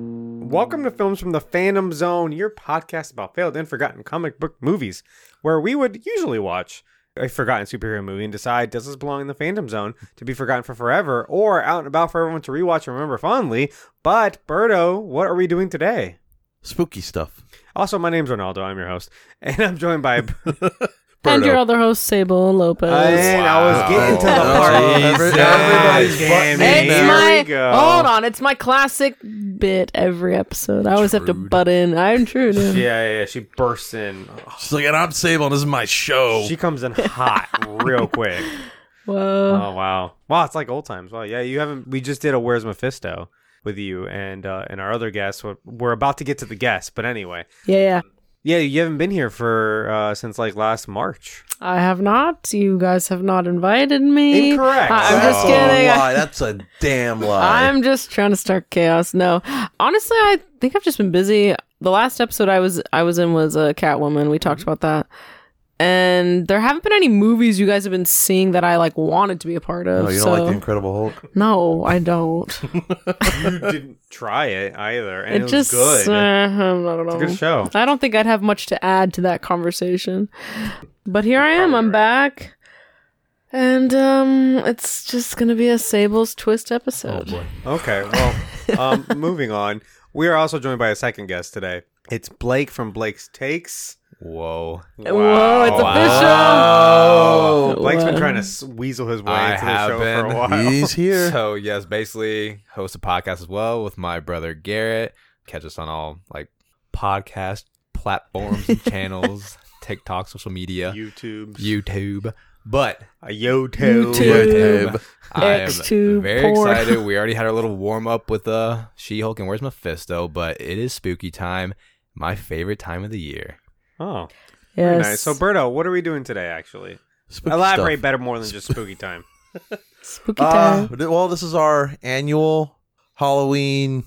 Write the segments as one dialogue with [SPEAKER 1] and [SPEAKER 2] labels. [SPEAKER 1] Welcome to Films from the Phantom Zone, your podcast about failed and forgotten comic book movies, where we would usually watch a forgotten superhero movie and decide does this belong in the Phantom Zone to be forgotten for forever or out and about for everyone to rewatch and remember fondly. But, Berto, what are we doing today?
[SPEAKER 2] Spooky stuff.
[SPEAKER 1] Also, my name's Ronaldo. I'm your host, and I'm joined by.
[SPEAKER 3] And
[SPEAKER 2] Birdo.
[SPEAKER 3] your other host, Sable Lopez.
[SPEAKER 1] and I was getting to the
[SPEAKER 2] Wow.
[SPEAKER 1] part.
[SPEAKER 2] Jesus.
[SPEAKER 1] Everybody's button.
[SPEAKER 3] it's
[SPEAKER 1] There
[SPEAKER 3] my
[SPEAKER 1] we go.
[SPEAKER 3] hold on. It's my classic bit every episode. I always have to
[SPEAKER 2] Intrude.
[SPEAKER 3] butt in. I intrude.
[SPEAKER 1] Yeah,
[SPEAKER 3] in.
[SPEAKER 1] yeah, yeah. She bursts in.
[SPEAKER 2] She's like, and I'm Sable. This is my show.
[SPEAKER 1] She comes in hot real quick.
[SPEAKER 3] Whoa.
[SPEAKER 1] Oh wow, wow! It's like old times. Wow, yeah. You haven't. We just did a Where's Mephisto with you and uh, and our other guests. We're, we're about to get to the guests, but anyway,
[SPEAKER 3] Yeah, yeah.
[SPEAKER 1] yeah. You haven't been here for uh, since like last March.
[SPEAKER 3] I have not. You guys have not invited me.
[SPEAKER 1] Incorrect.
[SPEAKER 3] I, am
[SPEAKER 2] That's
[SPEAKER 3] just
[SPEAKER 2] a
[SPEAKER 3] kidding.
[SPEAKER 2] lie. Oh That's a damn lie.
[SPEAKER 3] I'm just trying to start chaos. No, honestly, I think I've just been busy. The last episode I was I was in was a uh, Catwoman. We talked about that, and there haven't been any movies you guys have been seeing that I like wanted to be a part of.
[SPEAKER 2] oh, you don't
[SPEAKER 3] so.
[SPEAKER 2] like the Incredible Hulk?
[SPEAKER 3] No, I don't.
[SPEAKER 1] You didn't try it either, and it,
[SPEAKER 3] it
[SPEAKER 1] was
[SPEAKER 3] just
[SPEAKER 1] good.
[SPEAKER 3] uh, I don't know.
[SPEAKER 1] it's a good show.
[SPEAKER 3] I don't think I'd have much to add to that conversation. But here I am. I'm back. And um it's just going to be a Sable's twist episode.
[SPEAKER 1] Oh, Okay, well, um, moving on. We are also joined by a second guest today. It's Blake from Blake's Takes.
[SPEAKER 4] Whoa.
[SPEAKER 3] Whoa, it's
[SPEAKER 1] Wow. Blake's been
[SPEAKER 3] Wow.
[SPEAKER 1] trying to s- weasel his way
[SPEAKER 4] I
[SPEAKER 1] into the show
[SPEAKER 4] have
[SPEAKER 1] for a
[SPEAKER 4] been.
[SPEAKER 1] while.
[SPEAKER 2] He's here.
[SPEAKER 4] So yes, basically host a podcast as well with my brother Garrett. Catch us on all like podcast platforms and channels, TikTok, social media,
[SPEAKER 1] YouTube,
[SPEAKER 4] YouTube. But
[SPEAKER 1] YouTube.
[SPEAKER 3] YouTube.
[SPEAKER 4] I
[SPEAKER 3] X2
[SPEAKER 4] am very
[SPEAKER 3] porn.
[SPEAKER 4] excited. We already had our little warm up with uh She-Hulk and Where's Mephisto, but it is spooky time. My favorite time of the year.
[SPEAKER 1] Oh, very
[SPEAKER 3] Yes.
[SPEAKER 1] nice. So, Berto, what are we doing today? Actually,
[SPEAKER 2] Spooky
[SPEAKER 1] elaborate
[SPEAKER 2] stuff.
[SPEAKER 1] better more than just spooky time.
[SPEAKER 3] Spooky
[SPEAKER 2] Uh,
[SPEAKER 3] time.
[SPEAKER 2] th- well, this is our annual Halloween.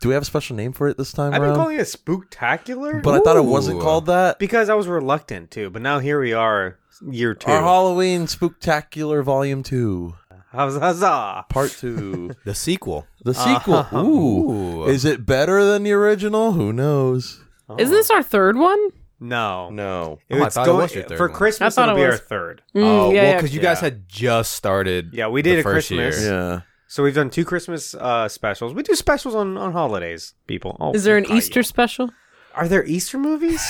[SPEAKER 2] Do we have a special name for it this time
[SPEAKER 1] I've been
[SPEAKER 2] around?
[SPEAKER 1] calling it spooktacular,
[SPEAKER 2] but I thought it wasn't
[SPEAKER 4] Ooh.
[SPEAKER 2] called that.
[SPEAKER 1] because I was reluctant to. But now here we are, year two.
[SPEAKER 2] Our Halloween Spooktacular Volume Two,
[SPEAKER 1] Huzz- Huzzah!
[SPEAKER 2] Part Two,
[SPEAKER 4] The sequel.
[SPEAKER 3] Mm,
[SPEAKER 2] the sequel.
[SPEAKER 1] Uh-huh.
[SPEAKER 2] Ooh.
[SPEAKER 4] Ooh.
[SPEAKER 2] is it better than the original? Who knows?
[SPEAKER 1] Oh.
[SPEAKER 3] Isn't this our third one?
[SPEAKER 1] no?
[SPEAKER 2] No.
[SPEAKER 4] Oh, I
[SPEAKER 1] It's
[SPEAKER 4] thought it
[SPEAKER 1] going
[SPEAKER 4] was your third
[SPEAKER 1] for
[SPEAKER 4] one.
[SPEAKER 1] Christmas.
[SPEAKER 3] I thought
[SPEAKER 1] It'll
[SPEAKER 3] it
[SPEAKER 1] be our
[SPEAKER 3] was.
[SPEAKER 1] third.
[SPEAKER 3] Mm,
[SPEAKER 4] oh,
[SPEAKER 3] yeah,
[SPEAKER 4] well,
[SPEAKER 3] yeah.
[SPEAKER 4] because you guys
[SPEAKER 1] Yeah.
[SPEAKER 4] had just started.
[SPEAKER 1] Yeah, we
[SPEAKER 4] the
[SPEAKER 1] did a
[SPEAKER 4] first
[SPEAKER 1] Christmas.
[SPEAKER 4] year.
[SPEAKER 2] Yeah.
[SPEAKER 1] So we've done two Christmas uh, specials. We do specials on, on holidays, people. Oh,
[SPEAKER 3] Is there an
[SPEAKER 1] God,
[SPEAKER 3] Easter
[SPEAKER 1] yeah.
[SPEAKER 3] special?
[SPEAKER 1] Are there Easter movies?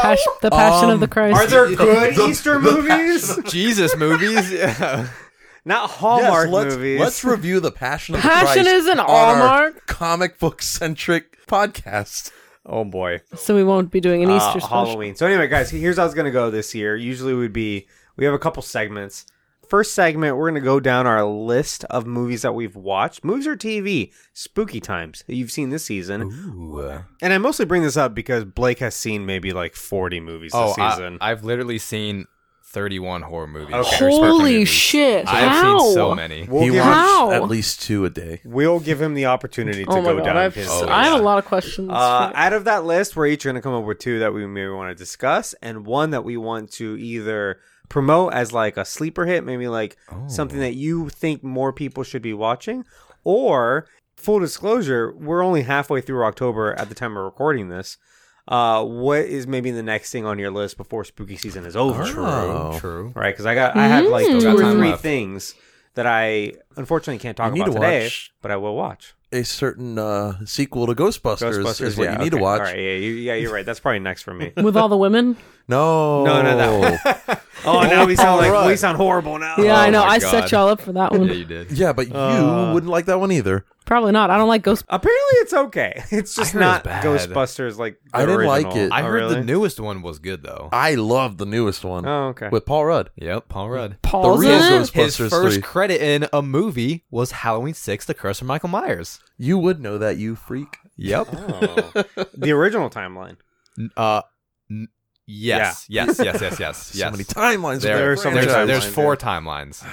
[SPEAKER 3] Pas- the Passion of
[SPEAKER 2] Um,
[SPEAKER 3] the Christ.
[SPEAKER 1] Are there good Easter movies?
[SPEAKER 4] Jesus movies. Yeah.
[SPEAKER 1] Not Hallmark
[SPEAKER 2] yes, let's,
[SPEAKER 1] movies.
[SPEAKER 2] Let's review the Passion of the
[SPEAKER 3] Passion
[SPEAKER 2] Christ
[SPEAKER 3] is an
[SPEAKER 2] on our
[SPEAKER 3] Hallmark?
[SPEAKER 2] comic book centric podcast.
[SPEAKER 1] oh boy.
[SPEAKER 3] so we won't be doing an
[SPEAKER 1] uh,
[SPEAKER 3] Easter special.
[SPEAKER 1] Halloween. So anyway, guys, here's how it's gonna go this year. Usually would be we have a couple segments. First segment, we're gonna go down our list of movies that we've watched, movies or TV, spooky times that you've seen this season.
[SPEAKER 4] Ooh.
[SPEAKER 1] And I mostly bring this up because Blake has seen maybe like 40 movies
[SPEAKER 4] Oh,
[SPEAKER 1] this season.
[SPEAKER 4] I, I've literally seen 31 horror movies.
[SPEAKER 1] Okay.
[SPEAKER 3] Holy shit.
[SPEAKER 4] I have
[SPEAKER 3] How?
[SPEAKER 4] seen so many.
[SPEAKER 1] we'll,
[SPEAKER 2] he
[SPEAKER 1] give
[SPEAKER 3] Wow.
[SPEAKER 1] him,
[SPEAKER 3] How?
[SPEAKER 2] watched at least two a day.
[SPEAKER 1] we'll give him the opportunity to
[SPEAKER 3] Oh my
[SPEAKER 1] go
[SPEAKER 3] god,
[SPEAKER 1] down
[SPEAKER 3] I've,
[SPEAKER 1] his
[SPEAKER 3] so-
[SPEAKER 1] list.
[SPEAKER 3] I have a lot of questions.
[SPEAKER 1] Uh,
[SPEAKER 3] for-
[SPEAKER 1] out of that list, we're each going to come up with two that we maybe want to discuss, and one that we want to either promote as like a sleeper hit, maybe like something
[SPEAKER 2] Oh.
[SPEAKER 1] that you think more people should be watching, or full disclosure, we're only halfway through October at the time we're recording this. Uh, what is maybe the next thing on your list before spooky season is over?
[SPEAKER 2] Oh.
[SPEAKER 4] True.
[SPEAKER 1] Right? Because I got I have like
[SPEAKER 3] Mm.
[SPEAKER 1] two
[SPEAKER 4] Got
[SPEAKER 1] or
[SPEAKER 4] time
[SPEAKER 1] three
[SPEAKER 4] left.
[SPEAKER 1] things that I unfortunately can't talk
[SPEAKER 2] You need
[SPEAKER 1] about
[SPEAKER 2] to
[SPEAKER 1] today,
[SPEAKER 2] watch-
[SPEAKER 1] but I will watch.
[SPEAKER 2] A certain uh, sequel to Ghostbusters, is what
[SPEAKER 1] yeah,
[SPEAKER 2] you need
[SPEAKER 1] okay.
[SPEAKER 2] to watch.
[SPEAKER 1] All right, yeah, you, yeah, you're right. That's probably next for me.
[SPEAKER 3] with all the women.
[SPEAKER 2] No,
[SPEAKER 1] No, no, that Oh, now we sound like we sound horrible now.
[SPEAKER 3] Yeah, I
[SPEAKER 4] Oh
[SPEAKER 3] know.
[SPEAKER 4] my
[SPEAKER 3] I
[SPEAKER 4] God.
[SPEAKER 3] set y'all up for that
[SPEAKER 4] Yeah,
[SPEAKER 3] one.
[SPEAKER 4] you did.
[SPEAKER 2] yeah, but you
[SPEAKER 1] Uh.
[SPEAKER 2] wouldn't like that one either.
[SPEAKER 3] Probably not. I don't like ghost.
[SPEAKER 1] Apparently, it's okay. It's just
[SPEAKER 4] heard it was
[SPEAKER 1] not
[SPEAKER 4] bad.
[SPEAKER 1] Ghostbusters like the
[SPEAKER 2] I didn't like
[SPEAKER 1] original.
[SPEAKER 2] it.
[SPEAKER 4] I
[SPEAKER 1] Oh,
[SPEAKER 4] heard
[SPEAKER 1] really?
[SPEAKER 4] the newest one was good, though.
[SPEAKER 2] I love the newest one
[SPEAKER 1] Oh, okay.
[SPEAKER 2] with Paul Rudd.
[SPEAKER 4] Yep, Paul Rudd.
[SPEAKER 3] Paul's
[SPEAKER 2] real
[SPEAKER 3] in it?
[SPEAKER 2] ghost-
[SPEAKER 4] His
[SPEAKER 2] Ghostbusters
[SPEAKER 4] first
[SPEAKER 2] three.
[SPEAKER 4] credit in a movie was Halloween 6, The Curse of Michael Myers.
[SPEAKER 2] You would know that, you freak.
[SPEAKER 4] Yep.
[SPEAKER 1] Oh. the original timeline.
[SPEAKER 4] N- uh, n- yes, yes, yes, yes, yes,
[SPEAKER 2] So
[SPEAKER 4] yes.
[SPEAKER 2] many timelines.
[SPEAKER 4] There,
[SPEAKER 1] There are
[SPEAKER 2] are
[SPEAKER 1] so many
[SPEAKER 4] there's,
[SPEAKER 1] timelines,
[SPEAKER 4] there's
[SPEAKER 1] yeah.
[SPEAKER 4] four timelines.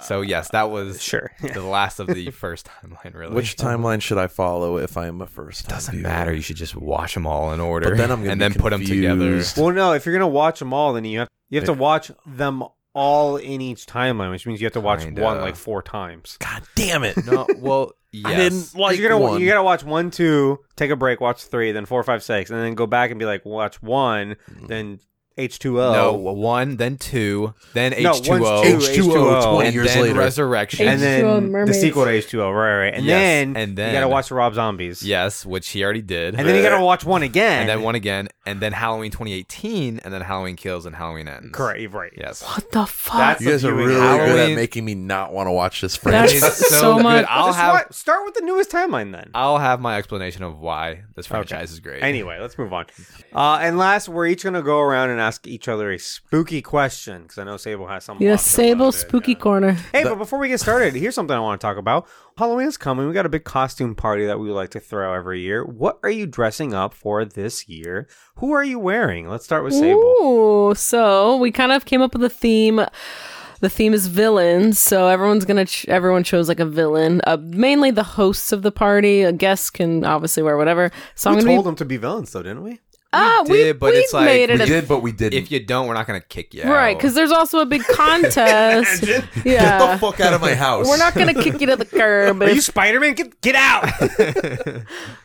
[SPEAKER 4] so, yes, that was
[SPEAKER 1] Uh, Sure.
[SPEAKER 4] the last of the first timeline, really.
[SPEAKER 2] Which timeline should I follow if I am a first?
[SPEAKER 4] Doesn't matter. You should just watch them all in order.
[SPEAKER 2] But then I'm gonna
[SPEAKER 4] and
[SPEAKER 2] be
[SPEAKER 4] then put them together.
[SPEAKER 2] confused.
[SPEAKER 1] Well, no. If you're gonna watch them all, then you have you have to watch them all in each timeline, which means you have to watch
[SPEAKER 4] Kinda.
[SPEAKER 1] one like four times.
[SPEAKER 2] God damn it!
[SPEAKER 4] no, well, Yes.
[SPEAKER 2] didn't like
[SPEAKER 1] you're gonna
[SPEAKER 2] one.
[SPEAKER 1] you gotta watch one, two, take a break, watch three, then four, five, six, and then go back and be like, watch one, then H two
[SPEAKER 4] no,
[SPEAKER 1] O,
[SPEAKER 4] one, then two, then
[SPEAKER 1] No, one's
[SPEAKER 4] H two O,
[SPEAKER 1] two,
[SPEAKER 4] and
[SPEAKER 1] H2O,
[SPEAKER 2] H2O, 20 years
[SPEAKER 4] then
[SPEAKER 2] later.
[SPEAKER 4] Resurrection,
[SPEAKER 1] and
[SPEAKER 5] H2O,
[SPEAKER 1] then the
[SPEAKER 5] mermaids.
[SPEAKER 1] sequel to H two O, right, right, and
[SPEAKER 4] Yes,
[SPEAKER 1] then
[SPEAKER 4] and
[SPEAKER 1] you gotta
[SPEAKER 4] then-
[SPEAKER 1] watch the Rob Zombies,
[SPEAKER 4] yes, which he already did,
[SPEAKER 1] and then you gotta watch one again,
[SPEAKER 4] and then one again, and then Halloween 2018, and then Halloween Kills and Halloween Ends.
[SPEAKER 1] correct, right,
[SPEAKER 4] Yes.
[SPEAKER 3] What the fuck?
[SPEAKER 1] That's-
[SPEAKER 2] You guys are
[SPEAKER 1] Viewing
[SPEAKER 2] really good at
[SPEAKER 4] Halloween.
[SPEAKER 2] making me not want to watch this
[SPEAKER 3] That's
[SPEAKER 2] franchise.
[SPEAKER 4] It's
[SPEAKER 3] so
[SPEAKER 4] good.
[SPEAKER 3] much-
[SPEAKER 4] I'll
[SPEAKER 1] Just
[SPEAKER 4] have
[SPEAKER 1] wa- start with the newest timeline then.
[SPEAKER 4] I'll have my explanation of why this franchise is great.
[SPEAKER 1] Anyway, let's move on. Uh, and last, we're each gonna go around and ask each other a spooky question because I know Sable has something.
[SPEAKER 3] yeah,
[SPEAKER 1] off to it,
[SPEAKER 3] Sable
[SPEAKER 1] yeah.
[SPEAKER 3] Spooky Corner.
[SPEAKER 1] Hey, but before we get started, here's something I want to talk about. Halloween is coming. We got a big costume party that we like to throw every year. What are you dressing up for this year? Who are you wearing? Let's start with Sable.
[SPEAKER 3] Ooh, so we kind of came up with a theme. The theme is villains, so everyone's gonna ch- everyone chose like a villain. Uh, mainly the hosts of the party. A guest can obviously wear whatever. So I'm
[SPEAKER 1] we
[SPEAKER 3] gonna
[SPEAKER 1] told
[SPEAKER 3] be,
[SPEAKER 1] them to be villains, though, didn't we?
[SPEAKER 3] ah, we,
[SPEAKER 4] did, but
[SPEAKER 3] we
[SPEAKER 4] it's like-
[SPEAKER 3] made it
[SPEAKER 2] we
[SPEAKER 3] a-
[SPEAKER 2] did, but we didn't.
[SPEAKER 4] If you don't, we're not gonna kick you
[SPEAKER 3] right
[SPEAKER 4] out.
[SPEAKER 3] because there's also a big contest.
[SPEAKER 2] Get the
[SPEAKER 3] yeah,
[SPEAKER 2] fuck out of my house.
[SPEAKER 3] we're not gonna kick you to the curb.
[SPEAKER 1] Are
[SPEAKER 3] if-
[SPEAKER 1] you Spider Man? Get get out!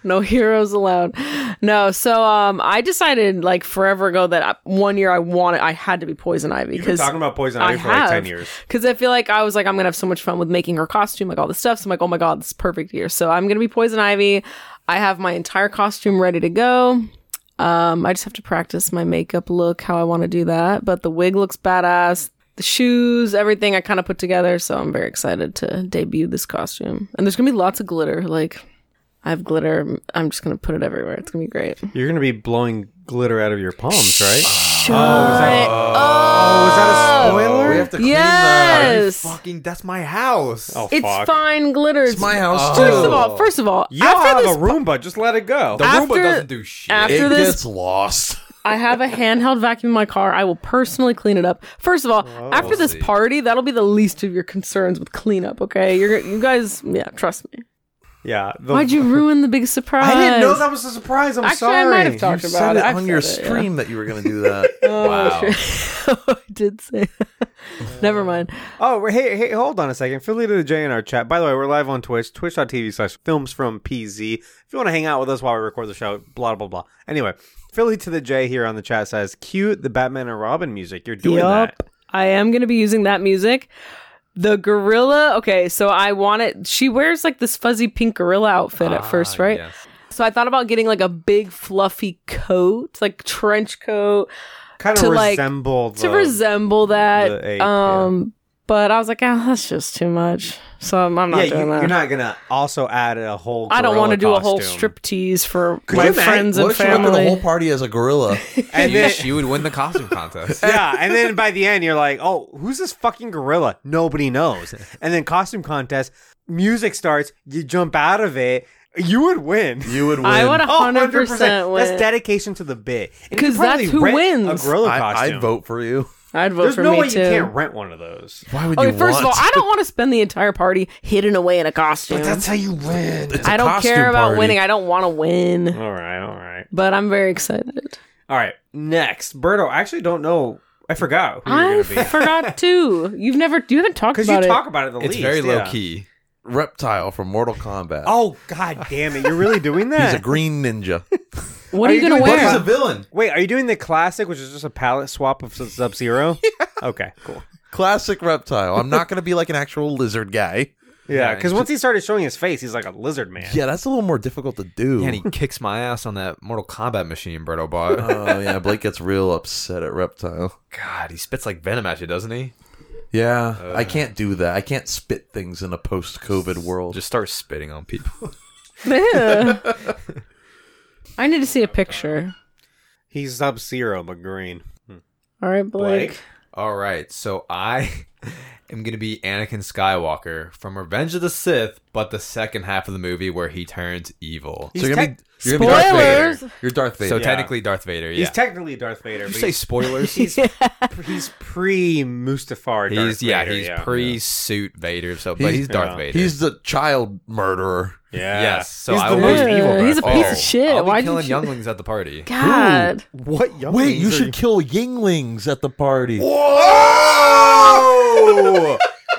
[SPEAKER 3] no heroes allowed no so um i decided like forever ago that I, one year i wanted i had to be poison ivy
[SPEAKER 1] You've been
[SPEAKER 3] because
[SPEAKER 1] talking about poison
[SPEAKER 3] I
[SPEAKER 1] ivy for like ten
[SPEAKER 3] have.
[SPEAKER 1] years.
[SPEAKER 3] because i feel like i was like i'm gonna have so much fun with making her costume like all this stuff so i'm like oh my god this is perfect year so i'm gonna be poison ivy i have my entire costume ready to go um i just have to practice my makeup look how i want to do that but the wig looks badass the shoes, everything I kind of put together, so I'm very excited to debut this costume. And there's gonna be lots of glitter. Like, I have glitter. I'm just gonna put it everywhere. It's gonna be great.
[SPEAKER 1] You're gonna be blowing glitter out of your palms, right?
[SPEAKER 3] Shut up.
[SPEAKER 1] Oh, is that a spoiler?
[SPEAKER 2] We have to clean
[SPEAKER 3] Yes.
[SPEAKER 4] fucking that's my house.
[SPEAKER 1] Oh,
[SPEAKER 3] It's
[SPEAKER 1] fuck.
[SPEAKER 3] fine glitter.
[SPEAKER 2] the. It's my Oh. house too.
[SPEAKER 3] First of all, first of all,
[SPEAKER 1] You
[SPEAKER 3] after
[SPEAKER 1] have
[SPEAKER 3] this,
[SPEAKER 1] a Roomba. Just let it go.
[SPEAKER 4] the
[SPEAKER 3] after-
[SPEAKER 4] Roomba doesn't do shit.
[SPEAKER 3] after-
[SPEAKER 2] it
[SPEAKER 3] this-
[SPEAKER 2] gets lost.
[SPEAKER 3] I have a handheld vacuum in my car. I will personally clean it up. First of all, after this party, that'll be the least of your concerns with cleanup. Okay, you're you guys, yeah, trust me.
[SPEAKER 1] yeah. the-
[SPEAKER 3] Why'd you ruin the big
[SPEAKER 1] I
[SPEAKER 3] surprise?
[SPEAKER 1] didn't know that was a surprise. I'm
[SPEAKER 3] Actually,
[SPEAKER 1] sorry.
[SPEAKER 3] I might have talked
[SPEAKER 2] You
[SPEAKER 3] about
[SPEAKER 2] said
[SPEAKER 3] it.
[SPEAKER 2] it
[SPEAKER 3] I've
[SPEAKER 2] on your
[SPEAKER 3] said it, yeah. Oh,
[SPEAKER 2] stream that you were going to do that.
[SPEAKER 4] wow.
[SPEAKER 3] I did say. Never mind.
[SPEAKER 1] Oh, we're- hey, hey, hold on a second. Philly to the J in our chat. By the way, we're live on Twitch, twitch.tv slash films from PZ. If you want to hang out with us while we record the show, blah, blah, blah. Anyway, Philly to the J here on the chat says, cute, the Batman and Robin music. You're doing
[SPEAKER 3] Yup.
[SPEAKER 1] that.
[SPEAKER 3] I am going to be using that music. The gorilla. Okay, so I want it. She wears like this fuzzy pink gorilla outfit at first, right?
[SPEAKER 4] yes.
[SPEAKER 3] So I thought about getting like a big fluffy coat, like trench coat,
[SPEAKER 1] Kind of
[SPEAKER 3] To, like-
[SPEAKER 1] resemble the,
[SPEAKER 3] to resemble that.
[SPEAKER 1] the ape,
[SPEAKER 3] um, but I was like, ah, that's just too much. So I'm, I'm not
[SPEAKER 1] Yeah, you,
[SPEAKER 3] doing
[SPEAKER 1] you're
[SPEAKER 3] that.
[SPEAKER 1] not going to also add a whole
[SPEAKER 3] I don't
[SPEAKER 1] want to
[SPEAKER 3] do a whole strip tease for my
[SPEAKER 1] you imagine-
[SPEAKER 3] friends
[SPEAKER 2] what
[SPEAKER 3] and
[SPEAKER 2] if she went to the
[SPEAKER 3] family.
[SPEAKER 2] whole party as a gorilla?
[SPEAKER 1] And
[SPEAKER 4] You-
[SPEAKER 1] then,
[SPEAKER 4] she would win the costume contest.
[SPEAKER 1] yeah, and then by the end, you're like, oh, who's this fucking gorilla? Nobody knows. And then costume contest, music starts, you jump out of it, you would win.
[SPEAKER 2] You would win.
[SPEAKER 3] I would
[SPEAKER 1] Oh,
[SPEAKER 3] 100% win.
[SPEAKER 1] That's dedication to the bit. And you
[SPEAKER 3] Because
[SPEAKER 1] could probably
[SPEAKER 3] that's who
[SPEAKER 1] rent
[SPEAKER 3] wins.
[SPEAKER 1] A gorilla
[SPEAKER 2] I,
[SPEAKER 1] costume.
[SPEAKER 2] would vote for you.
[SPEAKER 3] I'd vote
[SPEAKER 1] There's
[SPEAKER 3] for
[SPEAKER 1] no
[SPEAKER 3] me
[SPEAKER 1] way
[SPEAKER 3] too.
[SPEAKER 1] you can't rent one of those.
[SPEAKER 2] Why would
[SPEAKER 3] Okay,
[SPEAKER 2] you
[SPEAKER 3] first of all,
[SPEAKER 2] want-
[SPEAKER 3] I don't want to spend the entire party hidden away in a costume.
[SPEAKER 1] how you win.
[SPEAKER 2] It's a
[SPEAKER 3] I don't
[SPEAKER 2] costume
[SPEAKER 3] care about
[SPEAKER 2] party.
[SPEAKER 3] winning. I don't want to win,
[SPEAKER 1] All right, all right,
[SPEAKER 3] but I'm very excited.
[SPEAKER 1] all right. Next, Berto. I actually don't know. I forgot who
[SPEAKER 3] I
[SPEAKER 1] you're gonna be
[SPEAKER 3] forgot too. You've never, you haven't talked
[SPEAKER 1] because
[SPEAKER 3] about
[SPEAKER 1] you
[SPEAKER 3] it.
[SPEAKER 1] talk about it the
[SPEAKER 4] It's
[SPEAKER 1] least,
[SPEAKER 4] very
[SPEAKER 1] yeah.
[SPEAKER 4] low key.
[SPEAKER 2] Reptile from Mortal Kombat.
[SPEAKER 1] Oh god damn it! You're really doing that?
[SPEAKER 2] He's a green ninja.
[SPEAKER 3] what are,
[SPEAKER 1] Are
[SPEAKER 3] you
[SPEAKER 1] you
[SPEAKER 3] gonna
[SPEAKER 1] doing-
[SPEAKER 3] wear?
[SPEAKER 1] What is
[SPEAKER 4] villain.
[SPEAKER 1] Wait, are you doing the classic, which is just a palette swap of Sub Zero? Okay, cool.
[SPEAKER 2] Classic reptile. I'm not going to be like an actual lizard guy.
[SPEAKER 1] Yeah,
[SPEAKER 4] Yeah,
[SPEAKER 1] because once he started showing his face, he's like a lizard man.
[SPEAKER 2] Yeah, that's a little more difficult to do.
[SPEAKER 4] Yeah, and he kicks my ass on that Mortal Kombat machine Berto bought.
[SPEAKER 1] Uh-huh.
[SPEAKER 2] oh yeah, Blake gets real upset at reptile.
[SPEAKER 4] God, he spits like venom at you, doesn't he?
[SPEAKER 2] Yeah, I can't do that. I can't spit things in a post-COVID world.
[SPEAKER 4] Just start spitting on people.
[SPEAKER 3] Ew. I need to see a picture.
[SPEAKER 1] He's Sub Zero but green.
[SPEAKER 3] All right, Blake.
[SPEAKER 1] Blake?
[SPEAKER 4] All right, so I am gonna be Anakin Skywalker from Revenge of the Sith, but the second half of the movie where he turns evil.
[SPEAKER 2] so you're gonna
[SPEAKER 1] tech-
[SPEAKER 2] be you're gonna be Darth Vader.
[SPEAKER 3] Spoilers!
[SPEAKER 2] You're Darth
[SPEAKER 4] So
[SPEAKER 2] Vader.
[SPEAKER 1] Yeah.
[SPEAKER 4] technically, Darth Vader. Yeah.
[SPEAKER 1] He's technically Darth Vader.
[SPEAKER 4] you
[SPEAKER 1] but
[SPEAKER 4] say
[SPEAKER 1] he's-
[SPEAKER 4] spoilers.
[SPEAKER 1] he's he's pre Mustafar.
[SPEAKER 4] He's yeah,
[SPEAKER 1] Vader,
[SPEAKER 4] he's pre-suit Vader. So, but
[SPEAKER 2] He's-
[SPEAKER 4] he's, Darth
[SPEAKER 1] yeah.
[SPEAKER 4] Vader.
[SPEAKER 2] He's the child murderer.
[SPEAKER 1] Yeah.
[SPEAKER 4] yes. So
[SPEAKER 1] he's
[SPEAKER 4] I
[SPEAKER 1] the
[SPEAKER 4] will
[SPEAKER 1] most
[SPEAKER 4] be-
[SPEAKER 1] evil.
[SPEAKER 3] Yeah, he's a
[SPEAKER 1] Darth
[SPEAKER 3] piece
[SPEAKER 1] Vader.
[SPEAKER 3] of shit.
[SPEAKER 4] I'll be
[SPEAKER 3] Why did
[SPEAKER 4] killing
[SPEAKER 3] you-
[SPEAKER 4] younglings at the party.
[SPEAKER 3] God.
[SPEAKER 1] What? young
[SPEAKER 2] Wait, you
[SPEAKER 1] things are Oh,
[SPEAKER 2] should kill Yinglings at the party.
[SPEAKER 4] Whoa!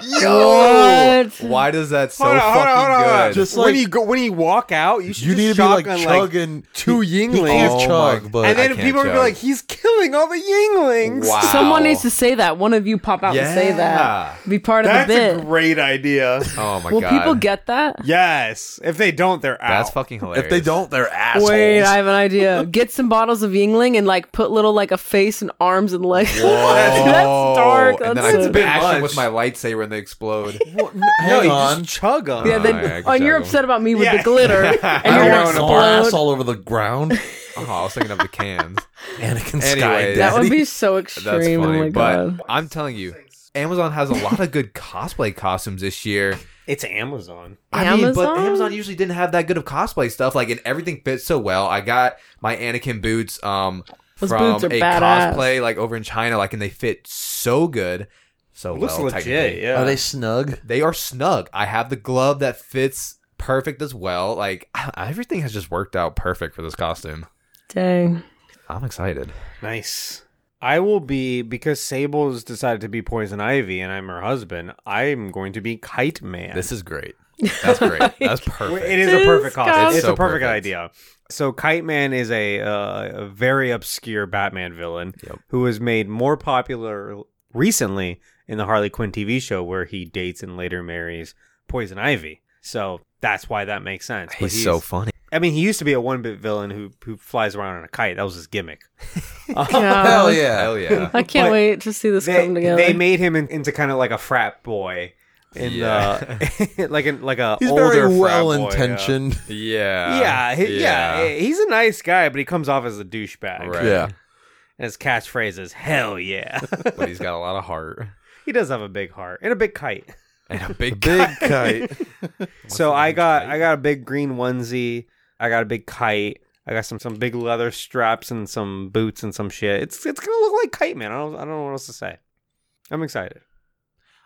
[SPEAKER 3] Yo! What?
[SPEAKER 4] Why does that so
[SPEAKER 1] Hold on, hold
[SPEAKER 4] fucking
[SPEAKER 1] on, hold on.
[SPEAKER 4] good?
[SPEAKER 2] Just
[SPEAKER 1] when
[SPEAKER 2] like-
[SPEAKER 1] you go, when you walk out, you should
[SPEAKER 2] You
[SPEAKER 1] just
[SPEAKER 2] need to be like
[SPEAKER 1] shotgun, like
[SPEAKER 2] chugging
[SPEAKER 1] two
[SPEAKER 2] You
[SPEAKER 1] Yinglings,
[SPEAKER 2] can't
[SPEAKER 4] Oh my-
[SPEAKER 2] chug, but
[SPEAKER 1] and
[SPEAKER 4] I
[SPEAKER 1] then
[SPEAKER 4] can't
[SPEAKER 1] people would be
[SPEAKER 4] chug.
[SPEAKER 1] like, "He's killing all the Yinglings."
[SPEAKER 4] Wow.
[SPEAKER 3] Someone needs to say that. One of you pop out and say
[SPEAKER 4] Yeah.
[SPEAKER 3] that. Be part
[SPEAKER 1] That's
[SPEAKER 3] of the
[SPEAKER 1] a
[SPEAKER 3] bit.
[SPEAKER 1] great idea.
[SPEAKER 4] Oh my
[SPEAKER 3] Will
[SPEAKER 4] god.
[SPEAKER 3] people get that?
[SPEAKER 1] yes. If they don't, they're out.
[SPEAKER 4] That's fucking hilarious.
[SPEAKER 2] if they don't, they're assholes.
[SPEAKER 3] Wait, I have an idea. Get some bottles of Yingling and like put little like a face and arms and legs.
[SPEAKER 2] Oh,
[SPEAKER 4] Whoa.
[SPEAKER 3] that's dark.
[SPEAKER 4] And
[SPEAKER 3] Oh That's
[SPEAKER 4] then I
[SPEAKER 3] a-
[SPEAKER 1] bit
[SPEAKER 4] bash them with
[SPEAKER 1] much.
[SPEAKER 4] my lightsaber and they explode.
[SPEAKER 1] no,
[SPEAKER 2] Oh, Hang
[SPEAKER 1] you
[SPEAKER 2] on.
[SPEAKER 1] just chug them.
[SPEAKER 3] yeah, then
[SPEAKER 4] Oh, yeah, I can
[SPEAKER 3] oh, and you're
[SPEAKER 4] tell.
[SPEAKER 3] upset about me with
[SPEAKER 1] Yeah.
[SPEAKER 3] the glitter,
[SPEAKER 2] I
[SPEAKER 3] and
[SPEAKER 2] don't
[SPEAKER 3] you're
[SPEAKER 1] Everyone
[SPEAKER 2] want
[SPEAKER 3] gonna
[SPEAKER 1] in a
[SPEAKER 2] glass
[SPEAKER 3] explode.
[SPEAKER 2] all over the ground.
[SPEAKER 4] oh, I was thinking of the cans.
[SPEAKER 2] Anakin
[SPEAKER 4] Anyway,
[SPEAKER 2] Skydaddy.
[SPEAKER 3] That would be so
[SPEAKER 4] That's
[SPEAKER 3] extreme.
[SPEAKER 4] funny.
[SPEAKER 3] oh my
[SPEAKER 4] but
[SPEAKER 3] god.
[SPEAKER 4] I'm telling you, Amazon has a lot of good cosplay costumes this year.
[SPEAKER 1] It's Amazon.
[SPEAKER 4] I mean, but
[SPEAKER 3] Amazon?
[SPEAKER 4] Amazon usually didn't have that good of cosplay stuff. Like, and everything fits so well. I got my Anakin boots um
[SPEAKER 3] Those
[SPEAKER 4] from
[SPEAKER 3] boots are
[SPEAKER 4] a
[SPEAKER 3] badass.
[SPEAKER 4] cosplay like over in China, like, and they fit so good, so
[SPEAKER 1] Looks
[SPEAKER 4] well.
[SPEAKER 1] legit.
[SPEAKER 4] technically.
[SPEAKER 1] Yeah.
[SPEAKER 2] Are they snug?
[SPEAKER 4] They are snug. I have the glove that fits perfect as well. Like everything has just worked out perfect for this costume.
[SPEAKER 3] Dang.
[SPEAKER 4] I'm excited.
[SPEAKER 1] Nice. I will be because Sable's decided to be Poison Ivy, and I'm her husband. I'm going to be Kite Man.
[SPEAKER 4] This is great. That's great. That's
[SPEAKER 1] Well,
[SPEAKER 4] perfect.
[SPEAKER 1] it is
[SPEAKER 3] This
[SPEAKER 1] a perfect
[SPEAKER 3] guy-
[SPEAKER 1] costume. It's,
[SPEAKER 4] It's so
[SPEAKER 1] a perfect,
[SPEAKER 4] perfect.
[SPEAKER 1] idea. So Kite Man is a, uh, a very obscure Batman villain
[SPEAKER 4] Yep.
[SPEAKER 1] who was made more popular recently in the Harley Quinn TV show, where he dates and later marries Poison Ivy. So that's why that makes sense. But
[SPEAKER 4] He's, so funny.
[SPEAKER 1] I mean, he used to be a one bit villain who who flies around on a kite. That was his gimmick.
[SPEAKER 3] God.
[SPEAKER 2] Hell yeah.
[SPEAKER 4] Hell yeah.
[SPEAKER 3] I can't
[SPEAKER 1] But
[SPEAKER 3] wait to see this
[SPEAKER 1] they,
[SPEAKER 3] come together.
[SPEAKER 1] they made him in, into kind of like a frat boy in
[SPEAKER 4] Yeah.
[SPEAKER 1] the like in like a
[SPEAKER 2] He's
[SPEAKER 1] older frat
[SPEAKER 2] very well
[SPEAKER 1] boy, yeah.
[SPEAKER 2] intentioned.
[SPEAKER 4] Yeah.
[SPEAKER 1] Yeah, he- yeah, he's a nice guy, but he comes off as a douchebag.
[SPEAKER 4] Right.
[SPEAKER 2] Yeah.
[SPEAKER 1] And his catchphrase is "Hell yeah!"
[SPEAKER 4] But he's got a lot of heart
[SPEAKER 1] he does have a big heart and a big kite.
[SPEAKER 4] and a
[SPEAKER 2] Big
[SPEAKER 4] big, guy.
[SPEAKER 2] kite.
[SPEAKER 1] so
[SPEAKER 4] the
[SPEAKER 1] I
[SPEAKER 4] big
[SPEAKER 1] got
[SPEAKER 4] kite?
[SPEAKER 1] I got a big green onesie. I got a big kite. I got some some big leather straps and some boots and some shit. It's it's gonna look like Kite Man. I don't I don't know what else to say. I'm excited.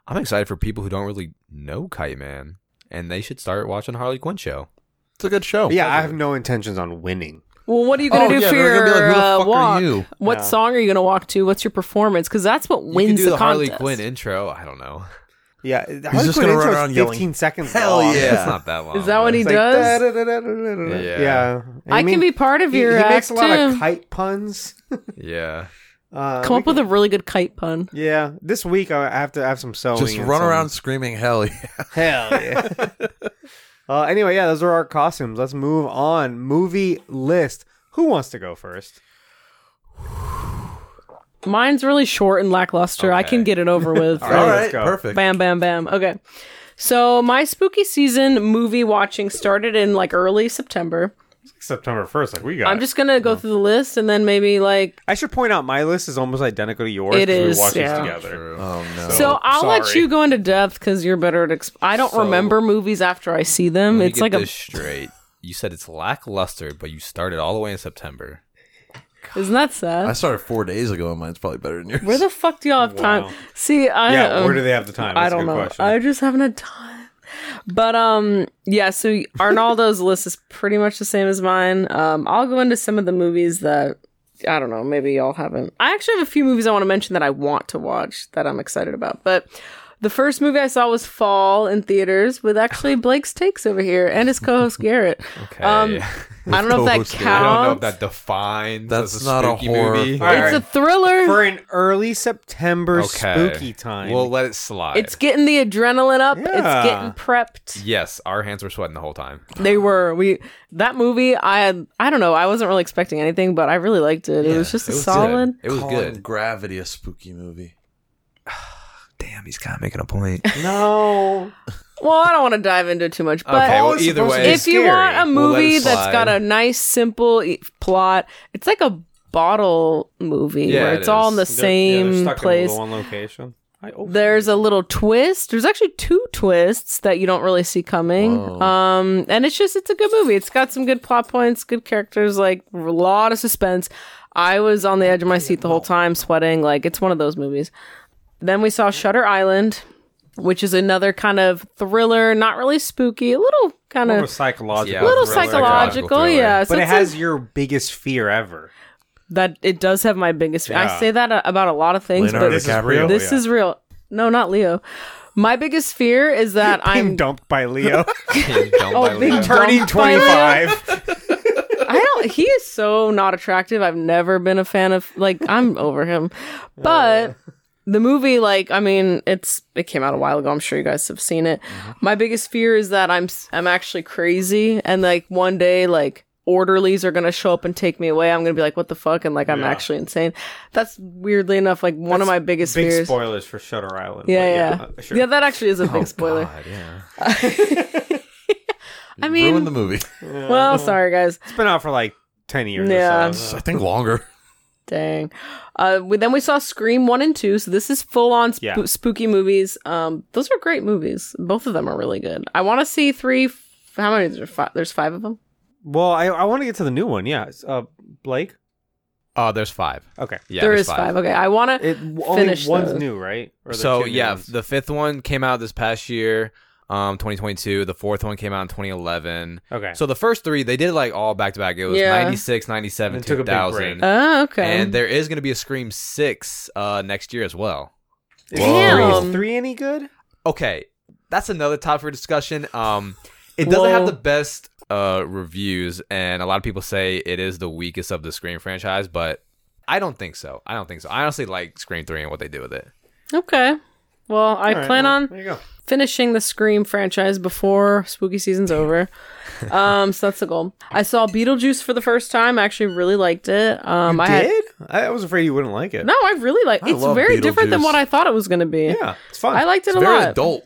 [SPEAKER 4] I'm excited for people who don't really know Kite Man, and they should start watching Harley Quinn show.
[SPEAKER 2] It's a good show.
[SPEAKER 1] yeah, I have no intentions on winning.
[SPEAKER 3] well, what are you gonna
[SPEAKER 2] Oh,
[SPEAKER 3] do
[SPEAKER 2] yeah,
[SPEAKER 3] for
[SPEAKER 2] they're
[SPEAKER 3] your
[SPEAKER 2] gonna be like, who the
[SPEAKER 3] uh,
[SPEAKER 2] fuck are
[SPEAKER 3] walk?
[SPEAKER 2] you?
[SPEAKER 3] What
[SPEAKER 1] Yeah.
[SPEAKER 3] song are you gonna walk to? What's your performance? Because that's what
[SPEAKER 4] you can
[SPEAKER 3] wins
[SPEAKER 4] do
[SPEAKER 3] the,
[SPEAKER 4] the, Harley
[SPEAKER 3] contest.
[SPEAKER 4] Quinn intro. I don't know.
[SPEAKER 1] Yeah, Harley
[SPEAKER 2] just
[SPEAKER 1] Quinn
[SPEAKER 2] gonna run
[SPEAKER 1] intro's 15
[SPEAKER 2] around yelling,
[SPEAKER 1] seconds.
[SPEAKER 2] "Hell
[SPEAKER 1] long.
[SPEAKER 2] yeah."
[SPEAKER 4] It's not that long.
[SPEAKER 3] Is that what
[SPEAKER 4] but-
[SPEAKER 3] he
[SPEAKER 1] It's like,
[SPEAKER 3] does?
[SPEAKER 1] "Da-da-da-da-da-da-da."
[SPEAKER 4] Yeah.
[SPEAKER 1] yeah.
[SPEAKER 3] I can be part of
[SPEAKER 1] He,
[SPEAKER 3] your uh,
[SPEAKER 1] he
[SPEAKER 3] act
[SPEAKER 1] makes a lot
[SPEAKER 3] too.
[SPEAKER 1] of kite puns.
[SPEAKER 4] Yeah.
[SPEAKER 1] Uh,
[SPEAKER 3] Come
[SPEAKER 1] we
[SPEAKER 3] up with a really good kite pun.
[SPEAKER 1] can- yeah. This week I have to have some sewing.
[SPEAKER 2] Just
[SPEAKER 1] and
[SPEAKER 2] run
[SPEAKER 1] some-
[SPEAKER 2] around screaming hell yeah.
[SPEAKER 1] Hell yeah. uh, anyway, yeah, those are our costumes. Let's move on. Movie list. Who wants to go first?
[SPEAKER 3] Mine's really short and lackluster. I can
[SPEAKER 4] Okay.
[SPEAKER 3] get it over with.
[SPEAKER 1] All right,
[SPEAKER 3] Like,
[SPEAKER 1] let's go.
[SPEAKER 2] perfect.
[SPEAKER 3] Bam, bam, bam. Okay. So my spooky season movie watching started in like early September.
[SPEAKER 1] September first, like we got.
[SPEAKER 3] I'm just gonna go through the list and then maybe like
[SPEAKER 1] I should point out my list is almost identical to yours.
[SPEAKER 3] It
[SPEAKER 1] 'cause
[SPEAKER 3] is,
[SPEAKER 1] We watch
[SPEAKER 3] yeah.
[SPEAKER 1] these together.
[SPEAKER 2] Oh no.
[SPEAKER 3] so I'll let
[SPEAKER 1] sorry.
[SPEAKER 3] you go into depth because you're better at. Exp- I don't
[SPEAKER 4] So-
[SPEAKER 3] remember movies after I see them.
[SPEAKER 4] Let me
[SPEAKER 3] It's
[SPEAKER 4] get
[SPEAKER 3] like a
[SPEAKER 4] this straight. You said it's lackluster, but you started all the way in September.
[SPEAKER 3] isn't that sad?
[SPEAKER 2] I started four days ago and mine's probably better than yours.
[SPEAKER 3] where the fuck do y'all have
[SPEAKER 1] Wow.
[SPEAKER 3] time? See, I
[SPEAKER 1] Yeah, where
[SPEAKER 3] um,
[SPEAKER 1] do they have the time?
[SPEAKER 3] I
[SPEAKER 1] That's a
[SPEAKER 3] don't
[SPEAKER 1] good
[SPEAKER 3] know.
[SPEAKER 1] question.
[SPEAKER 3] I just haven't had time. But um, yeah. So Arnaldo's list is pretty much the same as mine. Um, I'll go into some of the movies that I don't know. Maybe y'all haven't. I actually have a few movies I want to mention that I want to watch that I'm excited about. But the first movie I saw was Fall in theaters with actually Blake's takes over here and his co-host Garrett.
[SPEAKER 4] Okay.
[SPEAKER 3] Um, I don't know if that
[SPEAKER 2] co-host
[SPEAKER 3] counts.
[SPEAKER 2] Garrett.
[SPEAKER 4] I don't know if that defines.
[SPEAKER 2] That's
[SPEAKER 4] as
[SPEAKER 2] not a
[SPEAKER 4] spooky
[SPEAKER 2] horror
[SPEAKER 4] Movie.
[SPEAKER 2] film.
[SPEAKER 1] All right.
[SPEAKER 3] it's a thriller.
[SPEAKER 1] For an early September spooky time.
[SPEAKER 4] We'll let it slide.
[SPEAKER 3] it's getting the adrenaline up.
[SPEAKER 1] Yeah.
[SPEAKER 3] It's getting prepped.
[SPEAKER 4] yes, our hands were sweating the whole time.
[SPEAKER 3] They were we that movie. I had I don't know. I wasn't really expecting anything, but I really liked it. it was just a
[SPEAKER 4] It was
[SPEAKER 3] solid.
[SPEAKER 4] Good. It was
[SPEAKER 2] Calling
[SPEAKER 4] good.
[SPEAKER 2] Gravity a spooky movie.
[SPEAKER 4] Damn, he's kind of making a point.
[SPEAKER 1] no.
[SPEAKER 3] Well, I don't want to dive into it too much, but
[SPEAKER 4] okay,
[SPEAKER 1] all
[SPEAKER 4] well,
[SPEAKER 1] it's
[SPEAKER 4] either
[SPEAKER 1] supposed to
[SPEAKER 4] way,
[SPEAKER 1] be
[SPEAKER 3] if you
[SPEAKER 1] scary.
[SPEAKER 3] want a
[SPEAKER 4] We'll let it
[SPEAKER 3] movie that's
[SPEAKER 4] slide.
[SPEAKER 3] got a nice, simple e- plot, it's like a bottle movie
[SPEAKER 4] Yeah,
[SPEAKER 3] where
[SPEAKER 4] it
[SPEAKER 3] it's all in the
[SPEAKER 4] is.
[SPEAKER 3] same place.
[SPEAKER 1] one location. I oh, opened
[SPEAKER 3] There's a little twist. There's actually two twists that you don't really see coming. Um, and it's just it's a good movie. It's got some good plot points, good characters, like a lot of suspense. I was on the edge of my seat the whole time, sweating. Like it's one of those movies. Then we saw Shutter Island, which is another kind of thriller, not really spooky, a little kind
[SPEAKER 1] More of a
[SPEAKER 3] of
[SPEAKER 1] psychological.
[SPEAKER 4] Yeah,
[SPEAKER 3] little
[SPEAKER 4] thriller,
[SPEAKER 3] psychological.
[SPEAKER 4] psychological
[SPEAKER 3] yeah,
[SPEAKER 1] But
[SPEAKER 4] thriller.
[SPEAKER 1] it
[SPEAKER 3] it's a-
[SPEAKER 1] has your biggest fear ever.
[SPEAKER 3] that. It does have my biggest. fear.
[SPEAKER 1] Yeah.
[SPEAKER 3] I say that uh, about a lot of things,
[SPEAKER 1] Oh,
[SPEAKER 2] Leonardo
[SPEAKER 3] but
[SPEAKER 2] DiCaprio?
[SPEAKER 3] this is real. No, not Leo. My biggest fear is that
[SPEAKER 1] Being
[SPEAKER 3] I'm.
[SPEAKER 1] dumped by Leo,
[SPEAKER 4] Being dumped
[SPEAKER 3] Oh,
[SPEAKER 4] by
[SPEAKER 3] big time.
[SPEAKER 4] Leo.
[SPEAKER 1] turning
[SPEAKER 3] Dumped by Leo?
[SPEAKER 1] 25.
[SPEAKER 3] I don't. He is so not attractive. I've never been a fan of. Like I'm over him, but.
[SPEAKER 1] Uh.
[SPEAKER 3] The movie, like, I mean, it's it came out a while ago. I'm sure you guys have seen it.
[SPEAKER 1] Mm-hmm.
[SPEAKER 3] My biggest fear is that I'm s- I'm actually crazy, and like one day, like orderlies are gonna show up and take me away. I'm gonna be like, what the fuck, and like I'm
[SPEAKER 1] Yeah.
[SPEAKER 3] actually insane. That's weirdly enough, like one
[SPEAKER 1] That's
[SPEAKER 3] of my biggest
[SPEAKER 1] Big
[SPEAKER 3] fears.
[SPEAKER 1] spoilers for Shutter Island.
[SPEAKER 3] yeah,
[SPEAKER 1] but
[SPEAKER 3] yeah,
[SPEAKER 1] uh,
[SPEAKER 3] yeah.
[SPEAKER 1] sure. Oh,
[SPEAKER 3] that actually is a big spoiler.
[SPEAKER 4] God, yeah.
[SPEAKER 3] I mean,
[SPEAKER 2] ruined the movie.
[SPEAKER 3] well, sorry guys.
[SPEAKER 1] It's been out for like 10 years
[SPEAKER 3] Yeah.
[SPEAKER 1] or so.
[SPEAKER 2] I think longer.
[SPEAKER 3] Dang. Uh, we, then we saw Scream one and two. So this is full on sp-
[SPEAKER 1] Yeah.
[SPEAKER 3] spooky movies. Um, those are great movies. Both of them are really good. I want to see three. F- how many? There's five, there's five of them.
[SPEAKER 1] Well, I, I want to get to the new one. Yeah. It's, Uh, Blake?
[SPEAKER 4] Oh, there's five.
[SPEAKER 1] Okay.
[SPEAKER 4] Yeah,
[SPEAKER 3] there
[SPEAKER 4] there's
[SPEAKER 3] is five. Okay, I want to.
[SPEAKER 1] It, only
[SPEAKER 3] Finish
[SPEAKER 1] one's
[SPEAKER 3] those.
[SPEAKER 1] new, right? Or there's
[SPEAKER 4] so
[SPEAKER 1] two new
[SPEAKER 4] yeah,
[SPEAKER 1] ones?
[SPEAKER 4] the fifth one came out this past year, um, 2022. The fourth one came out in 2011.
[SPEAKER 1] okay.
[SPEAKER 4] So the first three they did like all back to back. It was
[SPEAKER 3] Yeah.
[SPEAKER 4] 96, 97,
[SPEAKER 1] And took a big
[SPEAKER 4] 2000.
[SPEAKER 1] break.
[SPEAKER 3] Oh, okay.
[SPEAKER 4] And there is going to be a Scream 6 uh, next year as well.
[SPEAKER 1] Is
[SPEAKER 3] Damn.
[SPEAKER 1] three, is three any good?
[SPEAKER 4] Okay, that's another topic for discussion. Um, it doesn't
[SPEAKER 3] Whoa.
[SPEAKER 4] have the best uh, reviews, and a lot of people say it is the weakest of the Scream franchise, but I don't think so. I don't think so. I honestly like Scream 3 and what they do with it.
[SPEAKER 3] okay. Well, I
[SPEAKER 1] All right,
[SPEAKER 3] plan
[SPEAKER 1] well,
[SPEAKER 3] on
[SPEAKER 1] There you go.
[SPEAKER 3] finishing the Scream franchise before spooky season's over. Um, so that's the goal. I saw Beetlejuice for the first time. I actually really liked it. Um, I had-
[SPEAKER 1] Did? I, I was afraid you wouldn't like it.
[SPEAKER 3] no, I really like.
[SPEAKER 2] I
[SPEAKER 3] It's
[SPEAKER 2] love
[SPEAKER 3] very different than
[SPEAKER 2] Beetlejuice.
[SPEAKER 3] what I thought it was going to be.
[SPEAKER 1] Yeah. It's fun.
[SPEAKER 3] I liked it
[SPEAKER 2] It's
[SPEAKER 3] a
[SPEAKER 2] very
[SPEAKER 3] lot.
[SPEAKER 2] adult.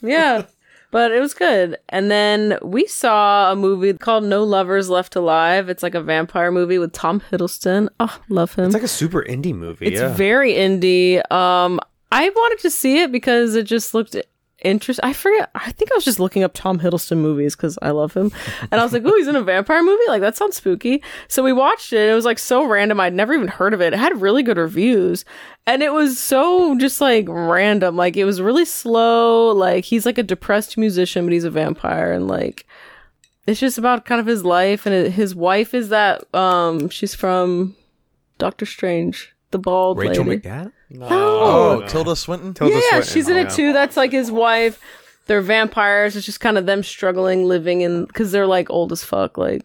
[SPEAKER 3] Yeah. But it was good. And then we saw a movie called No Lovers Left Alive. It's like a vampire movie with Tom Hiddleston. Oh, love him.
[SPEAKER 1] It's
[SPEAKER 3] It's,
[SPEAKER 1] like a super indie movie. yeah.
[SPEAKER 3] very indie. Um I wanted to see it because it just looked interesting. I forget. I think I was just looking up Tom Hiddleston movies cuz I love him. And I was like, "Oh, he's in a vampire movie? Like that sounds spooky." So we watched it. It was like so random. I'd never even heard of it. It had really good reviews. And it was so just like random. Like it was really slow. Like he's like a depressed musician, but he's a vampire and like it's just about kind of his life and it, his wife is that um she's from Doctor Strange, the bald
[SPEAKER 4] Rachel
[SPEAKER 3] lady.
[SPEAKER 4] McAdams?
[SPEAKER 1] No.
[SPEAKER 3] Oh,
[SPEAKER 2] Oh, Tilda Swinton.
[SPEAKER 1] Tilda
[SPEAKER 3] yeah,
[SPEAKER 1] Swinton.
[SPEAKER 3] she's in it
[SPEAKER 1] Oh, Yeah.
[SPEAKER 3] too. That's like his wife. They're vampires. It's just kind of them struggling living in because they're like old as fuck. Like,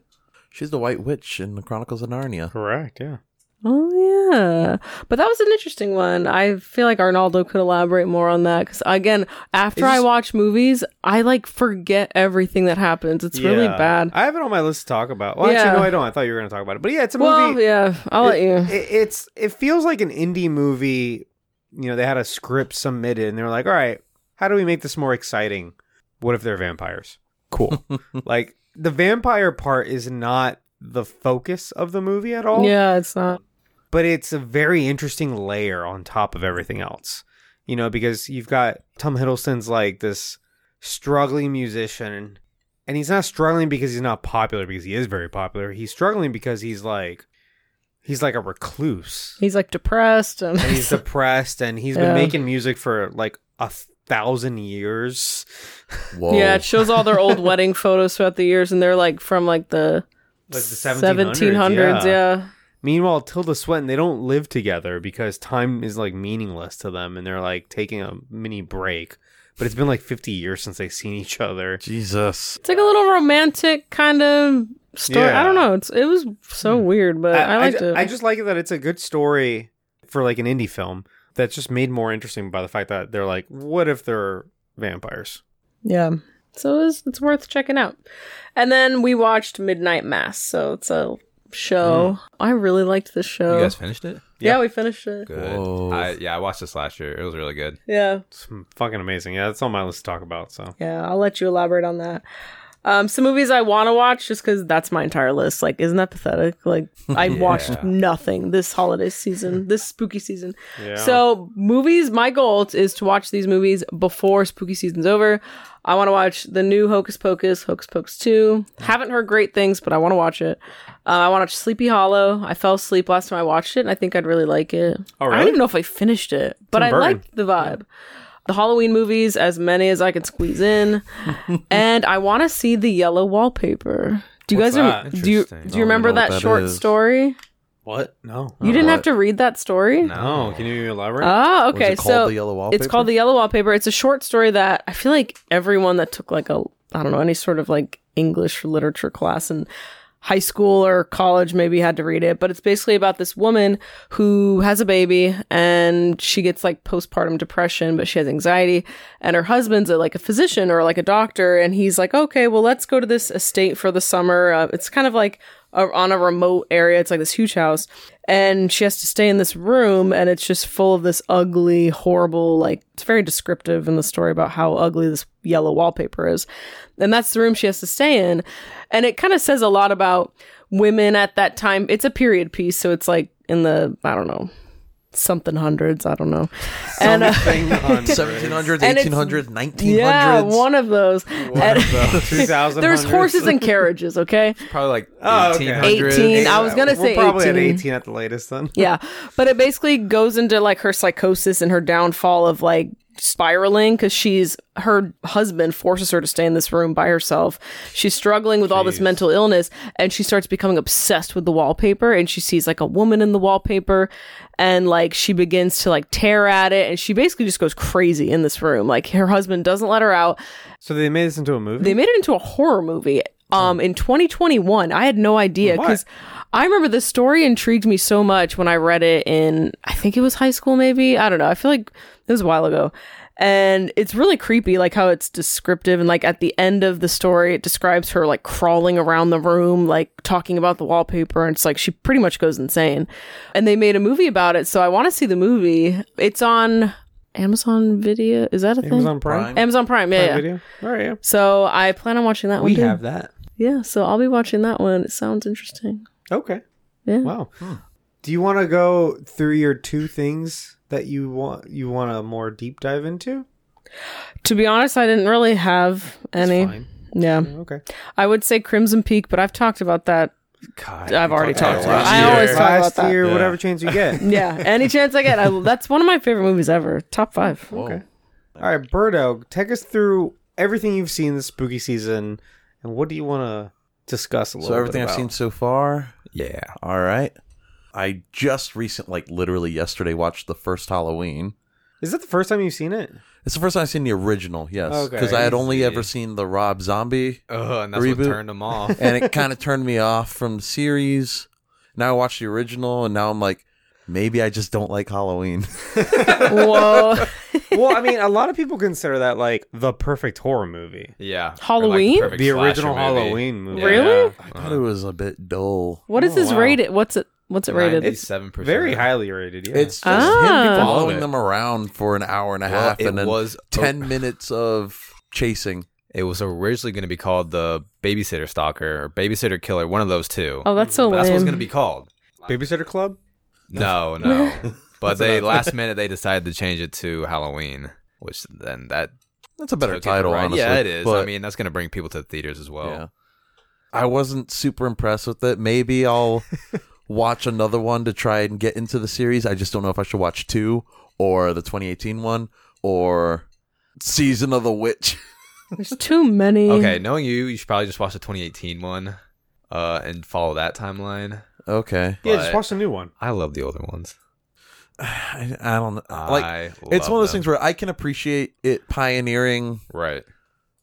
[SPEAKER 2] She's the White Witch in the Chronicles of Narnia.
[SPEAKER 1] Correct. Yeah.
[SPEAKER 3] oh yeah. But that was an interesting one. I feel like Arnaldo could elaborate more on that because again, after I
[SPEAKER 1] just-
[SPEAKER 3] watch movies, I like forget everything that happens. It's really
[SPEAKER 1] Yeah.
[SPEAKER 3] bad.
[SPEAKER 1] I have it on my list to talk about. Well,
[SPEAKER 3] Yeah.
[SPEAKER 1] actually, no, I don't. I thought you were going to talk about it. But yeah, it's a
[SPEAKER 3] well,
[SPEAKER 1] movie.
[SPEAKER 3] yeah, I'll let
[SPEAKER 1] it-
[SPEAKER 3] you.
[SPEAKER 1] it- it's it feels like an indie movie. You know, they had a script submitted, and they were like, "All right, how do we make this more exciting? What if they're vampires? Cool. like the vampire part is not the focus of the movie at all.
[SPEAKER 3] Yeah, it's not.
[SPEAKER 1] but it's a very interesting layer on top of everything else. You know, because you've got Tom Hiddleston's like this struggling musician, and he's not struggling because he's not popular because he is very popular. He's struggling because he's like he's like a recluse.
[SPEAKER 3] He's like depressed and
[SPEAKER 1] And he's depressed and he's
[SPEAKER 3] Yeah.
[SPEAKER 1] been making music for like a thousand years.
[SPEAKER 2] Whoa.
[SPEAKER 1] Oh.
[SPEAKER 3] Yeah, it shows all their old wedding photos throughout the years, and they're like from like the
[SPEAKER 1] Like the
[SPEAKER 3] 1700s.
[SPEAKER 1] 1700s,
[SPEAKER 3] yeah.
[SPEAKER 1] yeah. Meanwhile, Tilda Swinton, they don't live together because time is like meaningless to them and they're like taking a mini break. But it's been like 50 years since they've seen each other.
[SPEAKER 2] Jesus.
[SPEAKER 3] It's like a little romantic kind of story. I
[SPEAKER 1] Yeah.
[SPEAKER 3] don't know. It's it was so weird, but I, liked
[SPEAKER 1] ju-
[SPEAKER 3] it.
[SPEAKER 1] I just like it that it's a good story for like an indie film that's just made more interesting by the fact that they're like, what if they're vampires?
[SPEAKER 3] yeah. So it was, it's worth checking out. And then we watched Midnight Mass. So it's a show. I really liked this show.
[SPEAKER 4] You guys finished it?
[SPEAKER 3] yeah.
[SPEAKER 1] Hmm. Yeah.
[SPEAKER 3] we finished it.
[SPEAKER 4] Good.
[SPEAKER 2] Whoa.
[SPEAKER 4] I, yeah, I watched this last year. It was really good.
[SPEAKER 3] Yeah.
[SPEAKER 1] It's fucking amazing. Yeah, that's on my list to talk about. So
[SPEAKER 3] Yeah, I'll let you elaborate on that. Um, some movies I want to watch just because that's my entire list. Like, isn't that pathetic? Like, I watched nothing this holiday season, this spooky season.
[SPEAKER 1] Yeah.
[SPEAKER 3] So, movies, my goal t- is to watch these movies before spooky season's over. I want to watch the new Hocus Pocus, Hocus Pocus 2. Haven't heard great things, but I want to watch it. Uh, I want to watch Sleepy Hollow. I fell asleep last time I watched it, and I think I'd really like it.
[SPEAKER 1] Oh,
[SPEAKER 3] I don't
[SPEAKER 1] really?
[SPEAKER 3] even know if I finished it, but
[SPEAKER 1] Tim
[SPEAKER 3] I
[SPEAKER 1] Burton.
[SPEAKER 3] liked the vibe the Halloween movies, as many as I could squeeze in, and I want to see the yellow wallpaper. Do you
[SPEAKER 1] What's
[SPEAKER 3] guys rem-
[SPEAKER 1] that?
[SPEAKER 3] do you
[SPEAKER 4] Interesting.
[SPEAKER 3] do
[SPEAKER 2] I
[SPEAKER 3] you
[SPEAKER 2] don't
[SPEAKER 3] remember
[SPEAKER 2] know what
[SPEAKER 3] that,
[SPEAKER 2] that
[SPEAKER 3] short
[SPEAKER 2] is.
[SPEAKER 3] story?
[SPEAKER 1] What? No.
[SPEAKER 3] You didn't have
[SPEAKER 2] what?
[SPEAKER 3] to read that story?
[SPEAKER 1] No. Can you elaborate?
[SPEAKER 2] Was
[SPEAKER 3] Oh,
[SPEAKER 2] it
[SPEAKER 3] okay.
[SPEAKER 2] called
[SPEAKER 3] So
[SPEAKER 2] the yellow wallpaper.
[SPEAKER 3] it's called the yellow wallpaper. It's a short story that I feel like everyone that took like a I don't know any sort of like English literature class in high school or college maybe had to read it, but it's basically about this woman who has a baby and she gets like postpartum depression, but she has anxiety and her husband's a, like a physician or like a doctor and he's like, "Okay, well let's go to this estate for the summer." Uh, it's kind of like a, on a remote area. It's like this huge house and she has to stay in this room and it's just full of this ugly horrible like it's very descriptive in the story about how ugly this yellow wallpaper is and that's the room she has to stay in and it kind of says a lot about women at that time it's a period piece so it's like in the i don't know something hundreds i don't know and uh,
[SPEAKER 1] Something on
[SPEAKER 2] 1700s,
[SPEAKER 3] And it's-
[SPEAKER 2] 1800s, 1900s.
[SPEAKER 3] yeah one of those And- there's
[SPEAKER 1] 2000s.
[SPEAKER 3] horses and carriages okay
[SPEAKER 4] Probably like
[SPEAKER 1] Oh, okay.
[SPEAKER 4] 1800.
[SPEAKER 3] 18. I was gonna
[SPEAKER 1] We're
[SPEAKER 3] say
[SPEAKER 1] probably at
[SPEAKER 3] 18.
[SPEAKER 1] 18 at the latest then.
[SPEAKER 3] yeah but it basically goes into like her psychosis and her downfall of like spiraling because she's her husband forces her to stay in this room by herself she's struggling with all this mental illness and she starts becoming obsessed with the wallpaper and she sees like a woman in the wallpaper and like she begins to like tear at it and she basically just goes crazy in this room like her husband doesn't let her out
[SPEAKER 1] So they made this into a movie.
[SPEAKER 3] they made it into a horror movie um in 2021 i had no idea
[SPEAKER 1] What?
[SPEAKER 3] because i remember the story intrigued me so much when i read it in i think it was high school maybe i don't know i feel like it was a while ago and it's really creepy like how it's descriptive and like at the end of the story it describes her like crawling around the room like talking about the wallpaper and it's like she pretty much goes insane and they made a movie about it so i want to see the movie it's on amazon video is that a
[SPEAKER 1] Amazon
[SPEAKER 3] thing
[SPEAKER 1] Prime, Prime
[SPEAKER 3] amazon prime yeah, yeah.
[SPEAKER 1] Video. All right, yeah.
[SPEAKER 3] So I plan on watching that one. too.
[SPEAKER 1] that.
[SPEAKER 3] Yeah, so I'll be watching that one. It sounds interesting.
[SPEAKER 1] Okay.
[SPEAKER 3] Yeah.
[SPEAKER 1] Wow.
[SPEAKER 4] Hmm.
[SPEAKER 1] Do you want to go through your two things that you want you want to more deep dive into?
[SPEAKER 3] To be honest, I didn't really have any.
[SPEAKER 1] Fine.
[SPEAKER 3] Yeah.
[SPEAKER 1] Okay.
[SPEAKER 3] I would say Crimson Peak, but I've talked about that.
[SPEAKER 4] God,
[SPEAKER 3] I've already talked
[SPEAKER 4] about
[SPEAKER 3] about it.
[SPEAKER 4] it
[SPEAKER 3] I
[SPEAKER 4] last
[SPEAKER 3] always
[SPEAKER 4] year.
[SPEAKER 3] talk about
[SPEAKER 1] Last
[SPEAKER 3] that.
[SPEAKER 1] year, whatever chance you get.
[SPEAKER 3] Yeah. Any chance I get, I, that's one of my favorite movies ever. Top five.
[SPEAKER 1] Okay. All right, Birdo, take us through everything you've seen this spooky season, and what do you want to discuss a little?
[SPEAKER 2] So everything I've seen so far.
[SPEAKER 4] Yeah.
[SPEAKER 2] All right. I just recent, like literally yesterday, watched the first Halloween.
[SPEAKER 1] Is that the first time you've seen it?
[SPEAKER 2] It's the first time I've seen the original, yes,
[SPEAKER 1] Okay.
[SPEAKER 2] because I had only
[SPEAKER 4] Easy.
[SPEAKER 2] ever seen the Rob Zombie,
[SPEAKER 4] Oh, and that's what
[SPEAKER 2] Reboot.
[SPEAKER 4] turned them off.
[SPEAKER 2] and it kind of turned me off from the series. Now I watched the original, and now I'm like, maybe I just don't like Halloween.
[SPEAKER 3] Whoa.
[SPEAKER 1] well, I mean, a lot of people consider that like the perfect horror movie,
[SPEAKER 4] Yeah.
[SPEAKER 3] Halloween?
[SPEAKER 4] Or, like, perfect
[SPEAKER 1] the original
[SPEAKER 4] slasher movie.
[SPEAKER 1] Halloween movie.
[SPEAKER 4] Yeah.
[SPEAKER 3] Really?
[SPEAKER 2] I
[SPEAKER 4] Uh-huh.
[SPEAKER 2] thought it was a bit dull.
[SPEAKER 3] What is
[SPEAKER 1] Oh,
[SPEAKER 3] this
[SPEAKER 1] wow.
[SPEAKER 3] rated? What's it? What's it rated?
[SPEAKER 1] It's
[SPEAKER 4] Seven percent.
[SPEAKER 1] Very highly rated. Yeah.
[SPEAKER 2] It's just
[SPEAKER 3] Ah.
[SPEAKER 2] him following
[SPEAKER 4] Follow it.
[SPEAKER 2] them around for an hour and a
[SPEAKER 4] Well,
[SPEAKER 2] half,
[SPEAKER 4] it
[SPEAKER 2] and then
[SPEAKER 4] was
[SPEAKER 2] ten minutes of chasing.
[SPEAKER 4] It was originally going to be called the Babysitter Stalker or Babysitter Killer, one of those two.
[SPEAKER 3] oh, that's so
[SPEAKER 4] But
[SPEAKER 3] lame.
[SPEAKER 4] that's what it's going to be called.
[SPEAKER 1] Babysitter Club.
[SPEAKER 4] No, no. but they last minute they decided to change it to Halloween, which then that
[SPEAKER 2] That's a better
[SPEAKER 4] took it
[SPEAKER 2] title,
[SPEAKER 4] right-
[SPEAKER 2] honestly.
[SPEAKER 4] Yeah, it is.
[SPEAKER 2] but-
[SPEAKER 4] I mean, that's going to bring people to the theaters as well.
[SPEAKER 2] Yeah. I wasn't super impressed with it. Maybe I'll watch another one to try and get into the series. I just don't know if I should watch two or the 2018 one or Season of the Witch.
[SPEAKER 3] There's too many.
[SPEAKER 4] Okay, knowing you, you should probably just watch the 2018 one uh, and follow that timeline.
[SPEAKER 2] okay.
[SPEAKER 1] Yeah, just
[SPEAKER 4] But-
[SPEAKER 1] watch the new one.
[SPEAKER 4] I love the older ones.
[SPEAKER 2] I, I don't know. Like,
[SPEAKER 4] I
[SPEAKER 2] it's
[SPEAKER 4] love
[SPEAKER 2] one of those
[SPEAKER 4] them.
[SPEAKER 2] things where I can appreciate it pioneering
[SPEAKER 4] Right.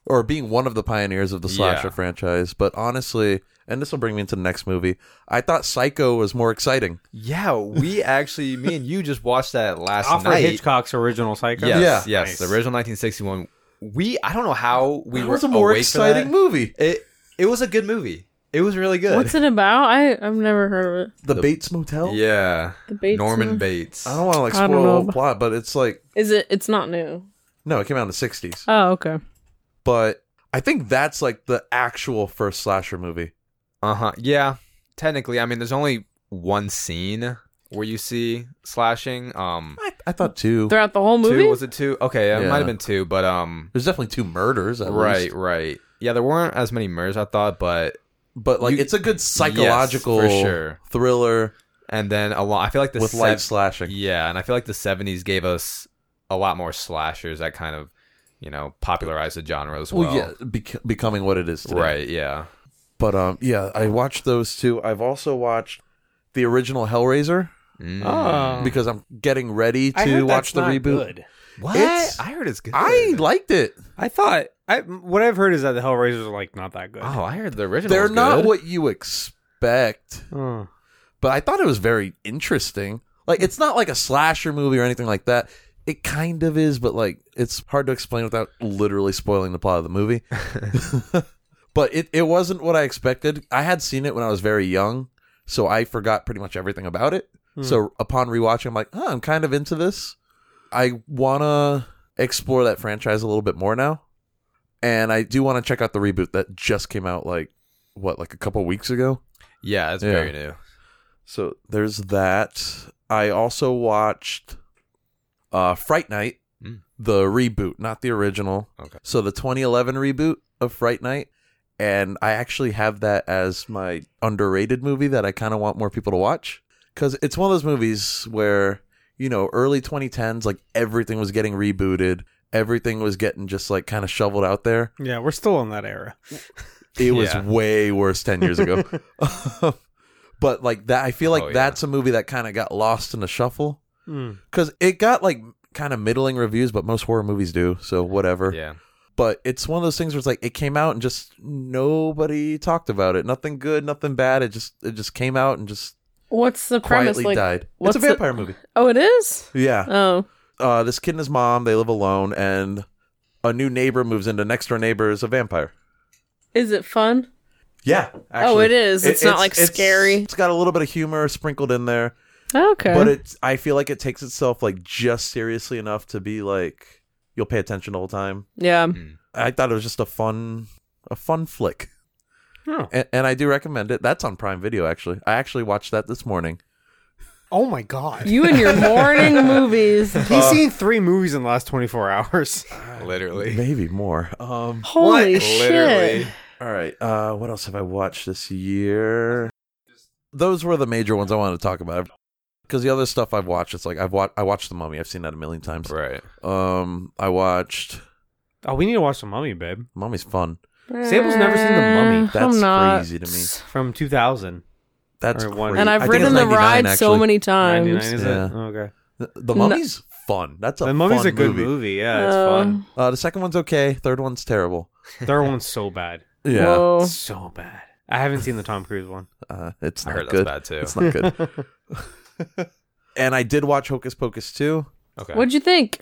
[SPEAKER 2] or being one of the pioneers of the slasher
[SPEAKER 4] Yeah.
[SPEAKER 2] franchise. But honestly, and this will bring me into the next movie, I thought Psycho was more exciting.
[SPEAKER 4] Yeah, we actually, me and you just watched that last
[SPEAKER 1] Alfred
[SPEAKER 4] night.
[SPEAKER 1] Hitchcock's original Psycho.
[SPEAKER 4] Yes,
[SPEAKER 2] Yeah.
[SPEAKER 4] yes,
[SPEAKER 1] Nice.
[SPEAKER 4] the original 1961. We, I don't know how we
[SPEAKER 2] It
[SPEAKER 4] were
[SPEAKER 2] was a more
[SPEAKER 4] awake
[SPEAKER 2] exciting
[SPEAKER 4] for
[SPEAKER 2] movie.
[SPEAKER 4] that. It, it was a good movie. It was really good.
[SPEAKER 3] What's it about? I, I've never heard of it.
[SPEAKER 2] The, Bates Motel?
[SPEAKER 4] Yeah,
[SPEAKER 3] The Bates
[SPEAKER 4] Norman
[SPEAKER 3] Mo-
[SPEAKER 4] Bates.
[SPEAKER 2] I don't want to like
[SPEAKER 3] I don't
[SPEAKER 2] spoil the
[SPEAKER 3] know.
[SPEAKER 2] whole plot, but it's like
[SPEAKER 3] Is it? It's not new.
[SPEAKER 2] No, it came out in the 60s.
[SPEAKER 3] Oh, okay.
[SPEAKER 2] But I think that's like the actual first slasher movie.
[SPEAKER 4] Uh huh. Yeah. Technically, I mean, there's only one scene where you see slashing. Um,
[SPEAKER 2] I, I thought two.
[SPEAKER 3] Throughout the whole movie?
[SPEAKER 4] two was it two? Okay, it
[SPEAKER 2] Yeah.
[SPEAKER 4] might have been two, but um,
[SPEAKER 2] There's definitely two murders, at
[SPEAKER 4] right,
[SPEAKER 2] least.
[SPEAKER 4] right. Yeah, there weren't as many murders I thought, but
[SPEAKER 2] But like,
[SPEAKER 4] You-
[SPEAKER 2] it's a good psychological
[SPEAKER 4] Yes, for sure.
[SPEAKER 2] thriller
[SPEAKER 4] and then a lot. I feel like the
[SPEAKER 2] with light
[SPEAKER 4] sev-
[SPEAKER 2] slashing.
[SPEAKER 4] Yeah, and I feel like the '70s gave us a lot more slashers that kind of, you know, popularized the genre as well.
[SPEAKER 2] Well, yeah, bec- becoming what it is today.
[SPEAKER 4] Right. Yeah.
[SPEAKER 2] But um, yeah, I watched those two. I've also watched the original Hellraiser
[SPEAKER 4] Mm.
[SPEAKER 1] Oh.
[SPEAKER 2] because I'm getting ready
[SPEAKER 1] I
[SPEAKER 2] to
[SPEAKER 1] heard that's
[SPEAKER 2] watch the
[SPEAKER 1] not
[SPEAKER 2] reboot.
[SPEAKER 1] good.
[SPEAKER 4] what?
[SPEAKER 2] It's-
[SPEAKER 4] I heard it's good.
[SPEAKER 2] I liked it.
[SPEAKER 1] I thought I what I've heard is that the Hellraisers are like not that good.
[SPEAKER 4] Oh, I heard the original.
[SPEAKER 2] They're
[SPEAKER 4] was
[SPEAKER 2] not
[SPEAKER 4] good.
[SPEAKER 2] what you expect,
[SPEAKER 1] Oh.
[SPEAKER 2] but I thought it was very interesting. Like it's not like a slasher movie or anything like that. It kind of is, but like it's hard to explain without literally spoiling the plot of the movie. but it, it wasn't what I expected. I had seen it when I was very young, so I forgot pretty much everything about it. So upon rewatching, I'm like, oh, I'm kind of into this. I want to explore that franchise a little bit more now. And I do want to check out the reboot that just came out like, what, like a couple weeks ago?
[SPEAKER 4] Yeah, it's
[SPEAKER 2] Yeah.
[SPEAKER 4] very new.
[SPEAKER 2] So there's that. I also watched uh Fright Night,
[SPEAKER 4] Mm.
[SPEAKER 2] the reboot, not the original.
[SPEAKER 4] Okay.
[SPEAKER 2] So the 2011 reboot of Fright Night, and I actually have that as my underrated movie that I kind of want more people to watch cuz it's one of those movies where, you know, early 2010s like everything was getting rebooted, everything was getting just like kind of shoveled out there.
[SPEAKER 1] Yeah, we're still in that era.
[SPEAKER 2] It was
[SPEAKER 4] Yeah.
[SPEAKER 2] way worse 10 years ago. but like that I feel like
[SPEAKER 4] Oh, yeah.
[SPEAKER 2] that's a movie that kind of got lost in the shuffle
[SPEAKER 1] Mm.
[SPEAKER 2] cuz it got like kind of middling reviews but most horror movies do, so whatever.
[SPEAKER 4] Yeah.
[SPEAKER 2] But it's one of those things where it's like it came out and just nobody talked about it. Nothing good, nothing bad. It just it just came out and just
[SPEAKER 3] What's the premise?
[SPEAKER 2] quietly
[SPEAKER 3] Like,
[SPEAKER 2] died. It's
[SPEAKER 3] what's
[SPEAKER 2] a
[SPEAKER 3] the-
[SPEAKER 2] vampire movie.
[SPEAKER 3] oh, it is.
[SPEAKER 2] Yeah.
[SPEAKER 3] Oh,
[SPEAKER 2] Uh this kid and his mom, they live alone and a new neighbor moves into next door neighbor is a vampire.
[SPEAKER 3] is it fun?
[SPEAKER 2] Yeah,
[SPEAKER 3] Oh, it is. It's not, like, scary.
[SPEAKER 2] It's got a little bit of humor sprinkled in there.
[SPEAKER 3] Okay.
[SPEAKER 2] But it's I feel like it takes itself like just seriously enough to be like you'll pay attention the whole time.
[SPEAKER 3] yeah.
[SPEAKER 2] I thought it was just a fun a fun flick.
[SPEAKER 1] Oh.
[SPEAKER 2] And, and I do recommend it. That's on Prime Video actually. I actually watched that this morning.
[SPEAKER 1] Oh my god.
[SPEAKER 3] You and your morning movies.
[SPEAKER 1] He's seen three movies in the last 24 hours.
[SPEAKER 4] Literally.
[SPEAKER 2] Maybe more. Um
[SPEAKER 3] Holy
[SPEAKER 1] What?
[SPEAKER 3] shit.
[SPEAKER 4] Literally.
[SPEAKER 2] all right. Uh what else have I watched this year? Those were the major ones I wanted to talk about. Cuz the other stuff I've watched it's like I've watched I watched The Mummy. I've seen that a million times.
[SPEAKER 4] Right.
[SPEAKER 2] Um I watched
[SPEAKER 1] Oh, we need to watch The Mummy, babe.
[SPEAKER 2] Mummy's fun.
[SPEAKER 1] Sable's never seen The Mummy.
[SPEAKER 3] Eh,
[SPEAKER 2] That's
[SPEAKER 3] I'm not.
[SPEAKER 2] crazy to me.
[SPEAKER 1] From 2000.
[SPEAKER 2] That's
[SPEAKER 1] Or one-
[SPEAKER 2] crazy.
[SPEAKER 3] And
[SPEAKER 2] I
[SPEAKER 3] I've
[SPEAKER 2] think
[SPEAKER 3] ridden
[SPEAKER 2] it's
[SPEAKER 3] the
[SPEAKER 2] 99,
[SPEAKER 3] ride so
[SPEAKER 2] actually.
[SPEAKER 3] many times.
[SPEAKER 1] 99, is
[SPEAKER 2] Yeah.
[SPEAKER 1] it? Oh, Okay.
[SPEAKER 2] The- The
[SPEAKER 3] No-
[SPEAKER 2] Mummy's fun. That's a
[SPEAKER 1] the Mummy's
[SPEAKER 2] fun
[SPEAKER 1] a good movie. Yeah, it's
[SPEAKER 3] Oh.
[SPEAKER 1] fun.
[SPEAKER 2] Uh, the second one's okay. Third one's terrible.
[SPEAKER 1] Their one's so bad.
[SPEAKER 3] Whoa.
[SPEAKER 1] So bad. I haven't seen the Tom Cruise one.
[SPEAKER 2] uh, it's
[SPEAKER 4] I
[SPEAKER 2] not
[SPEAKER 4] heard
[SPEAKER 2] good.
[SPEAKER 4] that's bad
[SPEAKER 2] It's
[SPEAKER 4] too.
[SPEAKER 2] not good. and I did watch Hocus Pocus two.
[SPEAKER 4] Okay.
[SPEAKER 3] What'd you think?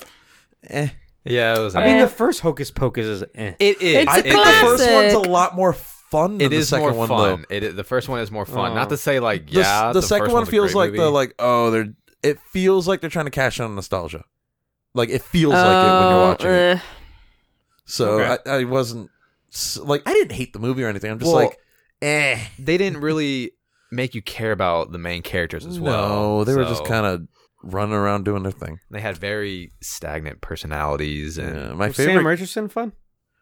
[SPEAKER 2] Eh.
[SPEAKER 4] yeah, it was.
[SPEAKER 1] I mean, the first Hocus Pocus is eh.
[SPEAKER 4] it is.
[SPEAKER 3] It's
[SPEAKER 2] I
[SPEAKER 3] a
[SPEAKER 2] think the first one's a lot more fun than
[SPEAKER 4] It
[SPEAKER 2] the
[SPEAKER 4] is
[SPEAKER 2] second
[SPEAKER 4] more
[SPEAKER 2] one
[SPEAKER 4] fun.
[SPEAKER 2] though.
[SPEAKER 4] It is, the first one is more fun.
[SPEAKER 1] Oh.
[SPEAKER 4] Not to say like
[SPEAKER 2] The s-
[SPEAKER 4] yeah.
[SPEAKER 2] the, second
[SPEAKER 4] first
[SPEAKER 2] one
[SPEAKER 4] one's a
[SPEAKER 2] feels
[SPEAKER 4] great
[SPEAKER 2] like the
[SPEAKER 4] movie.
[SPEAKER 2] like oh they're it feels like they're trying to cash in on nostalgia. Like it feels like it when you're watching it.
[SPEAKER 3] eh.
[SPEAKER 2] So
[SPEAKER 1] Okay.
[SPEAKER 2] I, I wasn't s- like I didn't hate the movie or anything. I'm just
[SPEAKER 4] Well,
[SPEAKER 2] like eh.
[SPEAKER 4] they didn't really make you care about the main characters as well.
[SPEAKER 2] No, they were just
[SPEAKER 4] so
[SPEAKER 2] kind of running around doing their thing.
[SPEAKER 4] They had very stagnant personalities, and
[SPEAKER 2] Yeah, my
[SPEAKER 1] Was Sam
[SPEAKER 2] favorite.
[SPEAKER 1] Richardson fun?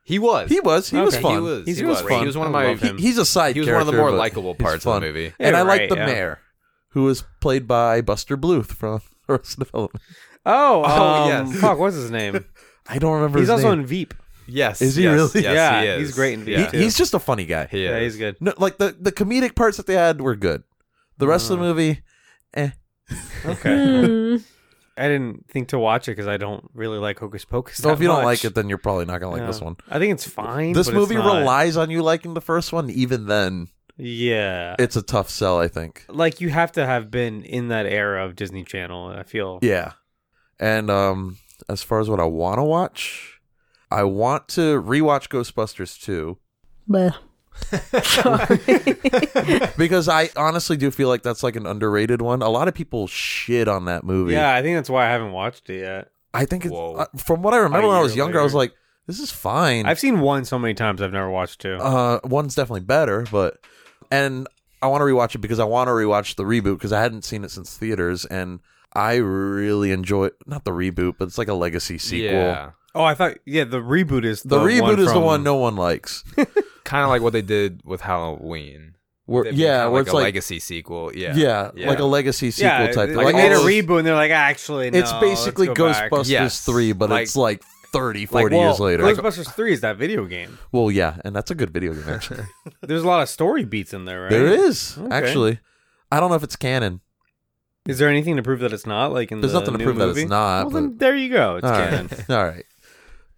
[SPEAKER 4] he was.
[SPEAKER 2] He was. He was
[SPEAKER 1] Okay.
[SPEAKER 2] fun.
[SPEAKER 4] He was.
[SPEAKER 1] He's
[SPEAKER 4] he
[SPEAKER 1] good.
[SPEAKER 4] was.
[SPEAKER 1] fun.
[SPEAKER 4] He was one of
[SPEAKER 1] I
[SPEAKER 4] my.
[SPEAKER 1] love him.
[SPEAKER 2] He- he's a side.
[SPEAKER 4] He was one of the
[SPEAKER 2] character,
[SPEAKER 4] more
[SPEAKER 2] but
[SPEAKER 4] likable
[SPEAKER 2] he's
[SPEAKER 4] parts of
[SPEAKER 2] fun.
[SPEAKER 4] the movie.
[SPEAKER 2] And I like
[SPEAKER 1] Right,
[SPEAKER 2] the
[SPEAKER 1] yeah.
[SPEAKER 2] mayor, who was played by Buster Bluth from Arrested Development.
[SPEAKER 1] Oh,
[SPEAKER 4] Oh,
[SPEAKER 1] um,
[SPEAKER 4] yes.
[SPEAKER 1] Fuck, what's his name?
[SPEAKER 2] I don't remember.
[SPEAKER 1] he's
[SPEAKER 2] his
[SPEAKER 1] also
[SPEAKER 2] name.
[SPEAKER 1] in Veep.
[SPEAKER 4] Yes.
[SPEAKER 2] Is he
[SPEAKER 4] yes,
[SPEAKER 2] really?
[SPEAKER 4] Yes,
[SPEAKER 1] Yeah,
[SPEAKER 4] he is.
[SPEAKER 1] he's great in Veep,
[SPEAKER 4] Yeah.
[SPEAKER 1] too.
[SPEAKER 2] He- he's just a funny guy.
[SPEAKER 4] He
[SPEAKER 1] Yeah,
[SPEAKER 4] is.
[SPEAKER 1] he's good.
[SPEAKER 2] No, like the the comedic parts that they had were good. The rest
[SPEAKER 4] Uh,
[SPEAKER 2] of the movie, eh.
[SPEAKER 1] Okay.
[SPEAKER 3] Hmm.
[SPEAKER 1] I didn't think to watch it because I don't really like Hocus Pocus.
[SPEAKER 2] So
[SPEAKER 1] that
[SPEAKER 2] if you don't
[SPEAKER 1] much.
[SPEAKER 2] like it, then you're probably not gonna like
[SPEAKER 1] Yeah.
[SPEAKER 2] this one.
[SPEAKER 1] I think it's fine.
[SPEAKER 2] This
[SPEAKER 1] but it's
[SPEAKER 2] movie
[SPEAKER 1] not-
[SPEAKER 2] relies on you liking the first one. Even then,
[SPEAKER 1] Yeah.
[SPEAKER 2] it's a tough sell. I think.
[SPEAKER 1] like you have to have been in that era of Disney Channel. I feel.
[SPEAKER 2] Yeah. And um as far as what I want to watch, I want to rewatch Ghostbusters 2
[SPEAKER 3] Bleh.
[SPEAKER 2] because I honestly do feel like that's like an underrated one. A lot of people shit on that movie.
[SPEAKER 1] Yeah, I think that's why I haven't watched it yet.
[SPEAKER 2] I think it's,
[SPEAKER 4] Whoa.
[SPEAKER 2] uh, from what I remember
[SPEAKER 1] A
[SPEAKER 2] when I
[SPEAKER 1] year
[SPEAKER 2] was younger I was
[SPEAKER 1] later.
[SPEAKER 2] like this is fine.
[SPEAKER 1] I've seen one so many times. I've never watched two.
[SPEAKER 2] uh one's definitely better, but and I want to rewatch it because I want to rewatch the reboot because I hadn't seen it since theaters and I really enjoy not the reboot, but it's like a legacy sequel.
[SPEAKER 4] Yeah.
[SPEAKER 1] oh, I thought. Yeah, the reboot is
[SPEAKER 2] The, reboot
[SPEAKER 1] one
[SPEAKER 2] is the
[SPEAKER 1] from-
[SPEAKER 2] one no one likes.
[SPEAKER 4] Kind of like what they did with Halloween.
[SPEAKER 2] Where,
[SPEAKER 4] It'd be
[SPEAKER 2] yeah,
[SPEAKER 4] kinda
[SPEAKER 2] where
[SPEAKER 4] like
[SPEAKER 2] it's
[SPEAKER 4] a
[SPEAKER 2] like
[SPEAKER 4] legacy sequel. Yeah.
[SPEAKER 2] Yeah,
[SPEAKER 4] Yeah.
[SPEAKER 2] like a legacy sequel
[SPEAKER 1] yeah,
[SPEAKER 2] type.
[SPEAKER 1] They,
[SPEAKER 2] thing.
[SPEAKER 1] they
[SPEAKER 2] Like
[SPEAKER 1] made a
[SPEAKER 2] it's-
[SPEAKER 1] reboot, and they're like, actually, no,
[SPEAKER 2] It's basically
[SPEAKER 1] let's go back.
[SPEAKER 2] Ghostbusters
[SPEAKER 4] Yes.
[SPEAKER 2] 3, but
[SPEAKER 4] Like-
[SPEAKER 2] it's like 30,
[SPEAKER 4] like,
[SPEAKER 2] 40
[SPEAKER 4] well,
[SPEAKER 2] years later.
[SPEAKER 1] Ghostbusters Three is that video game.
[SPEAKER 2] well, yeah, and that's a good video game, actually.
[SPEAKER 1] There's a lot of story beats in there, right?
[SPEAKER 2] There is, actually. I don't know if it's canon.
[SPEAKER 1] Is there anything to prove that it's not? Like in
[SPEAKER 2] There's
[SPEAKER 1] the
[SPEAKER 2] nothing to
[SPEAKER 1] new
[SPEAKER 2] prove that
[SPEAKER 1] movie?
[SPEAKER 2] it's not.
[SPEAKER 1] Well,
[SPEAKER 2] but-
[SPEAKER 1] then there you go. It's
[SPEAKER 2] All right.
[SPEAKER 1] canon.
[SPEAKER 2] All right.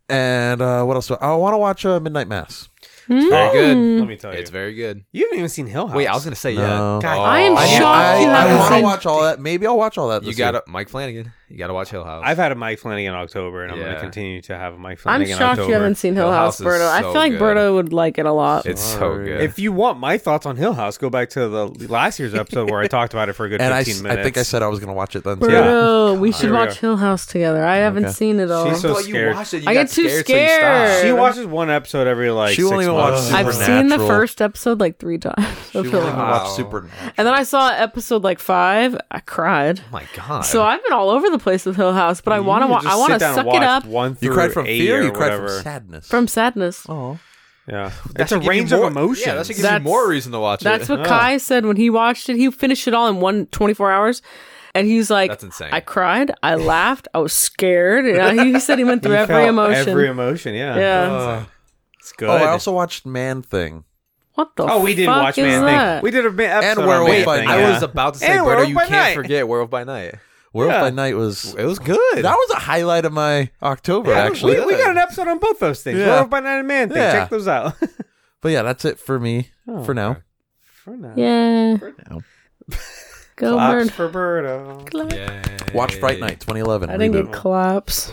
[SPEAKER 2] And uh, what else? Do I, I want to watch uh, Midnight Mass.
[SPEAKER 3] Hmm.
[SPEAKER 4] Very good.
[SPEAKER 1] Let me tell you,
[SPEAKER 4] It's very good.
[SPEAKER 1] you haven't even seen Hill House.
[SPEAKER 4] Wait, I was gonna say
[SPEAKER 2] No.
[SPEAKER 4] yeah.
[SPEAKER 1] God,
[SPEAKER 4] Oh.
[SPEAKER 3] I am
[SPEAKER 2] I,
[SPEAKER 3] shocked you
[SPEAKER 2] I,
[SPEAKER 3] haven't
[SPEAKER 2] want to
[SPEAKER 3] seen-
[SPEAKER 2] watch all that. Maybe I'll watch all that.
[SPEAKER 4] You
[SPEAKER 2] this
[SPEAKER 4] got
[SPEAKER 2] year.
[SPEAKER 4] to Mike Flanagan. You got to watch Hill House.
[SPEAKER 1] I've had a Mike Flanagan October, and I'm going
[SPEAKER 4] Yeah.
[SPEAKER 1] to continue to have a Mike
[SPEAKER 3] I'm
[SPEAKER 1] Flanagan
[SPEAKER 3] shocked
[SPEAKER 1] October.
[SPEAKER 3] you haven't seen Hill
[SPEAKER 4] Hill
[SPEAKER 3] House,
[SPEAKER 4] House is
[SPEAKER 3] Berto. I
[SPEAKER 4] so
[SPEAKER 3] feel like
[SPEAKER 4] good.
[SPEAKER 3] Berto would like it a lot.
[SPEAKER 4] it's so
[SPEAKER 2] Sorry.
[SPEAKER 4] good.
[SPEAKER 1] If you want my thoughts on Hill House, go back to the last year's episode where I talked about it for a good
[SPEAKER 2] And I,
[SPEAKER 1] 15
[SPEAKER 2] s-
[SPEAKER 1] minutes.
[SPEAKER 2] I think I said I was going to watch it then. too.
[SPEAKER 1] Yeah.
[SPEAKER 3] Berto, we should
[SPEAKER 1] Here we
[SPEAKER 3] watch
[SPEAKER 1] go.
[SPEAKER 3] Hill House together. I haven't
[SPEAKER 2] Okay.
[SPEAKER 3] seen it all.
[SPEAKER 1] She's so
[SPEAKER 4] Well,
[SPEAKER 1] scared.
[SPEAKER 4] You watched it. You
[SPEAKER 3] I
[SPEAKER 4] got
[SPEAKER 3] get too
[SPEAKER 4] scared, so you stopped.
[SPEAKER 3] scared.
[SPEAKER 1] She watches one episode every like.
[SPEAKER 2] She won't
[SPEAKER 1] six
[SPEAKER 2] even watch
[SPEAKER 1] months.
[SPEAKER 3] I've seen the
[SPEAKER 2] Supernatural.
[SPEAKER 3] first episode like three times.
[SPEAKER 2] She
[SPEAKER 3] of Hill
[SPEAKER 2] wanted to
[SPEAKER 3] House.
[SPEAKER 2] watch
[SPEAKER 4] Wow.
[SPEAKER 2] Supernatural.
[SPEAKER 3] And then I saw episode like five. I cried.
[SPEAKER 4] Oh my god.
[SPEAKER 3] So I've been all over the place with Hill House, but I
[SPEAKER 1] You
[SPEAKER 3] want to.
[SPEAKER 1] need
[SPEAKER 3] Wa- I
[SPEAKER 1] just
[SPEAKER 3] want to
[SPEAKER 1] sit down and
[SPEAKER 3] suck it
[SPEAKER 1] watch
[SPEAKER 3] up
[SPEAKER 1] One through
[SPEAKER 2] You cried from
[SPEAKER 1] eight
[SPEAKER 2] fear.
[SPEAKER 1] or
[SPEAKER 2] You cried
[SPEAKER 1] whatever.
[SPEAKER 2] from sadness.
[SPEAKER 3] from sadness.
[SPEAKER 2] oh,
[SPEAKER 1] Yeah,
[SPEAKER 4] That
[SPEAKER 1] it's a
[SPEAKER 4] should give you
[SPEAKER 1] range of
[SPEAKER 4] more-
[SPEAKER 1] emotions.
[SPEAKER 4] Yeah, that should give
[SPEAKER 3] That's-
[SPEAKER 4] you more reason to watch
[SPEAKER 3] That's
[SPEAKER 4] it.
[SPEAKER 3] what Kai said when he watched it. He finished it all in one 24 hours. And he's like,
[SPEAKER 4] That's insane.
[SPEAKER 3] I cried. I laughed. I was scared. And he said he went
[SPEAKER 1] You
[SPEAKER 3] through every
[SPEAKER 1] felt
[SPEAKER 3] emotion.
[SPEAKER 1] Every emotion. Yeah.
[SPEAKER 3] Yeah.
[SPEAKER 1] Uh, It's good.
[SPEAKER 2] oh, I also watched Man Thing.
[SPEAKER 3] What the
[SPEAKER 1] Oh, we did
[SPEAKER 3] fuck
[SPEAKER 1] watch
[SPEAKER 3] is
[SPEAKER 1] Man
[SPEAKER 3] that?
[SPEAKER 1] Thing. We did a ma- episode on
[SPEAKER 2] Werewolf
[SPEAKER 1] Man
[SPEAKER 2] by
[SPEAKER 1] Thing,
[SPEAKER 2] Night.
[SPEAKER 4] I
[SPEAKER 1] yeah.
[SPEAKER 4] was about to say,
[SPEAKER 1] And
[SPEAKER 4] Berto,
[SPEAKER 1] Werewolf
[SPEAKER 4] you
[SPEAKER 1] by
[SPEAKER 4] can't
[SPEAKER 1] Night.
[SPEAKER 4] forget Werewolf by Night.
[SPEAKER 2] Werewolf
[SPEAKER 1] Yeah.
[SPEAKER 2] by Night was
[SPEAKER 4] It was good.
[SPEAKER 2] that was a highlight of my October
[SPEAKER 1] Yeah,
[SPEAKER 2] actually.
[SPEAKER 1] we, we got an episode on both those things.
[SPEAKER 2] Yeah.
[SPEAKER 1] Werewolf by Night and Man Thing.
[SPEAKER 2] Yeah.
[SPEAKER 1] Check those out.
[SPEAKER 2] But yeah, that's it for me
[SPEAKER 1] Oh,
[SPEAKER 2] for now.
[SPEAKER 1] for now.
[SPEAKER 3] Yeah.
[SPEAKER 2] No.
[SPEAKER 3] Go
[SPEAKER 1] Claps
[SPEAKER 3] bird.
[SPEAKER 1] for Birdo.
[SPEAKER 3] Clap.
[SPEAKER 4] Yay.
[SPEAKER 2] Watch Fright Night 2011.
[SPEAKER 3] I didn't
[SPEAKER 2] reboot.
[SPEAKER 3] get claps.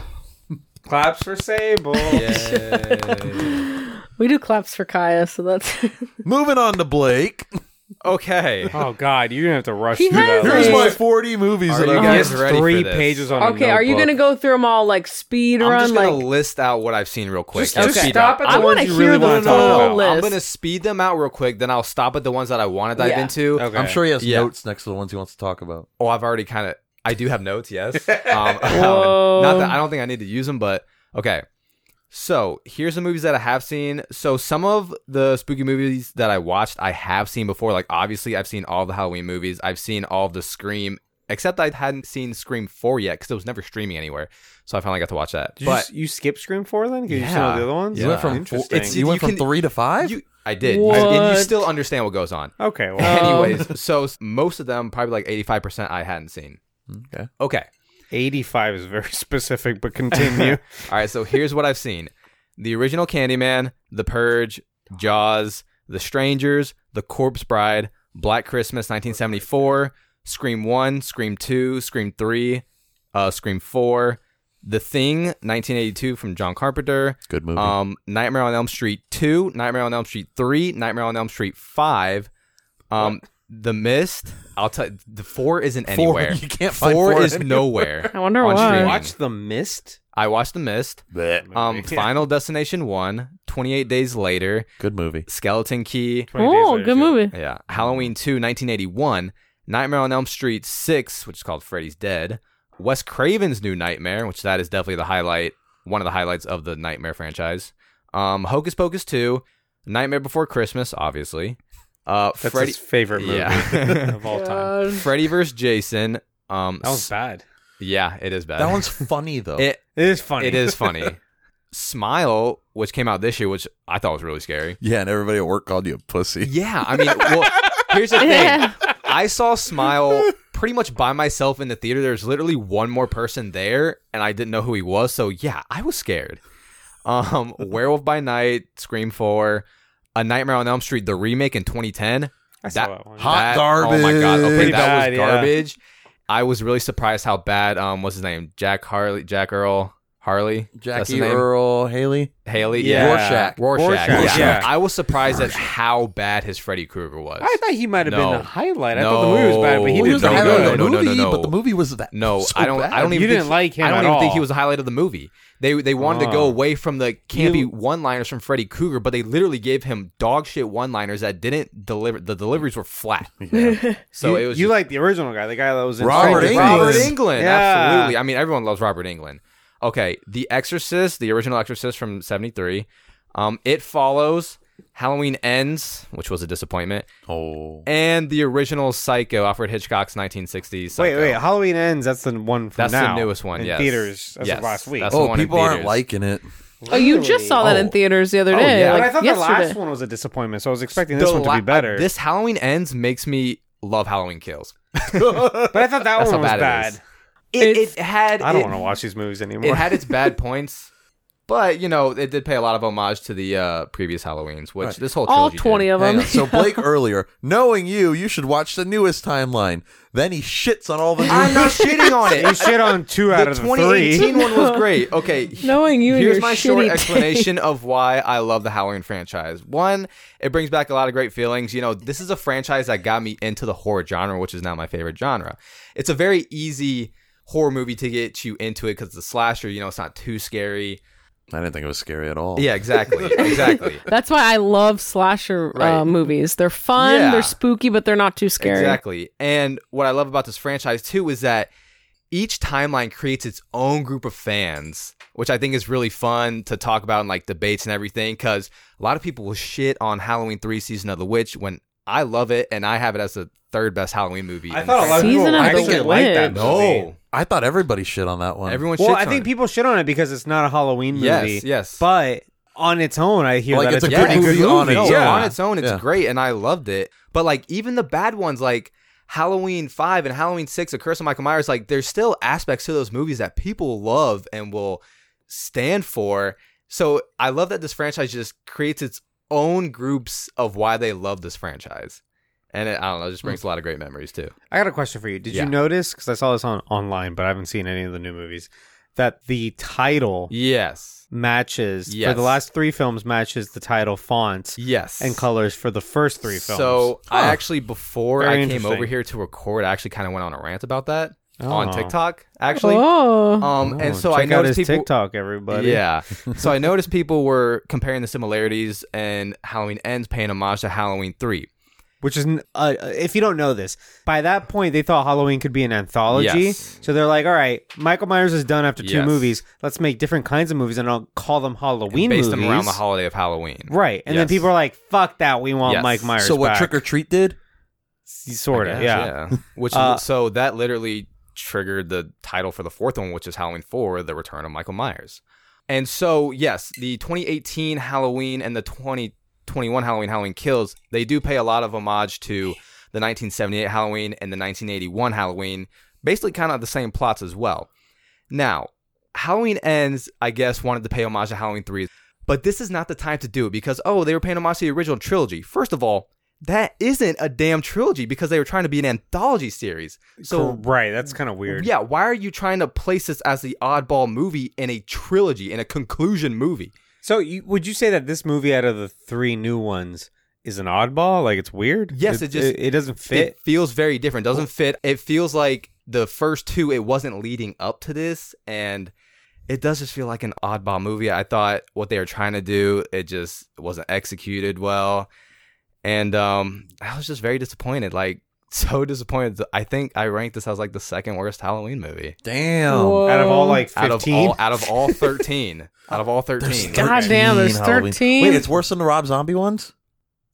[SPEAKER 1] Claps for Sable.
[SPEAKER 4] Yay.
[SPEAKER 3] We do claps for Kaya, so that's.
[SPEAKER 2] Moving on to Blake.
[SPEAKER 4] okay.
[SPEAKER 1] Oh God, you didn't have to rush
[SPEAKER 3] He
[SPEAKER 1] through
[SPEAKER 3] has
[SPEAKER 1] that.
[SPEAKER 3] it.
[SPEAKER 1] list.
[SPEAKER 2] Here's my 40 movies
[SPEAKER 4] Are
[SPEAKER 2] that
[SPEAKER 4] you
[SPEAKER 2] I've watched.
[SPEAKER 4] guys
[SPEAKER 1] There's
[SPEAKER 4] ready for
[SPEAKER 1] three
[SPEAKER 4] this?
[SPEAKER 1] pages on. a
[SPEAKER 3] okay, are you
[SPEAKER 1] notebook.
[SPEAKER 3] going to go through them all like speed
[SPEAKER 4] I'm
[SPEAKER 3] run?
[SPEAKER 4] just gonna
[SPEAKER 3] like,
[SPEAKER 4] list out what I've seen real quick.
[SPEAKER 1] Just- just
[SPEAKER 4] Speed
[SPEAKER 1] stop
[SPEAKER 4] up.
[SPEAKER 1] at
[SPEAKER 3] I
[SPEAKER 1] the
[SPEAKER 3] wanna
[SPEAKER 1] ones you
[SPEAKER 3] hear
[SPEAKER 1] really
[SPEAKER 3] the
[SPEAKER 1] want to
[SPEAKER 3] whole
[SPEAKER 1] talk about.
[SPEAKER 3] list.
[SPEAKER 4] I'm gonna speed them out real quick, then I'll stop at the ones that I want to dive
[SPEAKER 3] Yeah.
[SPEAKER 4] into.
[SPEAKER 1] Okay.
[SPEAKER 2] I'm sure he has
[SPEAKER 4] Yeah.
[SPEAKER 2] notes next to the ones he wants to talk about.
[SPEAKER 4] Oh, I've already kind of. I do have notes. Yes. Um,
[SPEAKER 3] Whoa.
[SPEAKER 4] not that I don't think I need to use them, but okay. So here's the movies that I have seen. So some of the spooky movies that I watched, I have seen before. Like obviously, I've seen all the Halloween movies. I've seen all of the Scream, except I hadn't seen Scream Four yet because it was never streaming anywhere. So I finally got to watch that.
[SPEAKER 1] Did you,
[SPEAKER 4] but
[SPEAKER 1] s- you skip Scream Four then? Because you
[SPEAKER 4] Yeah.
[SPEAKER 1] saw the other ones.
[SPEAKER 4] You
[SPEAKER 2] You went from four,
[SPEAKER 1] interesting.
[SPEAKER 2] it's, you went
[SPEAKER 4] You
[SPEAKER 2] from
[SPEAKER 4] can-
[SPEAKER 2] three to five.
[SPEAKER 4] you, I did, I- and
[SPEAKER 3] What?
[SPEAKER 4] you still understand what goes on.
[SPEAKER 1] okay. Well,
[SPEAKER 3] Oh.
[SPEAKER 4] Anyways, so s- most of them, probably like eighty five percent, I hadn't seen.
[SPEAKER 2] okay.
[SPEAKER 4] Okay.
[SPEAKER 1] eighty-five is very specific, but continue.
[SPEAKER 4] All right, so here's what I've seen: the original Candyman, The Purge, Jaws, The Strangers, The Corpse Bride, Black Christmas, 1974, Scream One, Scream Two, Scream Three, uh, Scream Four, The Thing, 1982 from John Carpenter,
[SPEAKER 2] Good movie.
[SPEAKER 4] um, Nightmare on Elm Street Two, Nightmare on Elm Street Three, Nightmare on Elm Street Five, um, The Mist. I'll tell the four isn't
[SPEAKER 2] four.
[SPEAKER 4] anywhere.
[SPEAKER 2] You can't find
[SPEAKER 4] Four,
[SPEAKER 2] four
[SPEAKER 4] is
[SPEAKER 2] anywhere.
[SPEAKER 4] nowhere.
[SPEAKER 3] I wonder
[SPEAKER 4] on
[SPEAKER 3] why.
[SPEAKER 4] streaming.
[SPEAKER 1] Watch The Mist.
[SPEAKER 4] I watched The Mist.
[SPEAKER 2] Blech.
[SPEAKER 4] Um,
[SPEAKER 1] Yeah.
[SPEAKER 4] Final Destination 1, 28 Days Later,
[SPEAKER 2] Good movie.
[SPEAKER 4] Skeleton Key,
[SPEAKER 1] 20 Days
[SPEAKER 3] oh,
[SPEAKER 1] Later,
[SPEAKER 3] good
[SPEAKER 1] too.
[SPEAKER 3] movie.
[SPEAKER 4] yeah, Halloween 2, 1981, Nightmare on Elm Street 6, which is called Freddy's Dead, Wes Craven's New Nightmare, which that is definitely the highlight, one of the highlights of the Nightmare franchise, um, Hocus Pocus 2, Nightmare Before Christmas, obviously, uh,
[SPEAKER 1] That's
[SPEAKER 4] Freddy,
[SPEAKER 1] his favorite movie
[SPEAKER 4] Yeah.
[SPEAKER 1] of all time.
[SPEAKER 3] God.
[SPEAKER 4] Freddy vs. Jason, um,
[SPEAKER 1] That was
[SPEAKER 4] s-
[SPEAKER 1] bad.
[SPEAKER 4] yeah, it is bad.
[SPEAKER 2] That one's funny though.
[SPEAKER 4] it,
[SPEAKER 1] It is funny.
[SPEAKER 4] it is funny. Smile, which came out this year, which I thought was really scary.
[SPEAKER 2] yeah, and everybody at work called you a pussy.
[SPEAKER 4] Yeah, I mean, well, here's the thing.
[SPEAKER 3] Yeah.
[SPEAKER 4] I saw Smile pretty much by myself in the theater. There's literally one more person there, and I didn't know who he was. So yeah, I was scared. Um, Werewolf by Night, Scream Four, A Nightmare on Elm Street, the remake in 2010.
[SPEAKER 1] I saw that one.
[SPEAKER 2] Hot
[SPEAKER 4] that- Oh my god. Okay,
[SPEAKER 2] garbage.
[SPEAKER 4] that
[SPEAKER 1] Pretty bad,
[SPEAKER 4] was
[SPEAKER 1] yeah.
[SPEAKER 4] garbage. I was really surprised how bad. Um, what's his name? Jack Harley, Jack Earl Harley, That's
[SPEAKER 2] Jackie
[SPEAKER 4] the name?
[SPEAKER 2] Earl Haley.
[SPEAKER 4] Haley,
[SPEAKER 1] Yeah.
[SPEAKER 4] Rorschach, Rorschach.
[SPEAKER 1] Rorschach,
[SPEAKER 4] Yeah.
[SPEAKER 1] yeah.
[SPEAKER 4] I was surprised at how bad his Freddy Krueger was.
[SPEAKER 1] I thought he might have
[SPEAKER 4] No.
[SPEAKER 1] been a highlight. I thought the movie was bad, but he
[SPEAKER 4] No.
[SPEAKER 2] Well,
[SPEAKER 1] did
[SPEAKER 2] was the
[SPEAKER 1] pretty
[SPEAKER 4] no,
[SPEAKER 2] highlight
[SPEAKER 1] good.
[SPEAKER 2] of the
[SPEAKER 4] no, no, no,
[SPEAKER 2] movie,
[SPEAKER 4] no.
[SPEAKER 2] but the movie was that.
[SPEAKER 4] No,
[SPEAKER 2] so
[SPEAKER 4] I don't.
[SPEAKER 2] bad.
[SPEAKER 4] I don't even.
[SPEAKER 1] You
[SPEAKER 4] think
[SPEAKER 1] didn't
[SPEAKER 4] he-
[SPEAKER 1] like him
[SPEAKER 4] I don't
[SPEAKER 1] at
[SPEAKER 4] even think
[SPEAKER 1] all.
[SPEAKER 4] he was a highlight of the movie. They they wanted to go
[SPEAKER 1] Oh.
[SPEAKER 4] away from the campy
[SPEAKER 1] You-
[SPEAKER 4] one-liners from Freddy Krueger, but they literally gave him dog shit one-liners that didn't deliver. The deliveries were flat. So
[SPEAKER 1] you,
[SPEAKER 4] it was
[SPEAKER 1] you
[SPEAKER 4] just-
[SPEAKER 1] like the original guy, the guy that was in
[SPEAKER 2] Robert
[SPEAKER 1] Stranger
[SPEAKER 2] England.
[SPEAKER 4] Robert
[SPEAKER 1] Things.
[SPEAKER 4] England.
[SPEAKER 1] Yeah.
[SPEAKER 4] Absolutely. I mean, everyone loves Robert England. Okay, The Exorcist, the original Exorcist from '73. Um, it follows. Halloween ends, which was a disappointment,
[SPEAKER 2] Oh.
[SPEAKER 4] and the original Psycho, Alfred Hitchcock's 1960s. Psycho.
[SPEAKER 1] Wait, wait, Halloween ends. That's the one from
[SPEAKER 4] That's the
[SPEAKER 1] now.
[SPEAKER 4] newest one,
[SPEAKER 1] in
[SPEAKER 4] yes.
[SPEAKER 1] theaters. That's
[SPEAKER 4] Yes,
[SPEAKER 1] last week.
[SPEAKER 4] that's the
[SPEAKER 2] Oh,
[SPEAKER 4] one in
[SPEAKER 2] people aren't
[SPEAKER 4] theaters.
[SPEAKER 2] liking it.
[SPEAKER 3] Oh, you just saw that in
[SPEAKER 2] Oh.
[SPEAKER 3] theaters the other day.
[SPEAKER 4] yeah.
[SPEAKER 1] But
[SPEAKER 3] like
[SPEAKER 1] I thought
[SPEAKER 3] yesterday.
[SPEAKER 1] the last one was a disappointment, so I was expecting this
[SPEAKER 4] The
[SPEAKER 1] one to
[SPEAKER 4] la-
[SPEAKER 1] be better.
[SPEAKER 4] This Halloween Ends makes me love Halloween Kills.
[SPEAKER 1] but I thought that
[SPEAKER 4] That's
[SPEAKER 1] one
[SPEAKER 4] how
[SPEAKER 1] was
[SPEAKER 4] bad it
[SPEAKER 1] bad.
[SPEAKER 4] is. It,
[SPEAKER 3] It's-
[SPEAKER 4] it had
[SPEAKER 1] I don't
[SPEAKER 4] it-
[SPEAKER 1] want to watch these movies anymore.
[SPEAKER 4] it had its bad points, but you know it did pay a lot of homage to the uh, previous Halloweens, which
[SPEAKER 2] Right.
[SPEAKER 4] this whole
[SPEAKER 3] All
[SPEAKER 4] trilogy did.
[SPEAKER 3] 20 of
[SPEAKER 2] Hang
[SPEAKER 3] them.
[SPEAKER 2] on. So Blake earlier, knowing you, you should watch the newest timeline. Then he shits on all the
[SPEAKER 4] I'm
[SPEAKER 2] new.
[SPEAKER 4] not shitting on
[SPEAKER 1] you
[SPEAKER 4] it.
[SPEAKER 1] shit on two out
[SPEAKER 4] The
[SPEAKER 1] of the three.
[SPEAKER 4] 2018 one was great. Okay, he-
[SPEAKER 3] Knowing you and
[SPEAKER 4] here's
[SPEAKER 3] your
[SPEAKER 4] my short
[SPEAKER 3] shitty
[SPEAKER 4] explanation of why I love the Halloween franchise. One, it brings back a lot of great feelings. You know, this is a franchise that got me into the horror genre, which is now my favorite genre. It's a very easy horror movie to get you into it because it's a slasher. You know, it's not too scary.
[SPEAKER 2] I didn't think it was scary at all.
[SPEAKER 4] Yeah, exactly, exactly.
[SPEAKER 3] That's why I love slasher
[SPEAKER 4] Right.
[SPEAKER 3] uh, movies. They're fun,
[SPEAKER 4] Yeah.
[SPEAKER 3] they're spooky, but they're not too scary.
[SPEAKER 4] Exactly. And what I love about this franchise too is that each timeline creates its own group of fans, which I think is really fun to talk about in like debates and everything. Cause a lot of people will shit on Halloween three season of the witch when I love it and I have it as the third best Halloween movie.
[SPEAKER 1] I
[SPEAKER 4] in
[SPEAKER 1] thought
[SPEAKER 4] the
[SPEAKER 1] a lot of people
[SPEAKER 3] Season of the
[SPEAKER 1] actually liked that
[SPEAKER 3] Witch.
[SPEAKER 1] movie.
[SPEAKER 4] No.
[SPEAKER 2] I thought everybody Oh, shit on that one.
[SPEAKER 4] Everyone
[SPEAKER 1] Well,
[SPEAKER 4] shits
[SPEAKER 1] I
[SPEAKER 4] on
[SPEAKER 1] think
[SPEAKER 4] it.
[SPEAKER 1] people shit on it because it's not a Halloween movie.
[SPEAKER 4] Yes, yes.
[SPEAKER 1] But on its own, I hear
[SPEAKER 2] Like,
[SPEAKER 1] that
[SPEAKER 2] it's
[SPEAKER 1] it's,
[SPEAKER 2] a
[SPEAKER 1] a
[SPEAKER 2] good
[SPEAKER 1] pretty
[SPEAKER 2] movie
[SPEAKER 1] good
[SPEAKER 2] on
[SPEAKER 1] movie.
[SPEAKER 2] its
[SPEAKER 4] No,
[SPEAKER 1] yeah.
[SPEAKER 4] on its own, it's
[SPEAKER 2] Yeah.
[SPEAKER 4] great, and I loved it. But like even the bad ones, like Halloween Five and Halloween Six, A Curse of Michael Myers, like there's still aspects to those movies that people love and will stand for. So I love that this franchise just creates its own groups of why they love this franchise, and it, I don't know, it just brings a lot of great memories too.
[SPEAKER 1] I got a question for you. Did
[SPEAKER 4] Yeah.
[SPEAKER 1] you notice? Because I saw this on online, but I haven't seen any of the new movies. That the title
[SPEAKER 4] Yes,
[SPEAKER 1] matches for
[SPEAKER 4] Yes.
[SPEAKER 1] the last three films matches the title font
[SPEAKER 4] yes,
[SPEAKER 1] and colors for the first three films.
[SPEAKER 4] So I
[SPEAKER 2] Huh.
[SPEAKER 4] actually before
[SPEAKER 1] Very
[SPEAKER 4] I came
[SPEAKER 1] interesting.
[SPEAKER 4] over here to record, I actually kind of went on a rant about that
[SPEAKER 1] Oh.
[SPEAKER 4] on TikTok. Actually,
[SPEAKER 3] Oh.
[SPEAKER 4] Um,
[SPEAKER 2] Oh,
[SPEAKER 4] and so
[SPEAKER 1] check
[SPEAKER 4] I
[SPEAKER 1] out
[SPEAKER 4] noticed
[SPEAKER 1] his
[SPEAKER 4] people.
[SPEAKER 1] TikTok, everybody.
[SPEAKER 4] Yeah. so I noticed people were comparing the similarities and Halloween Ends paying homage to Halloween Three.
[SPEAKER 1] which is n- uh, if you don't know this by that point they thought halloween could be an anthology
[SPEAKER 4] Yes.
[SPEAKER 1] so they're like all right michael myers is done after two
[SPEAKER 4] Yes.
[SPEAKER 1] movies let's make different kinds of movies and i'll call them halloween
[SPEAKER 4] and based them
[SPEAKER 1] movies
[SPEAKER 4] around the holiday of Halloween.
[SPEAKER 1] right and then
[SPEAKER 4] Yes.
[SPEAKER 1] people are like fuck that we want
[SPEAKER 4] Yes.
[SPEAKER 1] mike myers
[SPEAKER 2] so what Trick or Treat did?
[SPEAKER 1] sort of
[SPEAKER 4] Yes,
[SPEAKER 1] yeah.
[SPEAKER 4] Which
[SPEAKER 1] Uh,
[SPEAKER 4] so that literally triggered the title for the fourth one, which is Halloween Four: The Return of Michael Myers. And so yes, the 2018 Halloween and the 2021 Halloween Halloween Kills they do pay a lot of homage to the 1978 Halloween and the 1981 Halloween, basically kind of the same plots as well. Now, Halloween Ends, I guess, wanted to pay homage to Halloween 3, but this is not the time to do it because, oh, they were paying homage to the original trilogy. First of all, that isn't a damn trilogy because they were trying to be an anthology series.
[SPEAKER 1] so
[SPEAKER 4] So,
[SPEAKER 1] right that's kind of weird
[SPEAKER 4] yeah, why are you trying to place this as the oddball movie in a trilogy, in a conclusion movie?
[SPEAKER 1] so you, would you say that this movie out of the three new ones is an oddball like it's weird
[SPEAKER 4] Yes, it just-
[SPEAKER 1] it, it doesn't fit
[SPEAKER 4] It feels very different. Doesn't fit. It feels like the first two. It wasn't leading up to this, and it does just feel like an oddball movie. I thought what they were trying to do, it just wasn't executed well, and um, I was just very disappointed. Like so disappointed. I think I ranked this as like the second worst Halloween movie
[SPEAKER 2] Damn.
[SPEAKER 3] Whoa.
[SPEAKER 1] out of all like
[SPEAKER 4] out of
[SPEAKER 1] 15
[SPEAKER 4] all out of all thirteen. out of all thirteen.
[SPEAKER 3] God damn, there's
[SPEAKER 2] 13
[SPEAKER 3] 13.
[SPEAKER 2] Wait, it's worse than the Rob Zombie ones?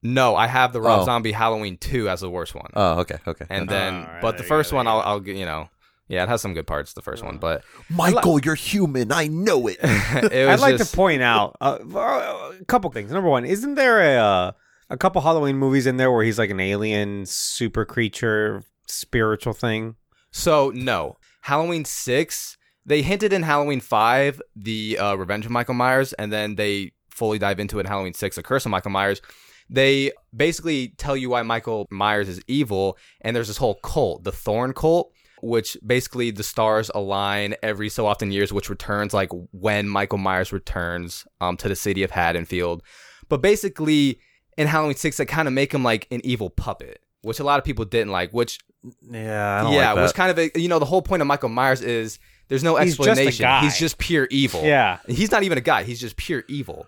[SPEAKER 4] No, I have the Rob
[SPEAKER 2] Oh.
[SPEAKER 4] Zombie Halloween two as the worst one.
[SPEAKER 2] Oh, okay, okay.
[SPEAKER 4] and
[SPEAKER 1] Oh,
[SPEAKER 4] then,
[SPEAKER 1] alright,
[SPEAKER 4] but the
[SPEAKER 1] there you go,
[SPEAKER 4] first
[SPEAKER 1] there
[SPEAKER 4] one,
[SPEAKER 1] you
[SPEAKER 4] I'll,
[SPEAKER 1] go.
[SPEAKER 4] I'll, get- you know, yeah, it has some good parts. The first one, but
[SPEAKER 2] Michael, you're human. I know it.
[SPEAKER 4] it
[SPEAKER 1] I'd
[SPEAKER 4] was
[SPEAKER 1] like
[SPEAKER 4] just-
[SPEAKER 1] to point out uh, a couple things. Number one, isn't there a uh, a couple Halloween movies in there where he's like an alien super creature spiritual thing?
[SPEAKER 4] So no, Halloween six. They hinted in Halloween five, the uh, Revenge of Michael Myers, and then they fully dive into it in Halloween six, the Curse of Michael Myers. They basically tell you why Michael Myers is evil, and there's this whole cult, the Thorn Cult, which basically the stars align every so often years, which returns like when Michael Myers returns um, to the city of Haddonfield. But basically, in Halloween six, they kind of make him like an evil puppet, which a lot of people didn't like, which
[SPEAKER 2] yeah, I don't
[SPEAKER 4] yeah,
[SPEAKER 2] like that.
[SPEAKER 4] it was kind of a, you know the whole point of Michael Myers is there's no
[SPEAKER 1] He's just a
[SPEAKER 4] explanation.
[SPEAKER 1] guy.
[SPEAKER 4] He's just pure evil.
[SPEAKER 1] Yeah.
[SPEAKER 4] he's not even a guy. He's just pure evil.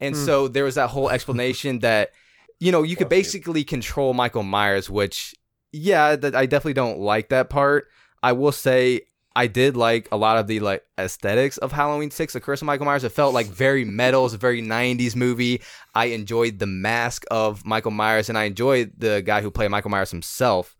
[SPEAKER 4] And so there was that whole explanation that you know you could basically control Michael Myers, which yeah, that I definitely don't like that part. I will say I did like a lot of the like aesthetics of Halloween Six, The Curse of Michael Myers. It felt like very metal. It's a very '90s movie. I enjoyed the mask of Michael Myers, and I enjoyed the guy who played Michael Myers himself.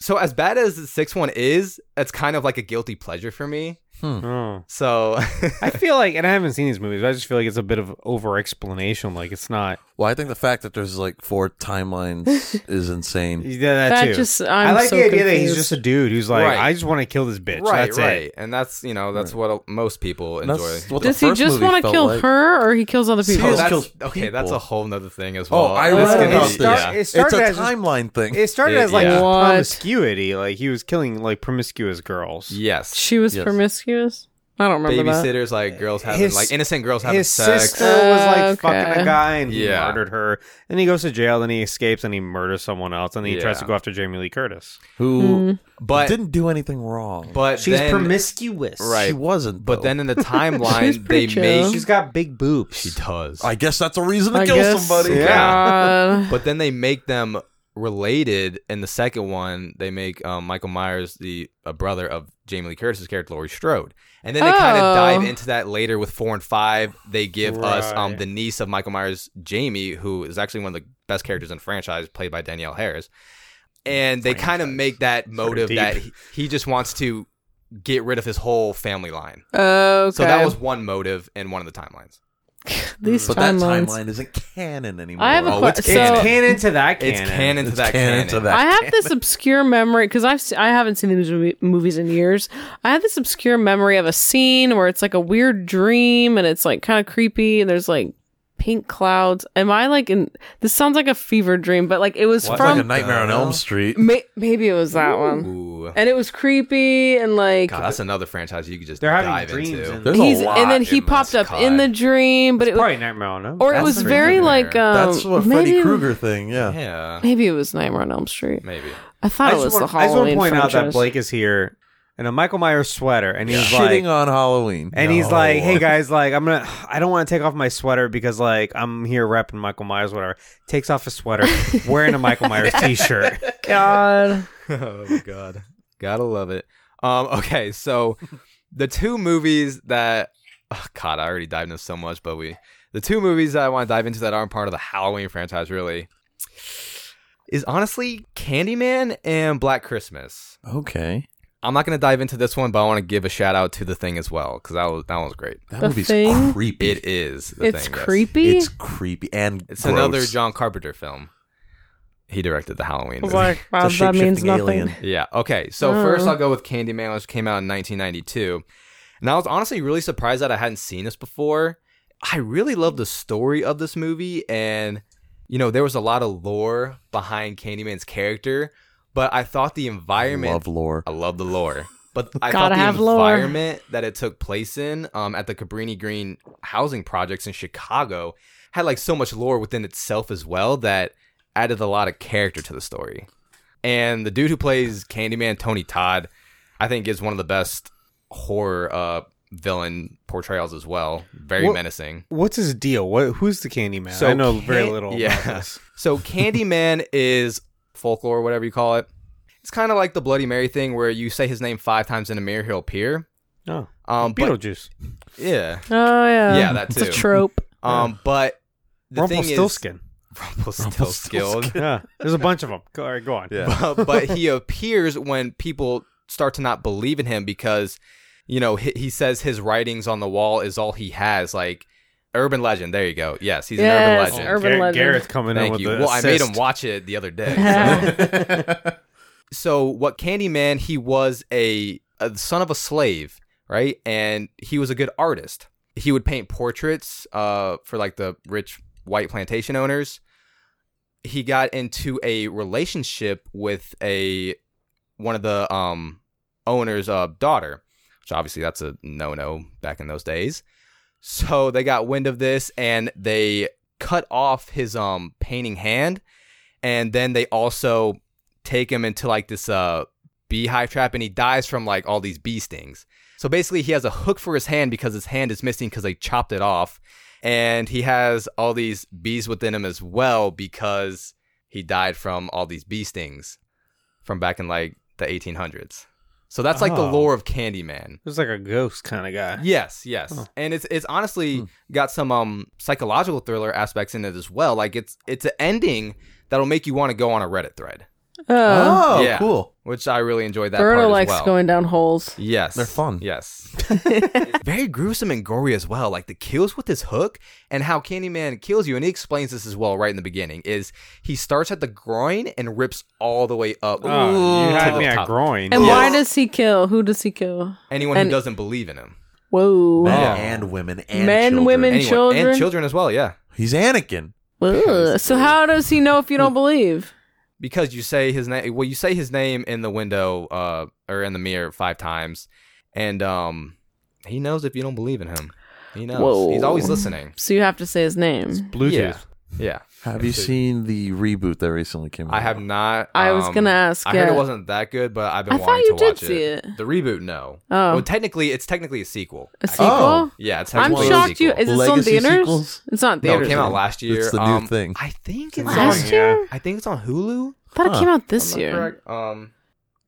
[SPEAKER 4] So as bad as the sixth one is, that's kind of like a guilty pleasure for me.
[SPEAKER 1] Oh.
[SPEAKER 4] So
[SPEAKER 1] I feel like, and I haven't seen these movies, but I just feel like it's a bit of over explanation. Like it's not
[SPEAKER 2] Well, I think the fact that there's like four timelines is insane.
[SPEAKER 1] yeah, that,
[SPEAKER 3] That
[SPEAKER 1] too.
[SPEAKER 3] just-
[SPEAKER 1] i
[SPEAKER 3] I'm
[SPEAKER 1] like
[SPEAKER 3] so
[SPEAKER 1] the idea that he's
[SPEAKER 3] confused.
[SPEAKER 1] just a dude who's like,
[SPEAKER 4] Right.
[SPEAKER 1] I just want to kill this bitch.
[SPEAKER 4] right,
[SPEAKER 1] That's
[SPEAKER 4] right,
[SPEAKER 1] it.
[SPEAKER 4] and that's you know that's what most people
[SPEAKER 2] And
[SPEAKER 4] enjoy. Oh,
[SPEAKER 2] That's what the
[SPEAKER 3] Does he
[SPEAKER 2] first
[SPEAKER 3] just
[SPEAKER 2] movie
[SPEAKER 3] want to
[SPEAKER 2] felt
[SPEAKER 3] kill
[SPEAKER 2] like.
[SPEAKER 3] her, or he kills other
[SPEAKER 2] See,
[SPEAKER 3] people?
[SPEAKER 2] that's-
[SPEAKER 4] that's,
[SPEAKER 2] kills
[SPEAKER 4] okay.
[SPEAKER 2] people.
[SPEAKER 4] That's a whole nother thing as well.
[SPEAKER 2] Oh, I
[SPEAKER 4] That's
[SPEAKER 1] Well,
[SPEAKER 2] read
[SPEAKER 4] gonna
[SPEAKER 2] about
[SPEAKER 4] be-
[SPEAKER 2] this.
[SPEAKER 1] start-
[SPEAKER 4] yeah.
[SPEAKER 1] it started as
[SPEAKER 2] it's a
[SPEAKER 1] a-
[SPEAKER 2] timeline thing.
[SPEAKER 1] It started
[SPEAKER 4] It-
[SPEAKER 1] as like
[SPEAKER 4] yeah.
[SPEAKER 3] What?
[SPEAKER 1] promiscuity. Like he was killing like promiscuous girls.
[SPEAKER 4] Yes,
[SPEAKER 3] she was
[SPEAKER 2] Yes.
[SPEAKER 3] promiscuous. I don't remember that.
[SPEAKER 4] babysitters like girls having
[SPEAKER 1] His-
[SPEAKER 4] like innocent girls having
[SPEAKER 1] His
[SPEAKER 4] sex.
[SPEAKER 1] sister was like
[SPEAKER 3] Uh,
[SPEAKER 1] fucking
[SPEAKER 3] okay.
[SPEAKER 1] a guy and he
[SPEAKER 4] Yeah.
[SPEAKER 1] murdered her. Then he goes to jail, then he escapes and he murders someone else, and then he tries
[SPEAKER 4] Yeah.
[SPEAKER 1] to go after Jamie Lee Curtis.
[SPEAKER 3] Mm.
[SPEAKER 2] Who
[SPEAKER 4] But
[SPEAKER 2] didn't do anything wrong.
[SPEAKER 4] but then,
[SPEAKER 1] promiscuous.
[SPEAKER 4] Right.
[SPEAKER 2] she wasn't.
[SPEAKER 4] But
[SPEAKER 2] though.
[SPEAKER 4] then in the
[SPEAKER 3] She's
[SPEAKER 4] timeline, they
[SPEAKER 3] pretty chill.
[SPEAKER 4] make
[SPEAKER 1] She's got big boobs.
[SPEAKER 4] she does.
[SPEAKER 2] I guess that's a reason to
[SPEAKER 3] I
[SPEAKER 2] kill
[SPEAKER 3] guess.
[SPEAKER 2] somebody.
[SPEAKER 4] Yeah.
[SPEAKER 3] Hmm. God.
[SPEAKER 4] but then they make them related in the second one they make um, michael myers the a brother of jamie lee curtis's character laurie strode and then they kind
[SPEAKER 3] Oh.
[SPEAKER 4] of dive into that later with four and five they give us um,
[SPEAKER 1] Right.
[SPEAKER 4] the niece of michael myers jamie who is actually one of the best characters in the franchise played by danielle harris and they kind of make that motive
[SPEAKER 1] deep.
[SPEAKER 4] that he, he just wants to get rid of his whole family line
[SPEAKER 3] okay.
[SPEAKER 4] so that was one motive in one of the timelines
[SPEAKER 3] these
[SPEAKER 2] But that
[SPEAKER 3] timelines.
[SPEAKER 2] timeline isn't canon anymore.
[SPEAKER 3] I have a
[SPEAKER 4] Oh,
[SPEAKER 3] que-
[SPEAKER 4] it's
[SPEAKER 3] so
[SPEAKER 4] canon.
[SPEAKER 1] canon to that
[SPEAKER 4] it's canon to
[SPEAKER 2] It's
[SPEAKER 4] that
[SPEAKER 2] canon to
[SPEAKER 4] canon.
[SPEAKER 2] that.
[SPEAKER 3] I have this obscure memory because I've se- I haven't seen these movie- movies in years. I have this obscure memory of a scene where it's like a weird dream and it's like kind of creepy and there's like pink clouds. Am I like in? This sounds like a fever dream, but like it was
[SPEAKER 4] What?
[SPEAKER 2] It's like
[SPEAKER 3] from
[SPEAKER 2] a Nightmare on Elm Street.
[SPEAKER 3] may- maybe it was that one
[SPEAKER 4] Ooh.
[SPEAKER 3] and it was creepy and like
[SPEAKER 4] God, that's another franchise you could just
[SPEAKER 1] They're having
[SPEAKER 4] dive
[SPEAKER 1] dreams
[SPEAKER 4] into.
[SPEAKER 1] in-
[SPEAKER 2] There's
[SPEAKER 3] he's
[SPEAKER 2] a lot
[SPEAKER 3] and then he
[SPEAKER 4] in this.
[SPEAKER 3] popped up in
[SPEAKER 4] God.
[SPEAKER 3] the dream, but it was
[SPEAKER 1] Probably Nightmare on Elm.
[SPEAKER 3] or it
[SPEAKER 4] That's
[SPEAKER 3] was
[SPEAKER 4] pretty
[SPEAKER 3] very
[SPEAKER 4] familiar.
[SPEAKER 3] like um
[SPEAKER 2] That's what
[SPEAKER 3] maybe
[SPEAKER 2] Freddy
[SPEAKER 3] it-
[SPEAKER 2] Krueger thing. Yeah.
[SPEAKER 4] Yeah,
[SPEAKER 3] Maybe it was Nightmare on Elm Street.
[SPEAKER 4] maybe.
[SPEAKER 3] I thought it was
[SPEAKER 1] wanna-
[SPEAKER 3] the
[SPEAKER 1] I
[SPEAKER 3] Halloween
[SPEAKER 1] just want to point out that
[SPEAKER 3] franchise.
[SPEAKER 1] Blake is here in a Michael Myers sweater, and he's like,
[SPEAKER 2] Shitting on Halloween.
[SPEAKER 1] and he's
[SPEAKER 2] No.
[SPEAKER 1] like, "Hey guys, like I'm gonna, I don't want to take off my sweater because like I'm here repping Michael Myers, whatever." Takes off his sweater, wearing a Michael Myers t-shirt. uh,
[SPEAKER 3] God.
[SPEAKER 4] oh my god, gotta love it. Um, okay, so the two movies that oh God, I already dived into so much, but we the two movies that I want to dive into that aren't part of the Halloween franchise really is honestly Candyman and Black Christmas.
[SPEAKER 2] Okay.
[SPEAKER 4] I'm not gonna dive into this one, but I want to give a shout out to the thing as well because that was that one was great.
[SPEAKER 2] That
[SPEAKER 3] The
[SPEAKER 2] movie's
[SPEAKER 3] Thing?
[SPEAKER 2] creepy.
[SPEAKER 4] It is. The
[SPEAKER 3] It's
[SPEAKER 4] thing, yes.
[SPEAKER 3] creepy.
[SPEAKER 2] It's creepy and
[SPEAKER 4] It's
[SPEAKER 2] gross.
[SPEAKER 4] another John Carpenter film. He directed the Halloween.
[SPEAKER 3] I was
[SPEAKER 4] Movie.
[SPEAKER 3] like, wow,
[SPEAKER 2] It's a
[SPEAKER 3] that means
[SPEAKER 2] shapeshifting
[SPEAKER 3] nothing.
[SPEAKER 2] alien.
[SPEAKER 4] Yeah. Okay. So
[SPEAKER 3] Oh.
[SPEAKER 4] first, I'll go with Candyman, which came out in 1992, and I was honestly really surprised that I hadn't seen this before. I really love the story of this movie, and you know there was a lot of lore behind Candyman's character, but I thought the environment.
[SPEAKER 2] Love lore.
[SPEAKER 4] I love the lore, but I thought
[SPEAKER 3] Gotta
[SPEAKER 4] the
[SPEAKER 3] have lore.
[SPEAKER 4] environment that it took place in, um, at the Cabrini Green housing projects in Chicago, had like so much lore within itself as well that added a lot of character to the story. And the dude who plays Candyman, Tony Todd, I think is one of the best horror uh, villain portrayals as well. Very
[SPEAKER 1] What-
[SPEAKER 4] menacing.
[SPEAKER 1] What's his deal? What? Who's the Candyman? I know very
[SPEAKER 4] Can-
[SPEAKER 1] little.
[SPEAKER 4] Yeah.
[SPEAKER 1] about this.
[SPEAKER 4] So Candyman is folklore, whatever you call it. It's kind of like the Bloody Mary thing where you say his name five times in a mirror, he'll appear.
[SPEAKER 1] Oh,
[SPEAKER 4] Um, but,
[SPEAKER 1] Beetlejuice,
[SPEAKER 4] yeah,
[SPEAKER 3] Oh yeah.
[SPEAKER 4] yeah, that
[SPEAKER 3] It's a
[SPEAKER 4] too.
[SPEAKER 3] trope.
[SPEAKER 4] um, but the thing is,
[SPEAKER 1] Rumpelstiltskin.
[SPEAKER 4] Rumpelstiltskin.
[SPEAKER 1] yeah, there's a bunch of them. Go, all right, go on.
[SPEAKER 4] but, but he appears when people start to not believe in him because you know he, he says his writings on the wall is all he has like urban legend there you go yes he's an
[SPEAKER 3] Yes,
[SPEAKER 4] urban legend
[SPEAKER 3] ur- Urban legend.
[SPEAKER 1] Garrett's coming in
[SPEAKER 4] thank
[SPEAKER 1] with
[SPEAKER 4] you
[SPEAKER 1] the
[SPEAKER 4] well i made him
[SPEAKER 1] assist.
[SPEAKER 4] watch it the other day so. so what candyman he was a, a son of a slave right and he was a good artist he would paint portraits uh, for like the rich white plantation owners he got into a relationship with a one of the um owner's uh, daughter which obviously that's a no-no back in those days so they got wind of this and they cut off his um painting hand and then they also take him into like this uh beehive trap and he dies from like all these bee stings. So basically he has a hook for his hand because his hand is missing because they chopped it off and he has all these bees within him as well because he died from all these bee stings from back in like the 1800s. So that's like the
[SPEAKER 1] Oh.
[SPEAKER 4] lore of Candyman.
[SPEAKER 1] It was like a ghost kind of guy.
[SPEAKER 4] Yes, yes,
[SPEAKER 1] Huh.
[SPEAKER 4] and it's it's honestly
[SPEAKER 2] Hmm.
[SPEAKER 4] got some um psychological thriller aspects in it as well. Like it's it's an ending that'll make you want to go on a Reddit thread.
[SPEAKER 3] Uh,
[SPEAKER 2] oh,
[SPEAKER 4] yeah.
[SPEAKER 2] cool.
[SPEAKER 4] which I really enjoyed that part
[SPEAKER 3] Birdo
[SPEAKER 4] as
[SPEAKER 3] likes
[SPEAKER 4] well.
[SPEAKER 3] going down holes.
[SPEAKER 4] Yes.
[SPEAKER 2] They're fun.
[SPEAKER 4] Yes. Very gruesome and gory as well. Like the kills with his hook and how Candyman kills you. And he explains this as well right in the beginning is he starts at the groin and rips all the way up.
[SPEAKER 1] Oh, you
[SPEAKER 4] to
[SPEAKER 1] had
[SPEAKER 4] the
[SPEAKER 1] me at
[SPEAKER 4] top.
[SPEAKER 1] groin.
[SPEAKER 3] And why
[SPEAKER 4] Yes.
[SPEAKER 3] does he kill? Who does he kill?
[SPEAKER 4] Anyone
[SPEAKER 3] and-
[SPEAKER 4] who doesn't believe in him.
[SPEAKER 3] Whoa.
[SPEAKER 2] Men
[SPEAKER 4] Yeah.
[SPEAKER 2] and women and
[SPEAKER 3] Men,
[SPEAKER 2] children.
[SPEAKER 3] women- And
[SPEAKER 4] Anyone.
[SPEAKER 3] children?
[SPEAKER 4] And children as well, yeah.
[SPEAKER 2] He's Anakin.
[SPEAKER 3] Ugh. So how does he know if you don't believe?
[SPEAKER 4] Because you say his name well, you say his name in the window, uh or in the mirror five times, and um he knows if you don't believe in him. He knows.
[SPEAKER 3] Whoa.
[SPEAKER 4] He's always listening.
[SPEAKER 3] So you have to say his name.
[SPEAKER 1] Bluetooth.
[SPEAKER 4] Yeah. Yeah.
[SPEAKER 2] Have you seen the reboot that recently came out?
[SPEAKER 4] I have not.
[SPEAKER 3] I was
[SPEAKER 4] um,
[SPEAKER 3] gonna ask,
[SPEAKER 4] I heard
[SPEAKER 3] yeah.
[SPEAKER 4] it wasn't that good, but I've been
[SPEAKER 3] I thought
[SPEAKER 4] wanting
[SPEAKER 3] you
[SPEAKER 4] to
[SPEAKER 3] did
[SPEAKER 4] watch
[SPEAKER 3] see
[SPEAKER 4] it.
[SPEAKER 3] it.
[SPEAKER 4] The reboot, no.
[SPEAKER 3] Oh.
[SPEAKER 4] Well, technically, it's technically a sequel.
[SPEAKER 3] A
[SPEAKER 4] actually.
[SPEAKER 3] sequel?
[SPEAKER 2] Oh.
[SPEAKER 4] Yeah, it's
[SPEAKER 3] I'm
[SPEAKER 4] technically a
[SPEAKER 3] shocked you.
[SPEAKER 4] sequel.
[SPEAKER 3] Is it still in
[SPEAKER 2] Legacy
[SPEAKER 3] theaters?
[SPEAKER 2] sequels?
[SPEAKER 3] It's not in
[SPEAKER 4] no, it
[SPEAKER 3] theaters.
[SPEAKER 4] came out
[SPEAKER 2] Theaters.
[SPEAKER 4] last year.
[SPEAKER 2] It's the new
[SPEAKER 4] um,
[SPEAKER 2] thing.
[SPEAKER 4] I think it's
[SPEAKER 3] Last
[SPEAKER 4] on,
[SPEAKER 3] year?
[SPEAKER 4] I think it's on Hulu. if
[SPEAKER 3] I thought it
[SPEAKER 2] Huh.
[SPEAKER 3] came out
[SPEAKER 4] I'm
[SPEAKER 3] this
[SPEAKER 4] not
[SPEAKER 3] year.
[SPEAKER 4] correct. Um,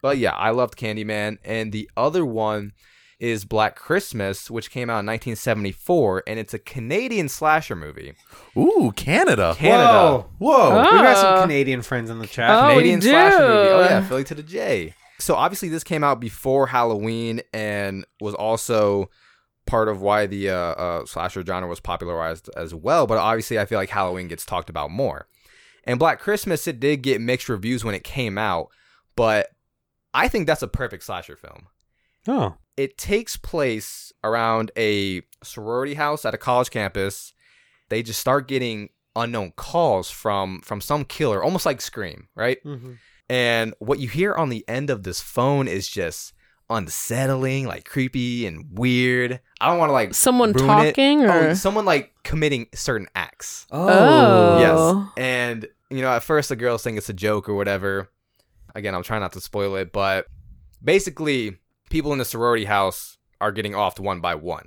[SPEAKER 4] but yeah, I loved Candyman, and the other one is Black Christmas, which came out in 1974, and it's a Canadian slasher movie.
[SPEAKER 2] Ooh, Canada.
[SPEAKER 4] Canada.
[SPEAKER 2] Whoa.
[SPEAKER 3] Huh?
[SPEAKER 1] We've got some
[SPEAKER 3] Uh,
[SPEAKER 1] Canadian friends in the chat.
[SPEAKER 3] Oh, we
[SPEAKER 4] Canadian slasher
[SPEAKER 3] do.
[SPEAKER 4] movie. Oh yeah, Philly to the J. So obviously this came out before Halloween and was also part of why the uh, uh, slasher genre was popularized as well. But obviously I feel like Halloween gets talked about more. And Black Christmas it did get mixed reviews when it came out, but I think that's a perfect slasher film.
[SPEAKER 1] Oh,
[SPEAKER 4] It takes place around a sorority house at a college campus. They just start getting unknown calls from from some killer, almost like Scream, right? And what you hear on the end of this phone is just unsettling, like creepy and weird. I don't want to like
[SPEAKER 3] Someone
[SPEAKER 4] ruin it.
[SPEAKER 3] talking
[SPEAKER 4] Oh,
[SPEAKER 3] or-
[SPEAKER 4] someone like committing certain acts.
[SPEAKER 3] Oh.
[SPEAKER 4] Yes. And you know, at first the girls think it's a joke or whatever. Again, I'm trying not to spoil it, but basically, people in the sorority house are getting offed one by one.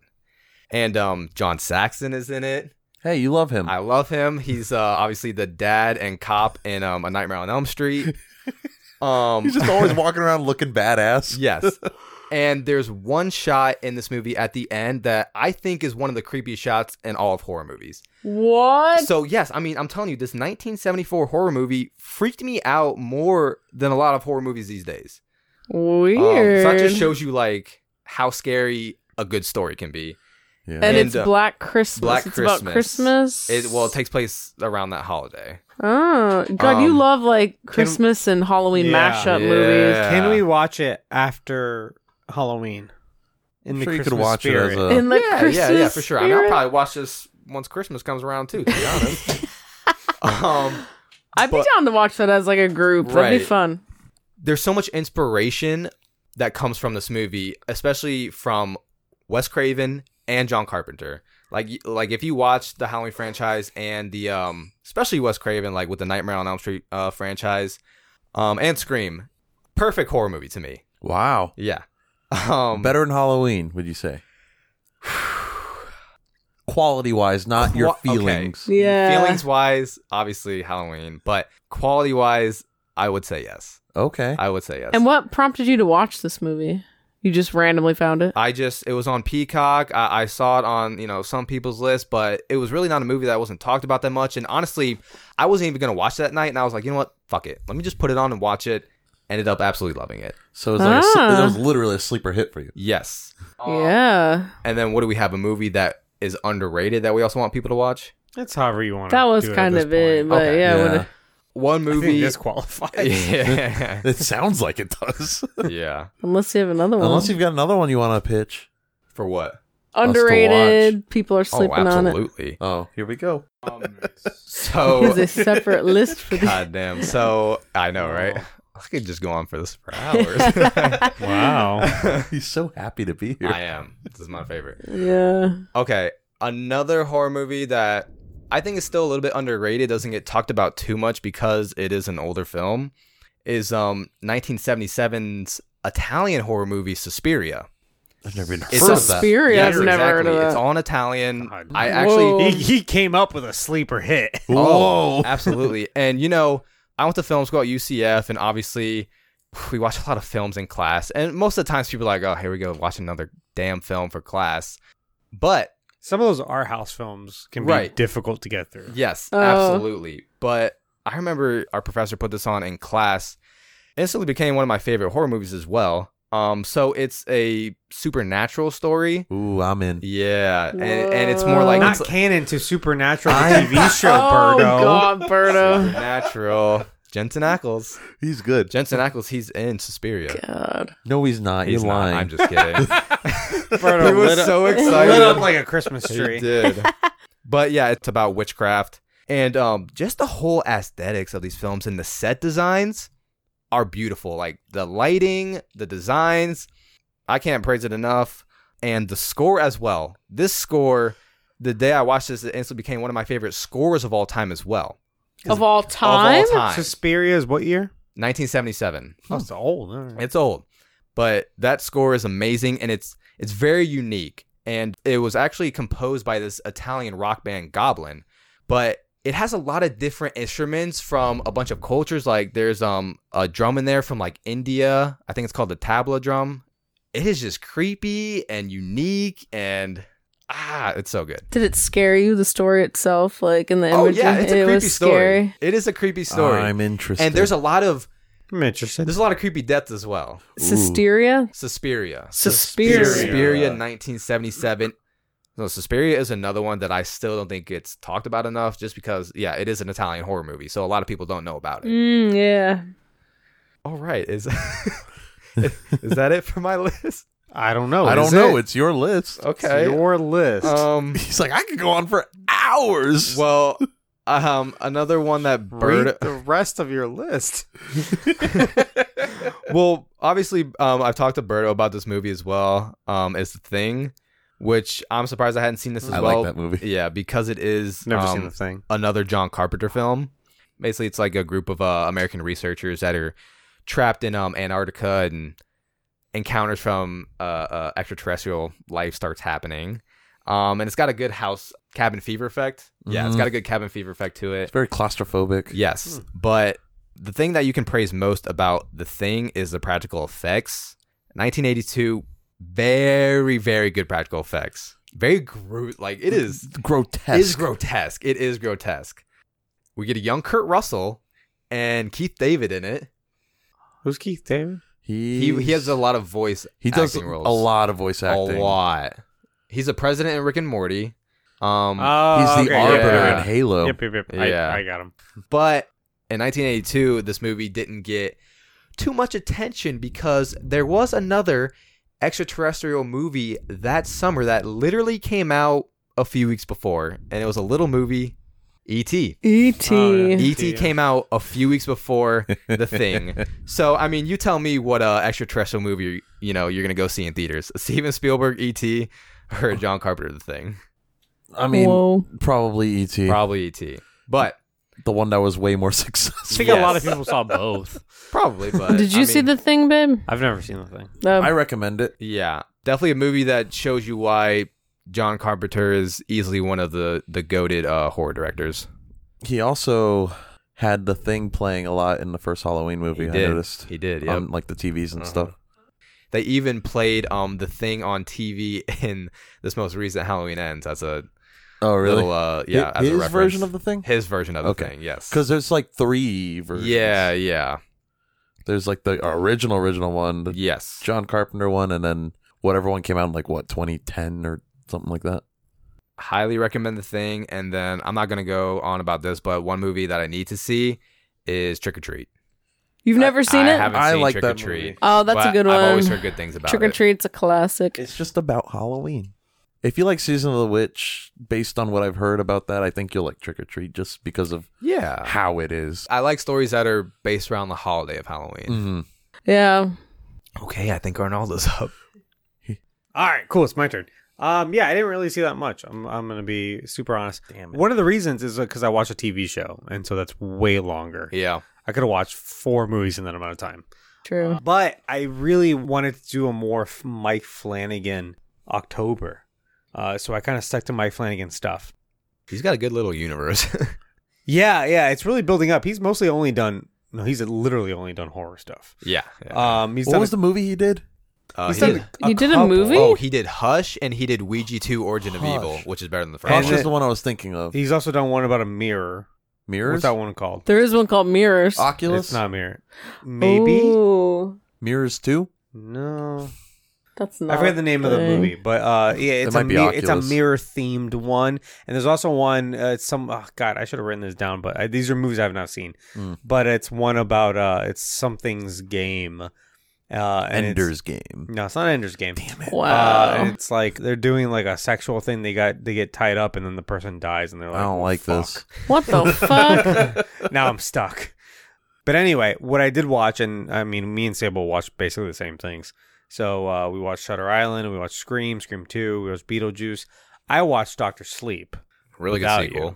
[SPEAKER 4] And um, John Saxon is in it.
[SPEAKER 2] Hey, you love him.
[SPEAKER 4] I love him. He's uh, obviously the dad and cop in um, A Nightmare on Elm Street. Um,
[SPEAKER 2] He's just always walking around looking badass.
[SPEAKER 4] Yes. and there's one shot in this movie at the end that I think is one of the creepiest shots in all of horror movies.
[SPEAKER 3] What?
[SPEAKER 4] So, yes, I mean, I'm telling you, this 1974 horror movie freaked me out more than a lot of horror movies these days. Um,
[SPEAKER 3] Weird.
[SPEAKER 4] so, that just shows you, like, how scary a good story can be.
[SPEAKER 2] Yeah.
[SPEAKER 3] and,
[SPEAKER 4] And,
[SPEAKER 3] it's
[SPEAKER 4] uh,
[SPEAKER 3] Black Christmas.
[SPEAKER 4] Black
[SPEAKER 3] it's about
[SPEAKER 4] Christmas.
[SPEAKER 3] Christmas.
[SPEAKER 4] It, well, it takes place around that holiday.
[SPEAKER 3] Oh God, you
[SPEAKER 4] Um,
[SPEAKER 3] love like Christmas and Halloween
[SPEAKER 1] Yeah.
[SPEAKER 3] mashup
[SPEAKER 4] Yeah.
[SPEAKER 3] movies.
[SPEAKER 1] Can we watch it after Halloween? In
[SPEAKER 2] I'm
[SPEAKER 1] the
[SPEAKER 2] sure you
[SPEAKER 1] Christmas
[SPEAKER 2] could watch
[SPEAKER 1] spirit.
[SPEAKER 2] it as a.
[SPEAKER 3] In the
[SPEAKER 4] yeah,
[SPEAKER 3] Christmas
[SPEAKER 4] yeah, yeah, for sure. I mean, I'll
[SPEAKER 3] spirit?
[SPEAKER 4] probably watch this once Christmas comes around, too, to be honest. um,
[SPEAKER 3] I'd be
[SPEAKER 4] but-
[SPEAKER 3] down to watch that as like a group. That'd be
[SPEAKER 4] Right.
[SPEAKER 3] fun.
[SPEAKER 4] there's so much inspiration that comes from this movie, especially from Wes Craven and John Carpenter. Like, y- like if you watch the Halloween franchise and the, um, especially Wes Craven, like with the Nightmare on Elm Street uh, franchise, um, and Scream, perfect horror movie to me.
[SPEAKER 2] wow.
[SPEAKER 4] Yeah, um,
[SPEAKER 2] Better than Halloween, would you say? Quality wise, not your
[SPEAKER 4] Qua- okay.
[SPEAKER 2] feelings.
[SPEAKER 3] Yeah.
[SPEAKER 4] Feelings wise, obviously Halloween, but quality wise, I would say yes.
[SPEAKER 2] Okay.
[SPEAKER 4] I would say yes.
[SPEAKER 3] And what prompted you to watch this movie? You just randomly found it.
[SPEAKER 4] I just it was on Peacock. I, I saw it on you know some people's list, but it was really not a movie that wasn't talked about that much. And honestly, I wasn't even gonna watch that night, and I was like, you know what, fuck it, let me just put it on and watch it. Ended up absolutely loving it.
[SPEAKER 2] So it's like a sl-
[SPEAKER 3] Ah.
[SPEAKER 2] it was literally a sleeper hit for you.
[SPEAKER 4] Yes. Um,
[SPEAKER 3] yeah,
[SPEAKER 4] And then what do we have? A movie that is underrated that we also want people to watch.
[SPEAKER 1] That's however you want.
[SPEAKER 3] that was kind of it. But
[SPEAKER 4] Okay.
[SPEAKER 3] yeah,
[SPEAKER 2] Yeah.
[SPEAKER 3] when-
[SPEAKER 4] One
[SPEAKER 1] I think
[SPEAKER 4] movie.
[SPEAKER 1] this qualifies.
[SPEAKER 4] yeah.
[SPEAKER 2] It sounds like it does.
[SPEAKER 4] yeah.
[SPEAKER 3] unless you have another one.
[SPEAKER 2] Unless you've got another one you want to pitch.
[SPEAKER 4] For what?
[SPEAKER 3] Underrated. People are sleeping
[SPEAKER 4] oh,
[SPEAKER 3] on it.
[SPEAKER 4] absolutely.
[SPEAKER 2] Oh, here we go.
[SPEAKER 3] There's
[SPEAKER 4] So
[SPEAKER 3] a separate list for this.
[SPEAKER 4] goddamn. So I know, right? I could just go on for this for hours.
[SPEAKER 1] wow.
[SPEAKER 2] He's so happy to be here.
[SPEAKER 4] I am. This is my favorite.
[SPEAKER 3] Yeah.
[SPEAKER 4] Okay, another horror movie that I think is still a little bit underrated, doesn't get talked about too much because it is an older film, is um 1977's Italian horror movie Suspiria.
[SPEAKER 2] I've never even heard
[SPEAKER 4] It's
[SPEAKER 2] of
[SPEAKER 4] a
[SPEAKER 2] that.
[SPEAKER 3] Suspiria.
[SPEAKER 1] Yeah,
[SPEAKER 3] I've never heard of
[SPEAKER 4] exactly.
[SPEAKER 3] that.
[SPEAKER 4] It's on Italian.
[SPEAKER 1] God.
[SPEAKER 4] I actually
[SPEAKER 3] Whoa.
[SPEAKER 1] He, he came up with a sleeper hit.
[SPEAKER 2] Whoa.
[SPEAKER 4] absolutely. And you know, I went to film school at UCF and obviously we watch a lot of films in class. And most of the times people are like, "Oh, here we go, watch another damn film for class." But
[SPEAKER 1] Some of those art house films can be
[SPEAKER 4] Right.
[SPEAKER 1] difficult to get through.
[SPEAKER 4] Yes,
[SPEAKER 3] Oh.
[SPEAKER 4] absolutely. But I remember our professor put this on in class, instantly became one of my favorite horror movies as well. Um, so it's a supernatural story.
[SPEAKER 2] Ooh, I'm in.
[SPEAKER 4] Yeah, and, and it's more like
[SPEAKER 1] Not
[SPEAKER 4] it's
[SPEAKER 1] canon to supernatural the
[SPEAKER 2] I-
[SPEAKER 1] TV show,
[SPEAKER 3] oh
[SPEAKER 1] Birdo.
[SPEAKER 3] God, Birdo.
[SPEAKER 4] supernatural. Jensen Ackles.
[SPEAKER 2] He's good.
[SPEAKER 4] Jensen Ackles. He's in Suspiria.
[SPEAKER 3] God.
[SPEAKER 2] No, he's not.
[SPEAKER 4] He's
[SPEAKER 2] You're
[SPEAKER 4] not.
[SPEAKER 2] lying.
[SPEAKER 4] I'm just kidding.
[SPEAKER 1] Birdo
[SPEAKER 4] he was
[SPEAKER 1] lit up-
[SPEAKER 4] so
[SPEAKER 1] lit up
[SPEAKER 4] excited.
[SPEAKER 1] like a Christmas
[SPEAKER 4] he
[SPEAKER 1] tree.
[SPEAKER 4] did. But yeah, it's about witchcraft and um, just the whole aesthetics of these films and the set designs are beautiful. Like the lighting, the designs. I can't praise it enough, and the score as well. This score, the day I watched this, it instantly became one of my favorite scores of all time as well.
[SPEAKER 3] Of all time?
[SPEAKER 4] Of all time,
[SPEAKER 1] Suspiria is what year?
[SPEAKER 4] 1977.
[SPEAKER 1] Oh, it's old. All right.
[SPEAKER 4] It's old, but that score is amazing and it's it's very unique. And it was actually composed by this Italian rock band Goblin, but it has a lot of different instruments from a bunch of cultures. Like there's um a drum in there from like India. I think it's called the tabla drum. It is just creepy and unique and ah, it's so good.
[SPEAKER 3] Did it scare you? The story itself, like in the
[SPEAKER 4] Oh
[SPEAKER 3] images,
[SPEAKER 4] yeah, it's a
[SPEAKER 3] it
[SPEAKER 4] creepy
[SPEAKER 3] was
[SPEAKER 4] story.
[SPEAKER 3] scary.
[SPEAKER 4] It is a creepy story.
[SPEAKER 2] I'm interested.
[SPEAKER 4] and there's a lot of
[SPEAKER 1] I'm interested.
[SPEAKER 4] there's a lot of creepy deaths as well.
[SPEAKER 3] Suspiria.
[SPEAKER 4] Suspiria.
[SPEAKER 3] Suspiria.
[SPEAKER 4] Suspiria 1977. No, Suspiria is another one that I still don't think it's talked about enough just because, yeah, it is an Italian horror movie. So a lot of people don't know about it.
[SPEAKER 3] Mm, yeah.
[SPEAKER 4] All right. Is, is that it for my list?
[SPEAKER 1] I don't
[SPEAKER 4] Oh,
[SPEAKER 1] know.
[SPEAKER 2] I
[SPEAKER 1] Is
[SPEAKER 2] don't know.
[SPEAKER 1] It?
[SPEAKER 2] It's your list.
[SPEAKER 4] Okay.
[SPEAKER 1] your list.
[SPEAKER 4] um,
[SPEAKER 2] He's like, I could go on for hours.
[SPEAKER 4] well, um, another one that
[SPEAKER 1] Read
[SPEAKER 4] Bird.
[SPEAKER 1] the rest of your list.
[SPEAKER 4] well, obviously, um, I've talked to Birdo about this movie as well. Um, is The Thing, which I'm surprised I hadn't seen this as
[SPEAKER 2] I like
[SPEAKER 4] well.
[SPEAKER 2] that movie.
[SPEAKER 4] Yeah, because it is.
[SPEAKER 1] Never
[SPEAKER 4] um,
[SPEAKER 1] seen the thing.
[SPEAKER 4] another John Carpenter film. Basically, it's like a group of uh, American researchers that are trapped in um, Antarctica, and encounters from uh, uh, extraterrestrial life starts happening. Um, and it's got a good house cabin fever effect. Yeah, it's
[SPEAKER 2] Mhm.
[SPEAKER 4] got a good cabin fever effect to it.
[SPEAKER 2] It's very claustrophobic.
[SPEAKER 4] Yes, but the thing that you can praise most about the thing is the practical effects. 1982, very very good practical effects. Very gro- like it is
[SPEAKER 2] It's grotesque.
[SPEAKER 4] is grotesque. It is grotesque. We get a young Kurt Russell and Keith David in it.
[SPEAKER 1] Who's Keith David?
[SPEAKER 4] He he has a lot of voice.
[SPEAKER 2] he does
[SPEAKER 4] acting roles.
[SPEAKER 2] a lot of voice acting.
[SPEAKER 4] A lot. He's a president in Rick and Morty. Um,
[SPEAKER 1] Oh,
[SPEAKER 2] He's the
[SPEAKER 4] yeah,
[SPEAKER 2] arbiter
[SPEAKER 4] yeah.
[SPEAKER 2] in Halo.
[SPEAKER 1] Yep, yep, yep.
[SPEAKER 4] Yeah.
[SPEAKER 1] I, I got him.
[SPEAKER 4] but in 1982, this movie didn't get too much attention because there was another extraterrestrial movie that summer that literally came out a few weeks before, and it was a little movie, E E.T.
[SPEAKER 3] E.T.
[SPEAKER 1] Oh, yeah.
[SPEAKER 4] ET
[SPEAKER 1] Yeah.
[SPEAKER 4] E came out a few weeks before The Thing. so, I mean, you tell me what uh, extraterrestrial movie you know you're gonna go see in theaters: Steven Spielberg, ET, or John Carpenter, The Thing.
[SPEAKER 2] I mean,
[SPEAKER 3] Whoa.
[SPEAKER 2] probably ET,
[SPEAKER 4] Probably ET, but
[SPEAKER 2] the one that was way more successful.
[SPEAKER 1] I think a lot of
[SPEAKER 4] Yes.
[SPEAKER 1] people saw both.
[SPEAKER 4] probably. But
[SPEAKER 3] Did you
[SPEAKER 4] I
[SPEAKER 3] see
[SPEAKER 4] mean,
[SPEAKER 3] the thing, babe? Um,
[SPEAKER 1] I've never seen the thing.
[SPEAKER 3] No.
[SPEAKER 2] I recommend it.
[SPEAKER 4] Yeah, definitely a movie that shows you why John Carpenter is easily one of the the goaded uh, horror directors.
[SPEAKER 2] He also had the thing playing a lot in the first Halloween movie.
[SPEAKER 4] He
[SPEAKER 2] I
[SPEAKER 4] did.
[SPEAKER 2] noticed Um,
[SPEAKER 4] He did. Yep.
[SPEAKER 2] on like the TVs and
[SPEAKER 4] Uh-huh.
[SPEAKER 2] stuff.
[SPEAKER 4] they even played um the thing on TV in this most recent Halloween Ends as a
[SPEAKER 2] Oh, really?
[SPEAKER 4] little uh yeah
[SPEAKER 2] Hi-
[SPEAKER 4] as
[SPEAKER 2] his
[SPEAKER 4] a reference.
[SPEAKER 2] version of the thing.
[SPEAKER 4] His version of the
[SPEAKER 2] Okay.
[SPEAKER 4] thing, yes.
[SPEAKER 2] Because there's like three versions.
[SPEAKER 4] Yeah, yeah,
[SPEAKER 2] There's like the original, original one, the
[SPEAKER 4] yes.
[SPEAKER 2] John Carpenter one, and then whatever one came out in like what 2010 or something like that.
[SPEAKER 4] Highly recommend the thing. And then I'm not gonna go on about this, but one movie that I need to see is Trick or Treat.
[SPEAKER 3] You've never seen
[SPEAKER 4] I
[SPEAKER 3] it?
[SPEAKER 4] haven't
[SPEAKER 2] I
[SPEAKER 4] seen
[SPEAKER 2] like
[SPEAKER 4] Trick or
[SPEAKER 2] that
[SPEAKER 4] Treat.
[SPEAKER 2] movie.
[SPEAKER 3] Oh, that's a
[SPEAKER 4] but
[SPEAKER 3] good one.
[SPEAKER 4] I've always heard good things about
[SPEAKER 3] Trick or
[SPEAKER 4] it.
[SPEAKER 3] Treat's a classic.
[SPEAKER 2] It's just about Halloween. If you like Season of the Witch, based on what I've heard about that, I think you'll like Trick or Treat just because of
[SPEAKER 4] Yeah.
[SPEAKER 2] how it is.
[SPEAKER 4] I like stories that are based around the holiday of Halloween.
[SPEAKER 1] Mm-hmm.
[SPEAKER 2] Mhm.
[SPEAKER 3] Yeah.
[SPEAKER 2] Mm.
[SPEAKER 4] Okay, I think Arnaldo's up.
[SPEAKER 1] All right, cool. It's my turn. Um, yeah, I didn't really see that much. I'm, I'm gonna be super honest.
[SPEAKER 2] Damn
[SPEAKER 1] One of the reasons is because I watch a TV show, and so that's way longer.
[SPEAKER 4] Yeah.
[SPEAKER 1] I could have watched four movies in that amount of time.
[SPEAKER 3] True.
[SPEAKER 1] But I really wanted to do a more f- Mike Flanagan October, uh, so I kind of stuck to Mike Flanagan stuff.
[SPEAKER 4] He's got a good little universe.
[SPEAKER 1] Yeah, yeah, it's really building up. He's mostly only done. No, he's literally only done horror stuff.
[SPEAKER 4] yeah.
[SPEAKER 1] Um, he's
[SPEAKER 2] What
[SPEAKER 1] done
[SPEAKER 2] was
[SPEAKER 1] a-
[SPEAKER 2] the movie he did?
[SPEAKER 4] Uh,
[SPEAKER 1] he's
[SPEAKER 4] he
[SPEAKER 1] done
[SPEAKER 4] did-
[SPEAKER 1] a
[SPEAKER 3] he did a
[SPEAKER 1] couple.
[SPEAKER 3] movie?
[SPEAKER 4] oh, he did Hush and he did Ouija 2 Origin of
[SPEAKER 2] Hush.
[SPEAKER 4] Evil, which is better than the
[SPEAKER 1] And
[SPEAKER 4] first
[SPEAKER 2] Hush
[SPEAKER 4] one.
[SPEAKER 2] is the one I was thinking of.
[SPEAKER 1] He's also done one about a mirror.
[SPEAKER 2] Mirrors?
[SPEAKER 1] What's that one called?
[SPEAKER 3] There is one called Mirrors.
[SPEAKER 2] Oculus?
[SPEAKER 1] It's not mirror. Maybe
[SPEAKER 2] Oh.
[SPEAKER 3] Ooh,
[SPEAKER 2] Mirrors 2?
[SPEAKER 1] no.
[SPEAKER 3] that's not.
[SPEAKER 1] I forget the name of the
[SPEAKER 3] thing.
[SPEAKER 1] movie, but uh, yeah, it's a
[SPEAKER 2] might be
[SPEAKER 1] mir- it's a
[SPEAKER 2] Oculus.
[SPEAKER 1] mirror themed one, and there's also one. Uh, it's some oh god, I should have written this down, but uh these are movies I've not seen.
[SPEAKER 2] Mm.
[SPEAKER 1] But it's one about uh, it's something's game. Uh, and it's-
[SPEAKER 2] Ender's Game.
[SPEAKER 1] No, it's not Ender's Game. Damn Uh,
[SPEAKER 3] Wow.
[SPEAKER 1] and it's like they're doing like a sexual thing. They got they get tied up, and then the person dies, and they're like,
[SPEAKER 2] I don't
[SPEAKER 1] "Well,
[SPEAKER 2] like
[SPEAKER 1] fuck."
[SPEAKER 2] this.
[SPEAKER 3] what the fuck?
[SPEAKER 1] now I'm stuck. But anyway, what I did watch, and I mean, me and Sable watched basically the same things. So uh, we watched Shutter Island, we watched Scream, Scream Two, we watched Beetlejuice. I watched Doctor Sleep,
[SPEAKER 4] Really good
[SPEAKER 1] Without
[SPEAKER 4] sequel.
[SPEAKER 1] you.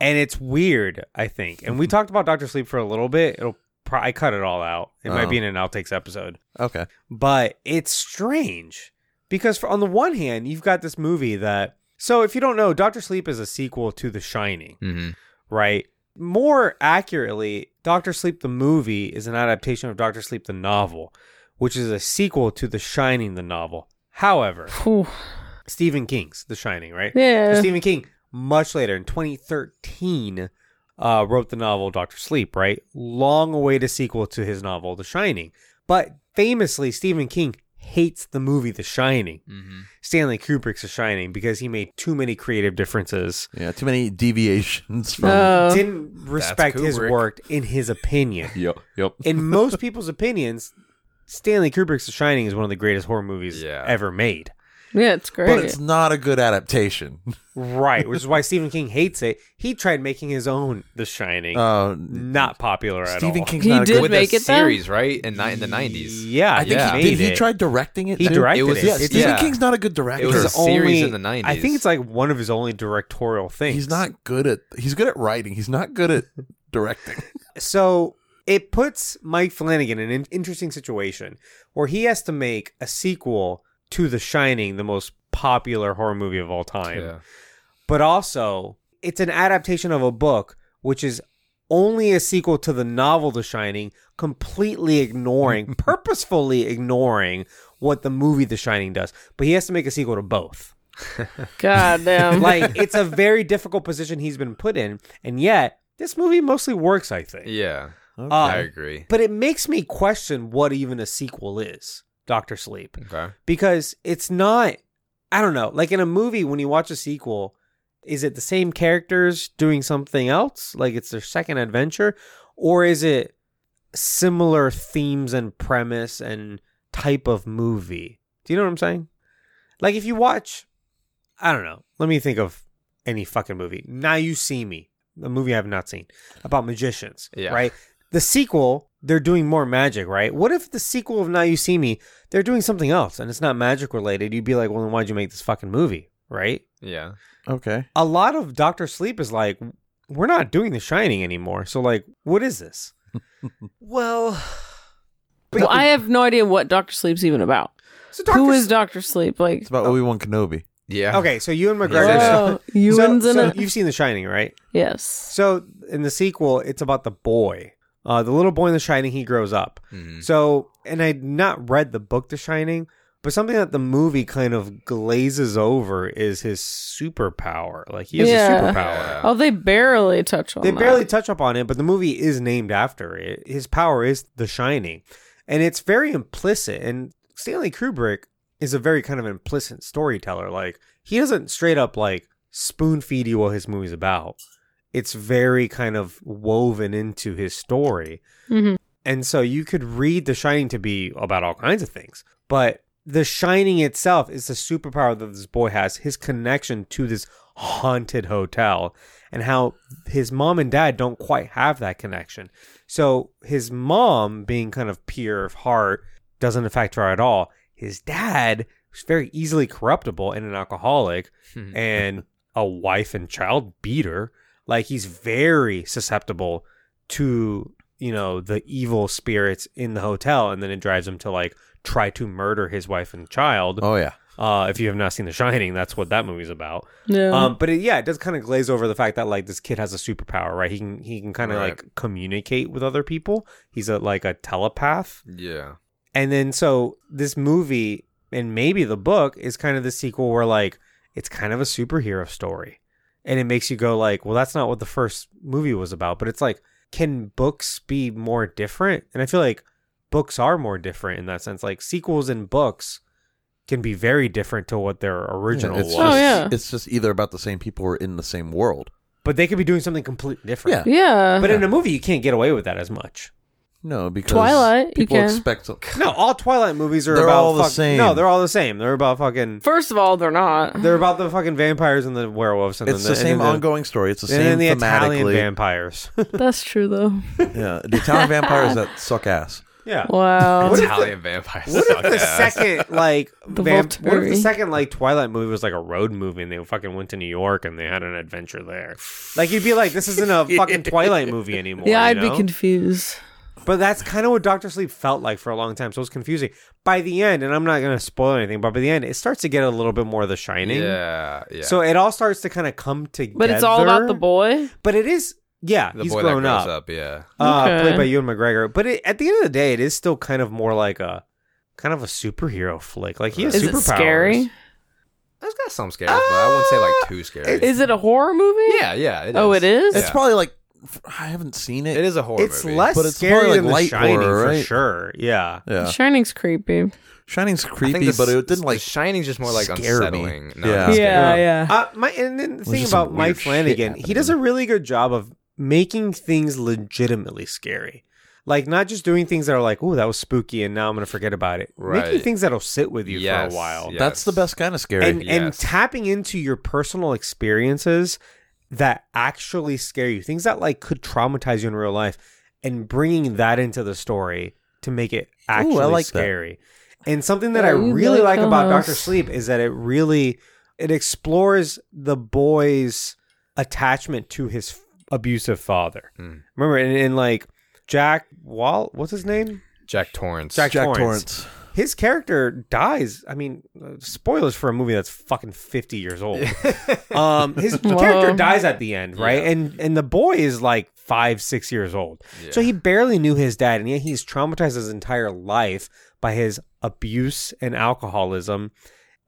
[SPEAKER 1] and it's weird, I think. And we talked about Doctor Sleep for a little bit. It'll pro- I cut it all out. It might
[SPEAKER 2] Oh.
[SPEAKER 1] be in an outtakes episode
[SPEAKER 2] Okay.
[SPEAKER 1] but it's strange because for, on the one hand you've got this movie that so if you don't know doctor sleep is a sequel to the shining
[SPEAKER 4] Mm-hmm.
[SPEAKER 1] right more accurately doctor sleep the movie is an adaptation of doctor sleep the novel which is a sequel to the shining the novel however
[SPEAKER 3] Ooh,
[SPEAKER 1] stephen king's the shining right so
[SPEAKER 3] yeah.
[SPEAKER 1] Stephen King, much later in 2013, uh, wrote the novel Doctor Sleep, right? Long awaited sequel to his novel The Shining. But famously, Stephen King hates the movie The Shining,
[SPEAKER 4] Mm-hmm.
[SPEAKER 1] Stanley Kubrick's The Shining, because he made too many creative differences
[SPEAKER 2] Yeah, too many deviations from.
[SPEAKER 3] Oh.
[SPEAKER 1] didn't respect his
[SPEAKER 4] Kubrick.
[SPEAKER 1] work in his opinion.
[SPEAKER 2] yep. Yep.
[SPEAKER 1] in most people's opinions, Stanley Kubrick's The Shining is one of the greatest horror movies
[SPEAKER 4] Yeah.
[SPEAKER 1] ever made.
[SPEAKER 3] yeah, it's great.
[SPEAKER 2] But it's not a good adaptation.
[SPEAKER 1] Right, which is why Stephen King hates it. He tried making his own The Shining.
[SPEAKER 2] Uh,
[SPEAKER 1] not popular at all.
[SPEAKER 2] Stephen King's
[SPEAKER 3] He
[SPEAKER 2] not a
[SPEAKER 3] did
[SPEAKER 2] good.
[SPEAKER 4] With
[SPEAKER 3] make
[SPEAKER 4] a
[SPEAKER 3] it, though?
[SPEAKER 4] series, right? In, ni- in the 90s.
[SPEAKER 1] Yeah,
[SPEAKER 2] I think
[SPEAKER 4] Yeah.
[SPEAKER 2] he
[SPEAKER 1] made
[SPEAKER 2] did. He
[SPEAKER 1] it.
[SPEAKER 2] tried directing it.
[SPEAKER 1] He
[SPEAKER 2] too?
[SPEAKER 1] directed
[SPEAKER 4] It
[SPEAKER 1] it.
[SPEAKER 4] was-
[SPEAKER 2] Yeah,
[SPEAKER 4] It's-
[SPEAKER 2] Stephen
[SPEAKER 4] yeah.
[SPEAKER 2] King's not a good director.
[SPEAKER 4] It was
[SPEAKER 1] His
[SPEAKER 4] a series in the
[SPEAKER 1] I
[SPEAKER 4] 90s.
[SPEAKER 1] think it's like one of his only directorial things.
[SPEAKER 2] He's not good at. He's good at writing. He's not good at directing.
[SPEAKER 1] So it puts Mike Flanagan in an interesting situation where he has to make a sequel to The Shining, the most popular horror movie of all time.
[SPEAKER 4] Yeah.
[SPEAKER 1] But also, it's an adaptation of a book, which is only a sequel to the novel The Shining, completely ignoring, purposefully ignoring what the movie The Shining does. But he has to make a sequel to both.
[SPEAKER 3] God damn.
[SPEAKER 1] like it's a very difficult position he's been put in and yet this movie mostly works i think
[SPEAKER 4] Yeah.
[SPEAKER 2] Okay.
[SPEAKER 1] Uh,
[SPEAKER 4] I agree.
[SPEAKER 1] but it makes me question what even a sequel is dr sleep
[SPEAKER 4] Okay.
[SPEAKER 1] because it's not i don't know like in a movie when you watch a sequel is it the same characters doing something else like it's their second adventure or is it similar themes and premise and type of movie do you know what i'm saying like if you watch i don't know let me think of any fucking movie now you see me a movie i have not seen about magicians
[SPEAKER 4] Yeah.
[SPEAKER 1] right the sequel they're doing more magic right what if the sequel of now you see me they're doing something else and it's not magic related, you'd be like, well, then why'd you make this fucking movie? Right?
[SPEAKER 4] Yeah.
[SPEAKER 2] okay.
[SPEAKER 1] A lot of Doctor Sleep is like, we're not doing The Shining anymore. So, like, what is this?
[SPEAKER 4] Well,
[SPEAKER 3] well, I have no idea what Doctor Sleep's even about.
[SPEAKER 1] So
[SPEAKER 3] Who
[SPEAKER 1] Dr.
[SPEAKER 3] is Doctor Sleep? Like,
[SPEAKER 2] It's about Obi Wan Kenobi.
[SPEAKER 4] yeah.
[SPEAKER 1] Okay, so Ewan McGregor.
[SPEAKER 3] whoa, Ewan's
[SPEAKER 1] so,
[SPEAKER 3] in
[SPEAKER 1] so
[SPEAKER 3] it.
[SPEAKER 1] You've seen The Shining, right?
[SPEAKER 3] Yes.
[SPEAKER 1] So, in the sequel, it's about the boy. Uh, the little boy in The Shining, he grows up.
[SPEAKER 4] Mhm.
[SPEAKER 1] So, and I'd not read the book The Shining, but something that the movie kind of glazes over is his superpower. Like, he has
[SPEAKER 3] Yeah.
[SPEAKER 1] a superpower.
[SPEAKER 4] Yeah.
[SPEAKER 3] Oh, they barely touch on.
[SPEAKER 1] they
[SPEAKER 3] that.
[SPEAKER 1] barely touch up on it but the movie is named after it his power is the shining and it's very implicit and stanley kubrick is a very kind of implicit storyteller like he doesn't straight up like spoon feed you what his movie's about it's very kind of woven into his story
[SPEAKER 3] Mhm.
[SPEAKER 1] and so you could read the shining to be about all kinds of things but the shining itself is the superpower that this boy has his connection to this haunted hotel and how his mom and dad don't quite have that connection. So his mom, being kind of pure of heart, doesn't affect her at all. His dad, who's very easily corruptible and an alcoholic,
[SPEAKER 4] Hmm. Mm.
[SPEAKER 1] and a wife and child beater, like he's very susceptible to you know the evil spirits in the hotel, and then it drives him to like try to murder his wife and child.
[SPEAKER 2] Oh yeah.
[SPEAKER 1] Uh, if you have not seen The Shining, that's what that movie's about.
[SPEAKER 3] Yeah.
[SPEAKER 1] Um, but it, yeah, it does kind of glaze over the fact that like this kid has a superpower, right? He can he can kind of
[SPEAKER 4] Right.
[SPEAKER 1] like communicate with other people. He's a like a telepath,
[SPEAKER 4] Yeah.
[SPEAKER 1] and then so this movie and maybe the book is kind of the sequel where like it's kind of a superhero story, and it makes you go like, well, that's not what the first movie was about. But it's like, can books be more different? And I feel like books are more different in that sense. Like sequels and books can be very different to what their original
[SPEAKER 2] it's
[SPEAKER 1] was.
[SPEAKER 2] just,
[SPEAKER 3] Oh, yeah.
[SPEAKER 2] It's just either about the same people or in the same world.
[SPEAKER 1] But they could be doing something completely different.
[SPEAKER 2] Yeah.
[SPEAKER 3] Yeah.
[SPEAKER 1] But in a movie, you can't get away with that as much.
[SPEAKER 2] No, because
[SPEAKER 3] Twilight, you
[SPEAKER 2] people
[SPEAKER 3] can.
[SPEAKER 2] expect.
[SPEAKER 1] No, all Twilight movies are
[SPEAKER 2] They're
[SPEAKER 1] about
[SPEAKER 2] all the
[SPEAKER 1] fuck-
[SPEAKER 2] same.
[SPEAKER 1] No, they're all the same. They're about fucking.
[SPEAKER 3] First of all, they're not.
[SPEAKER 1] They're about the fucking vampires and the werewolves. And
[SPEAKER 2] It's
[SPEAKER 1] then
[SPEAKER 2] the same
[SPEAKER 1] and then
[SPEAKER 2] ongoing story. It's the
[SPEAKER 1] and then
[SPEAKER 2] same
[SPEAKER 1] the Italian
[SPEAKER 2] thematically.
[SPEAKER 1] vampires.
[SPEAKER 3] That's true though.
[SPEAKER 2] yeah, the Italian vampires that suck ass.
[SPEAKER 1] yeah.
[SPEAKER 3] Wow.
[SPEAKER 1] What if
[SPEAKER 4] Italian vampires.
[SPEAKER 1] What if
[SPEAKER 4] suck
[SPEAKER 1] the
[SPEAKER 4] ass.
[SPEAKER 1] second like
[SPEAKER 3] The
[SPEAKER 1] vamp- what if the
[SPEAKER 3] Volturi.
[SPEAKER 1] second like Twilight movie was like a road movie and they fucking went to New York and they had an adventure there? Like you'd be like, this isn't a fucking Twilight movie anymore.
[SPEAKER 3] yeah,
[SPEAKER 1] you
[SPEAKER 3] I'd be
[SPEAKER 1] know?
[SPEAKER 3] confused.
[SPEAKER 1] But that's kind of what Doctor Sleep felt like for a long time, so it was confusing. By the end, and I'm not gonna spoil anything, but by the end, it starts to get a little bit more The Shining.
[SPEAKER 4] Yeah, yeah.
[SPEAKER 1] So it all starts to kind of come together.
[SPEAKER 3] But it's all about the boy.
[SPEAKER 1] But it is, yeah,
[SPEAKER 4] the
[SPEAKER 1] he's
[SPEAKER 4] boy
[SPEAKER 1] grown
[SPEAKER 4] that grows
[SPEAKER 1] up.
[SPEAKER 4] up. Yeah.
[SPEAKER 1] uh,
[SPEAKER 3] Okay.
[SPEAKER 1] played by Ewan McGregor. But it, at the end of the day, it is still kind of more like a kind of a superhero flick. Like he has
[SPEAKER 3] Is
[SPEAKER 1] superpowers.
[SPEAKER 3] it scary?
[SPEAKER 4] It's got some scares, but I wouldn't say like
[SPEAKER 1] Uh,
[SPEAKER 4] too scary.
[SPEAKER 3] Is it a horror movie?
[SPEAKER 4] yeah, yeah. It
[SPEAKER 3] Oh, it is?
[SPEAKER 2] It's
[SPEAKER 4] Yeah.
[SPEAKER 2] probably like I haven't seen it.
[SPEAKER 4] It is a horror
[SPEAKER 1] It's
[SPEAKER 4] movie.
[SPEAKER 1] less
[SPEAKER 2] But it's
[SPEAKER 1] scary
[SPEAKER 2] probably,
[SPEAKER 1] than
[SPEAKER 2] like,
[SPEAKER 1] The
[SPEAKER 2] light
[SPEAKER 1] Shining
[SPEAKER 2] horror,
[SPEAKER 1] for
[SPEAKER 2] right?
[SPEAKER 1] sure. Yeah.
[SPEAKER 2] Yeah,
[SPEAKER 3] Shining's creepy.
[SPEAKER 2] Shining's
[SPEAKER 4] I think
[SPEAKER 2] creepy,
[SPEAKER 4] the
[SPEAKER 2] but it
[SPEAKER 4] s-
[SPEAKER 2] didn't like
[SPEAKER 4] the Shining's just more like
[SPEAKER 2] scare me.
[SPEAKER 4] unsettling.
[SPEAKER 2] Yeah.
[SPEAKER 4] not scary.
[SPEAKER 3] Yeah, yeah.
[SPEAKER 1] Uh, my and then the
[SPEAKER 2] There's
[SPEAKER 1] thing
[SPEAKER 2] just some
[SPEAKER 1] about Mike
[SPEAKER 2] weird shit
[SPEAKER 1] Flanagan, he
[SPEAKER 2] happening.
[SPEAKER 1] does a really good job of making things legitimately scary. Like not just doing things that are like, "Oh, that was spooky," and now I'm gonna forget about it. Making
[SPEAKER 4] Right.
[SPEAKER 1] things that'll sit with you
[SPEAKER 4] Yes,
[SPEAKER 1] for a while.
[SPEAKER 4] yes.
[SPEAKER 2] that's the best kind of scary.
[SPEAKER 1] and and
[SPEAKER 4] Yes.
[SPEAKER 1] tapping into your personal experiences that actually scare you things that like could traumatize you in real life and bringing that into the story to make it
[SPEAKER 2] I
[SPEAKER 1] actually
[SPEAKER 2] like that.
[SPEAKER 1] scary and something that i
[SPEAKER 3] Yeah, you
[SPEAKER 1] really
[SPEAKER 3] really
[SPEAKER 1] like
[SPEAKER 3] come
[SPEAKER 1] about
[SPEAKER 3] off.
[SPEAKER 1] dr sleep is that it really it explores the boy's attachment to his f- abusive father
[SPEAKER 4] Mm.
[SPEAKER 1] remember and, and like jack wall what's his name
[SPEAKER 4] Jack Torrance.
[SPEAKER 1] Jack
[SPEAKER 2] Jack
[SPEAKER 1] Torrance.
[SPEAKER 2] Torrance.
[SPEAKER 1] his character dies. I mean, uh, spoilers for a movie that's fucking fifty years old. um, his
[SPEAKER 3] Whoa.
[SPEAKER 1] character dies at the end, right?
[SPEAKER 4] Yeah.
[SPEAKER 1] And and the boy is like five, six years old,
[SPEAKER 4] Yeah.
[SPEAKER 1] so he barely knew his dad, and yet he's traumatized his entire life by his abuse and alcoholism.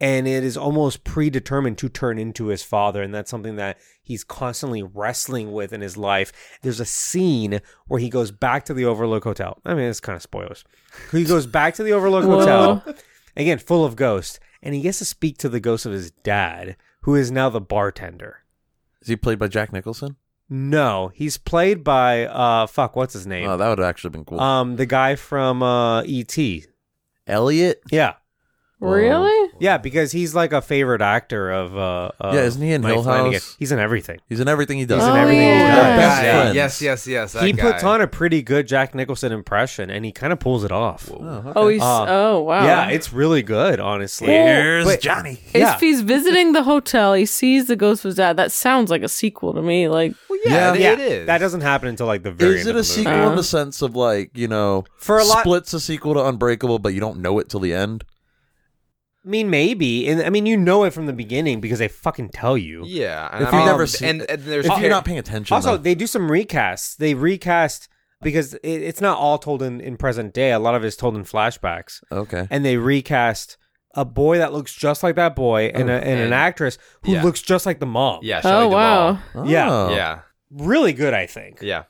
[SPEAKER 1] And it is almost predetermined to turn into his father. And that's something that he's constantly wrestling with in his life. There's a scene where he goes back to the Overlook Hotel. I mean, it's kind of spoilers. He goes back to the Overlook
[SPEAKER 3] Whoa.
[SPEAKER 1] Hotel, again, full of ghosts, and he gets to speak to the ghost of his dad, who is now the bartender.
[SPEAKER 2] Is he played by Jack Nicholson?
[SPEAKER 1] No, he's played by uh fuck, what's his name?
[SPEAKER 2] Oh, that would have actually been cool.
[SPEAKER 1] um, the guy from uh E.T.
[SPEAKER 2] Elliot.
[SPEAKER 1] Yeah,
[SPEAKER 2] Whoa.
[SPEAKER 3] Really?
[SPEAKER 1] yeah, because he's like a favorite actor of uh, uh
[SPEAKER 2] Yeah, isn't he in
[SPEAKER 1] Mike
[SPEAKER 2] Hill
[SPEAKER 1] Flanagan.
[SPEAKER 2] House?
[SPEAKER 1] He's in everything.
[SPEAKER 2] He's in everything he does.
[SPEAKER 1] He's in
[SPEAKER 3] Oh,
[SPEAKER 1] everything he
[SPEAKER 3] yeah.
[SPEAKER 1] does.
[SPEAKER 2] They're best
[SPEAKER 1] Yeah.
[SPEAKER 2] friends.
[SPEAKER 4] Yes, yes, yes. that
[SPEAKER 1] he
[SPEAKER 4] guy.
[SPEAKER 1] puts on a pretty good Jack Nicholson impression, and he kind of pulls it off.
[SPEAKER 2] Oh, okay.
[SPEAKER 3] Oh, he's.
[SPEAKER 1] Uh,
[SPEAKER 3] oh, wow.
[SPEAKER 1] Yeah, it's really good, honestly.
[SPEAKER 3] Well,
[SPEAKER 2] Here's
[SPEAKER 1] But-
[SPEAKER 2] Johnny.
[SPEAKER 1] yeah.
[SPEAKER 3] If he's visiting the hotel, he sees the ghost of his dad. That sounds like a sequel to me. Like,
[SPEAKER 4] Well,
[SPEAKER 2] Yeah.
[SPEAKER 4] yeah, it-
[SPEAKER 1] yeah,
[SPEAKER 4] it is.
[SPEAKER 1] That doesn't happen until like the very
[SPEAKER 2] Is
[SPEAKER 1] end
[SPEAKER 2] it
[SPEAKER 1] of
[SPEAKER 2] a
[SPEAKER 1] the
[SPEAKER 2] sequel
[SPEAKER 1] Movie.
[SPEAKER 2] in the sense of like you know
[SPEAKER 1] For a lot,
[SPEAKER 2] splits a sequel to Unbreakable, but you don't know it till the end?
[SPEAKER 1] I mean, maybe, and I mean, you know it from the beginning because they fucking tell you.
[SPEAKER 4] Yeah, and
[SPEAKER 2] If
[SPEAKER 4] I
[SPEAKER 2] you've
[SPEAKER 4] mean, um,
[SPEAKER 2] never seen
[SPEAKER 4] and, and there's
[SPEAKER 2] if
[SPEAKER 4] char-
[SPEAKER 2] you're not paying attention,
[SPEAKER 1] uh, Also,
[SPEAKER 2] though.
[SPEAKER 1] they do some recasts. They recast because it, it's not all told in, in present day. A lot of it is told in flashbacks,
[SPEAKER 2] okay,
[SPEAKER 1] and they recast a boy that looks just like that boy and, a, and an
[SPEAKER 4] and-
[SPEAKER 1] actress who
[SPEAKER 4] yeah.
[SPEAKER 1] looks just like the mom.
[SPEAKER 4] yeah, Shelley
[SPEAKER 3] oh, wow.
[SPEAKER 4] Duvall.
[SPEAKER 1] yeah,
[SPEAKER 2] Oh.
[SPEAKER 4] yeah,
[SPEAKER 1] really good, I think.
[SPEAKER 4] yeah.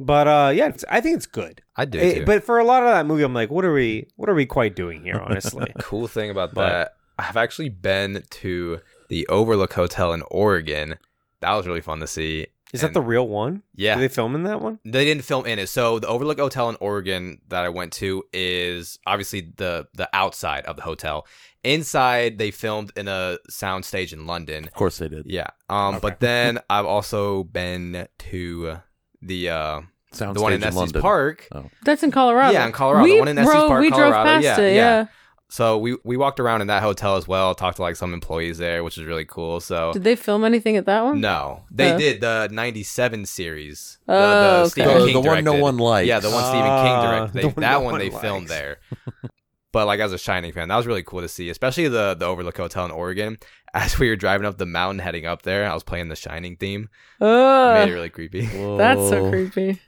[SPEAKER 1] But uh, yeah, it's, I think it's good.
[SPEAKER 4] I do.
[SPEAKER 1] It-
[SPEAKER 4] too.
[SPEAKER 1] but for a lot of that movie, I'm like, what are we? What are we quite doing here? Honestly,
[SPEAKER 4] cool thing about
[SPEAKER 1] But-
[SPEAKER 4] that, I've actually been to the Overlook Hotel in Oregon. That was really fun to see.
[SPEAKER 1] is that
[SPEAKER 4] And-
[SPEAKER 1] the real one?
[SPEAKER 4] Yeah.
[SPEAKER 1] Do they film in that one?
[SPEAKER 4] they didn't film in it. So the Overlook Hotel in Oregon that I went to is obviously the the outside of the hotel. Inside, they filmed in a soundstage in London.
[SPEAKER 2] of course they did.
[SPEAKER 4] Yeah. Um.
[SPEAKER 1] Okay.
[SPEAKER 4] But then I've also been to the uh
[SPEAKER 2] Soundstage
[SPEAKER 4] the one in
[SPEAKER 2] in
[SPEAKER 4] Estes
[SPEAKER 2] London.
[SPEAKER 4] Park.
[SPEAKER 3] That's in Colorado.
[SPEAKER 4] Yeah, in Colorado. The
[SPEAKER 3] We,
[SPEAKER 4] one in Estes
[SPEAKER 3] bro,
[SPEAKER 4] Park,
[SPEAKER 3] we drove
[SPEAKER 4] Colorado.
[SPEAKER 3] past
[SPEAKER 4] Yeah,
[SPEAKER 3] it.
[SPEAKER 4] yeah.
[SPEAKER 3] Yeah.
[SPEAKER 4] So we we walked around in that hotel as well. Talked to like some employees there, which is really cool. So
[SPEAKER 3] Did they film anything at that one?
[SPEAKER 4] no, they
[SPEAKER 3] Oh.
[SPEAKER 4] did the '97 series. The,
[SPEAKER 3] Oh, okay.
[SPEAKER 4] Stephen
[SPEAKER 2] The-
[SPEAKER 4] King
[SPEAKER 2] the one no
[SPEAKER 4] directed.
[SPEAKER 2] one likes.
[SPEAKER 4] Yeah, the one
[SPEAKER 1] Ah,
[SPEAKER 4] Stephen King directed.
[SPEAKER 1] the
[SPEAKER 4] They-
[SPEAKER 1] one
[SPEAKER 4] that
[SPEAKER 1] no
[SPEAKER 4] one they
[SPEAKER 1] one
[SPEAKER 4] filmed
[SPEAKER 1] likes.
[SPEAKER 4] there. But like as a Shining fan, that was really cool to see, especially the the Overlook Hotel in Oregon. As we were driving up the mountain heading up there, I was playing the Shining theme. It made it
[SPEAKER 3] Ugh,
[SPEAKER 4] really creepy.
[SPEAKER 3] Oh. that's so
[SPEAKER 2] Whoa.
[SPEAKER 3] creepy.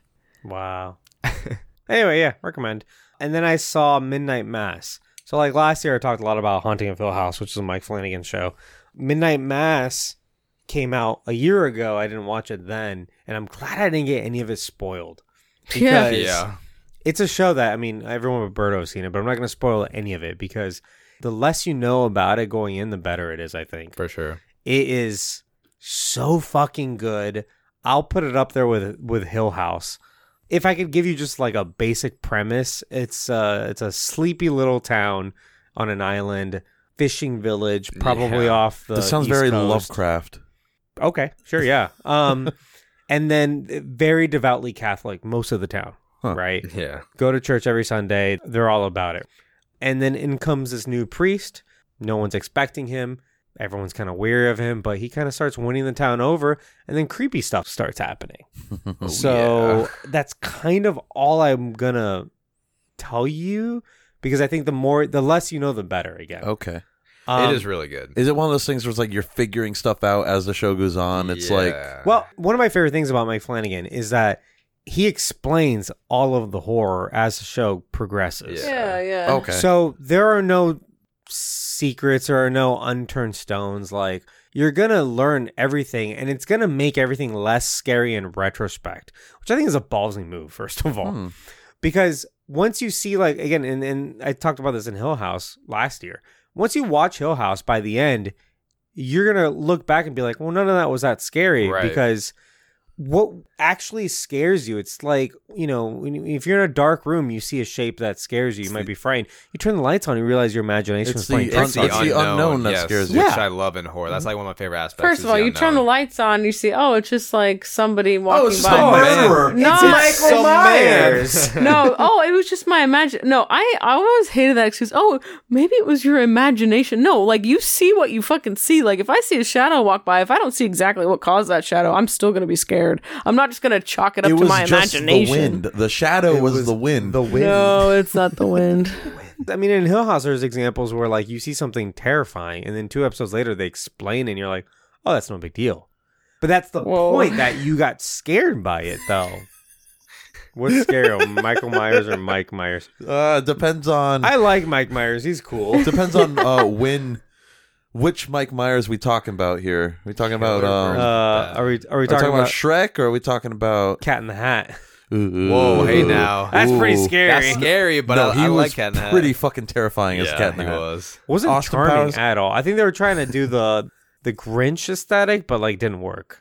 [SPEAKER 1] Wow. anyway, yeah, recommend. And then I saw Midnight Mass. So like last year, I talked a lot about Haunting of Hill House, which is a Mike Flanagan show. Midnight Mass came out a year ago. I didn't watch it then, and I'm glad I didn't get any of it spoiled.
[SPEAKER 3] Yeah.
[SPEAKER 1] Because
[SPEAKER 4] Yeah.
[SPEAKER 1] it's a show that I mean everyone but Birdo has seen it, but I'm not going to spoil any of it because the less you know about it going in, the better it is. I think
[SPEAKER 4] For sure.
[SPEAKER 1] it is so fucking good. I'll put it up there with with Hill House. If I could give you just like a basic premise, it's uh it's a sleepy little town on an island, fishing village, probably
[SPEAKER 4] Yeah.
[SPEAKER 1] off the.
[SPEAKER 2] This sounds
[SPEAKER 1] East
[SPEAKER 2] very
[SPEAKER 1] Coast.
[SPEAKER 2] Lovecraft.
[SPEAKER 1] Okay, sure, yeah. Um, and then very devoutly Catholic, most of the town,
[SPEAKER 2] Huh.
[SPEAKER 1] right?
[SPEAKER 4] Yeah.
[SPEAKER 1] go to church every Sunday. They're all about it. And then in comes this new priest. No one's expecting him. Everyone's kind of weary of him, but he kind of starts winning the town over, and then creepy stuff starts happening.
[SPEAKER 4] Oh,
[SPEAKER 1] so that's kind of all I'm gonna tell you because I think the more, the less you know, the better. Again,
[SPEAKER 2] Okay.
[SPEAKER 1] Um,
[SPEAKER 4] Oh, it is really good.
[SPEAKER 2] Is it one of those things where it's like you're figuring stuff out as the show goes on? It's like
[SPEAKER 4] Yeah.
[SPEAKER 1] Well, one of my favorite things about Mike Flanagan is that he explains all of the horror as the show progresses.
[SPEAKER 4] Yeah.
[SPEAKER 3] Yeah,
[SPEAKER 4] Oh,
[SPEAKER 3] yeah.
[SPEAKER 2] okay.
[SPEAKER 1] So there are no secrets or no unturned stones. Like you're gonna learn everything, and it's gonna make everything less scary in retrospect, which I think is a ballsy move. First of all,
[SPEAKER 2] Hmm.
[SPEAKER 1] because once you see, like again, and, and I talked about this in Hill House last year. Once you watch Hill House, by the end, you're gonna look back and be like, well, none of that was that scary
[SPEAKER 4] Right.
[SPEAKER 1] because. What actually scares you? It's like you know, when you- if you're in a dark room, you see a shape that scares you. You might be frightened. You turn the lights on, you realize your imagination
[SPEAKER 2] It's
[SPEAKER 1] is playing
[SPEAKER 2] the
[SPEAKER 1] tricks
[SPEAKER 4] it's the,
[SPEAKER 1] on
[SPEAKER 2] it's the
[SPEAKER 1] you.
[SPEAKER 4] unknown,
[SPEAKER 2] unknown that
[SPEAKER 4] yes,
[SPEAKER 2] scares
[SPEAKER 1] you.
[SPEAKER 4] Which
[SPEAKER 1] Yeah.
[SPEAKER 4] I love in horror. That's like one of my favorite aspects.
[SPEAKER 3] First
[SPEAKER 4] is
[SPEAKER 3] of all,
[SPEAKER 4] the
[SPEAKER 3] you turn the
[SPEAKER 4] unknown.
[SPEAKER 3] lights on, you see, oh, it's just like somebody walking
[SPEAKER 2] Oh, it's just
[SPEAKER 3] by.
[SPEAKER 2] a
[SPEAKER 4] Oh, man.
[SPEAKER 2] murderer.
[SPEAKER 3] No,
[SPEAKER 1] It's Michael
[SPEAKER 3] Michael
[SPEAKER 1] Myers.
[SPEAKER 3] no, oh, it was just my imagine. No, I, I always hated that excuse. Oh, maybe it was your imagination. No, like you see what you fucking see. Like if I see a shadow walk by, if I don't see exactly what caused that shadow, I'm still gonna be scared. I'm not just gonna chalk it up
[SPEAKER 2] it
[SPEAKER 3] to
[SPEAKER 2] was
[SPEAKER 3] my
[SPEAKER 2] just
[SPEAKER 3] imagination.
[SPEAKER 2] the wind. The shadow was, the wind.
[SPEAKER 5] The wind.
[SPEAKER 3] No, it's not the wind.
[SPEAKER 1] I mean, in Hill House, there's examples where like you see something terrifying, and then two episodes later they explain, and you're like, "Oh, that's no big deal." But that's the
[SPEAKER 3] Whoa.
[SPEAKER 1] point that you got scared by it, though. What's scarier, Michael Myers or Mike Myers?
[SPEAKER 2] uh, depends on
[SPEAKER 1] I like Mike Myers; he's cool.
[SPEAKER 2] depends on uh, when. Which Mike Myers we talking about here? we talking about um,
[SPEAKER 1] Uh, are we are we talking, about,
[SPEAKER 2] Shrek or are we talking about?
[SPEAKER 1] Cat in the Hat?
[SPEAKER 4] Whoa, hey now.
[SPEAKER 1] That's pretty
[SPEAKER 2] Ooh.
[SPEAKER 1] scary.
[SPEAKER 4] That's scary, but
[SPEAKER 2] no,
[SPEAKER 4] I,
[SPEAKER 2] he
[SPEAKER 4] I
[SPEAKER 2] was
[SPEAKER 4] like Cat in the Hat.
[SPEAKER 2] pretty fucking terrifying as
[SPEAKER 4] Yeah,
[SPEAKER 2] Cat in the
[SPEAKER 4] he
[SPEAKER 2] Hat.
[SPEAKER 4] was.
[SPEAKER 1] Wasn't
[SPEAKER 2] Austin
[SPEAKER 1] charming
[SPEAKER 2] Powers-
[SPEAKER 1] at all. I think they were trying to do the the Grinch aesthetic, but like didn't work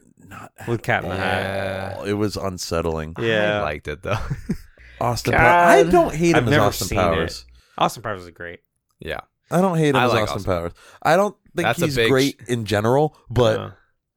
[SPEAKER 1] with
[SPEAKER 2] Uh,
[SPEAKER 1] Cat in the Hat.
[SPEAKER 4] Yeah.
[SPEAKER 2] Oh, it was unsettling.
[SPEAKER 1] Yeah.
[SPEAKER 4] Uh, I liked it though.
[SPEAKER 2] Austin Powers. I don't hate him
[SPEAKER 1] I've
[SPEAKER 2] as
[SPEAKER 1] never
[SPEAKER 2] Austin
[SPEAKER 1] seen
[SPEAKER 2] Powers.
[SPEAKER 1] Austin Powers is great.
[SPEAKER 4] yeah.
[SPEAKER 2] I don't hate him
[SPEAKER 4] I
[SPEAKER 2] as
[SPEAKER 4] like
[SPEAKER 2] Austin,
[SPEAKER 4] Austin.
[SPEAKER 2] Powers. I don't think
[SPEAKER 4] That's a
[SPEAKER 2] he's
[SPEAKER 4] big
[SPEAKER 2] great in general, but
[SPEAKER 1] Uh,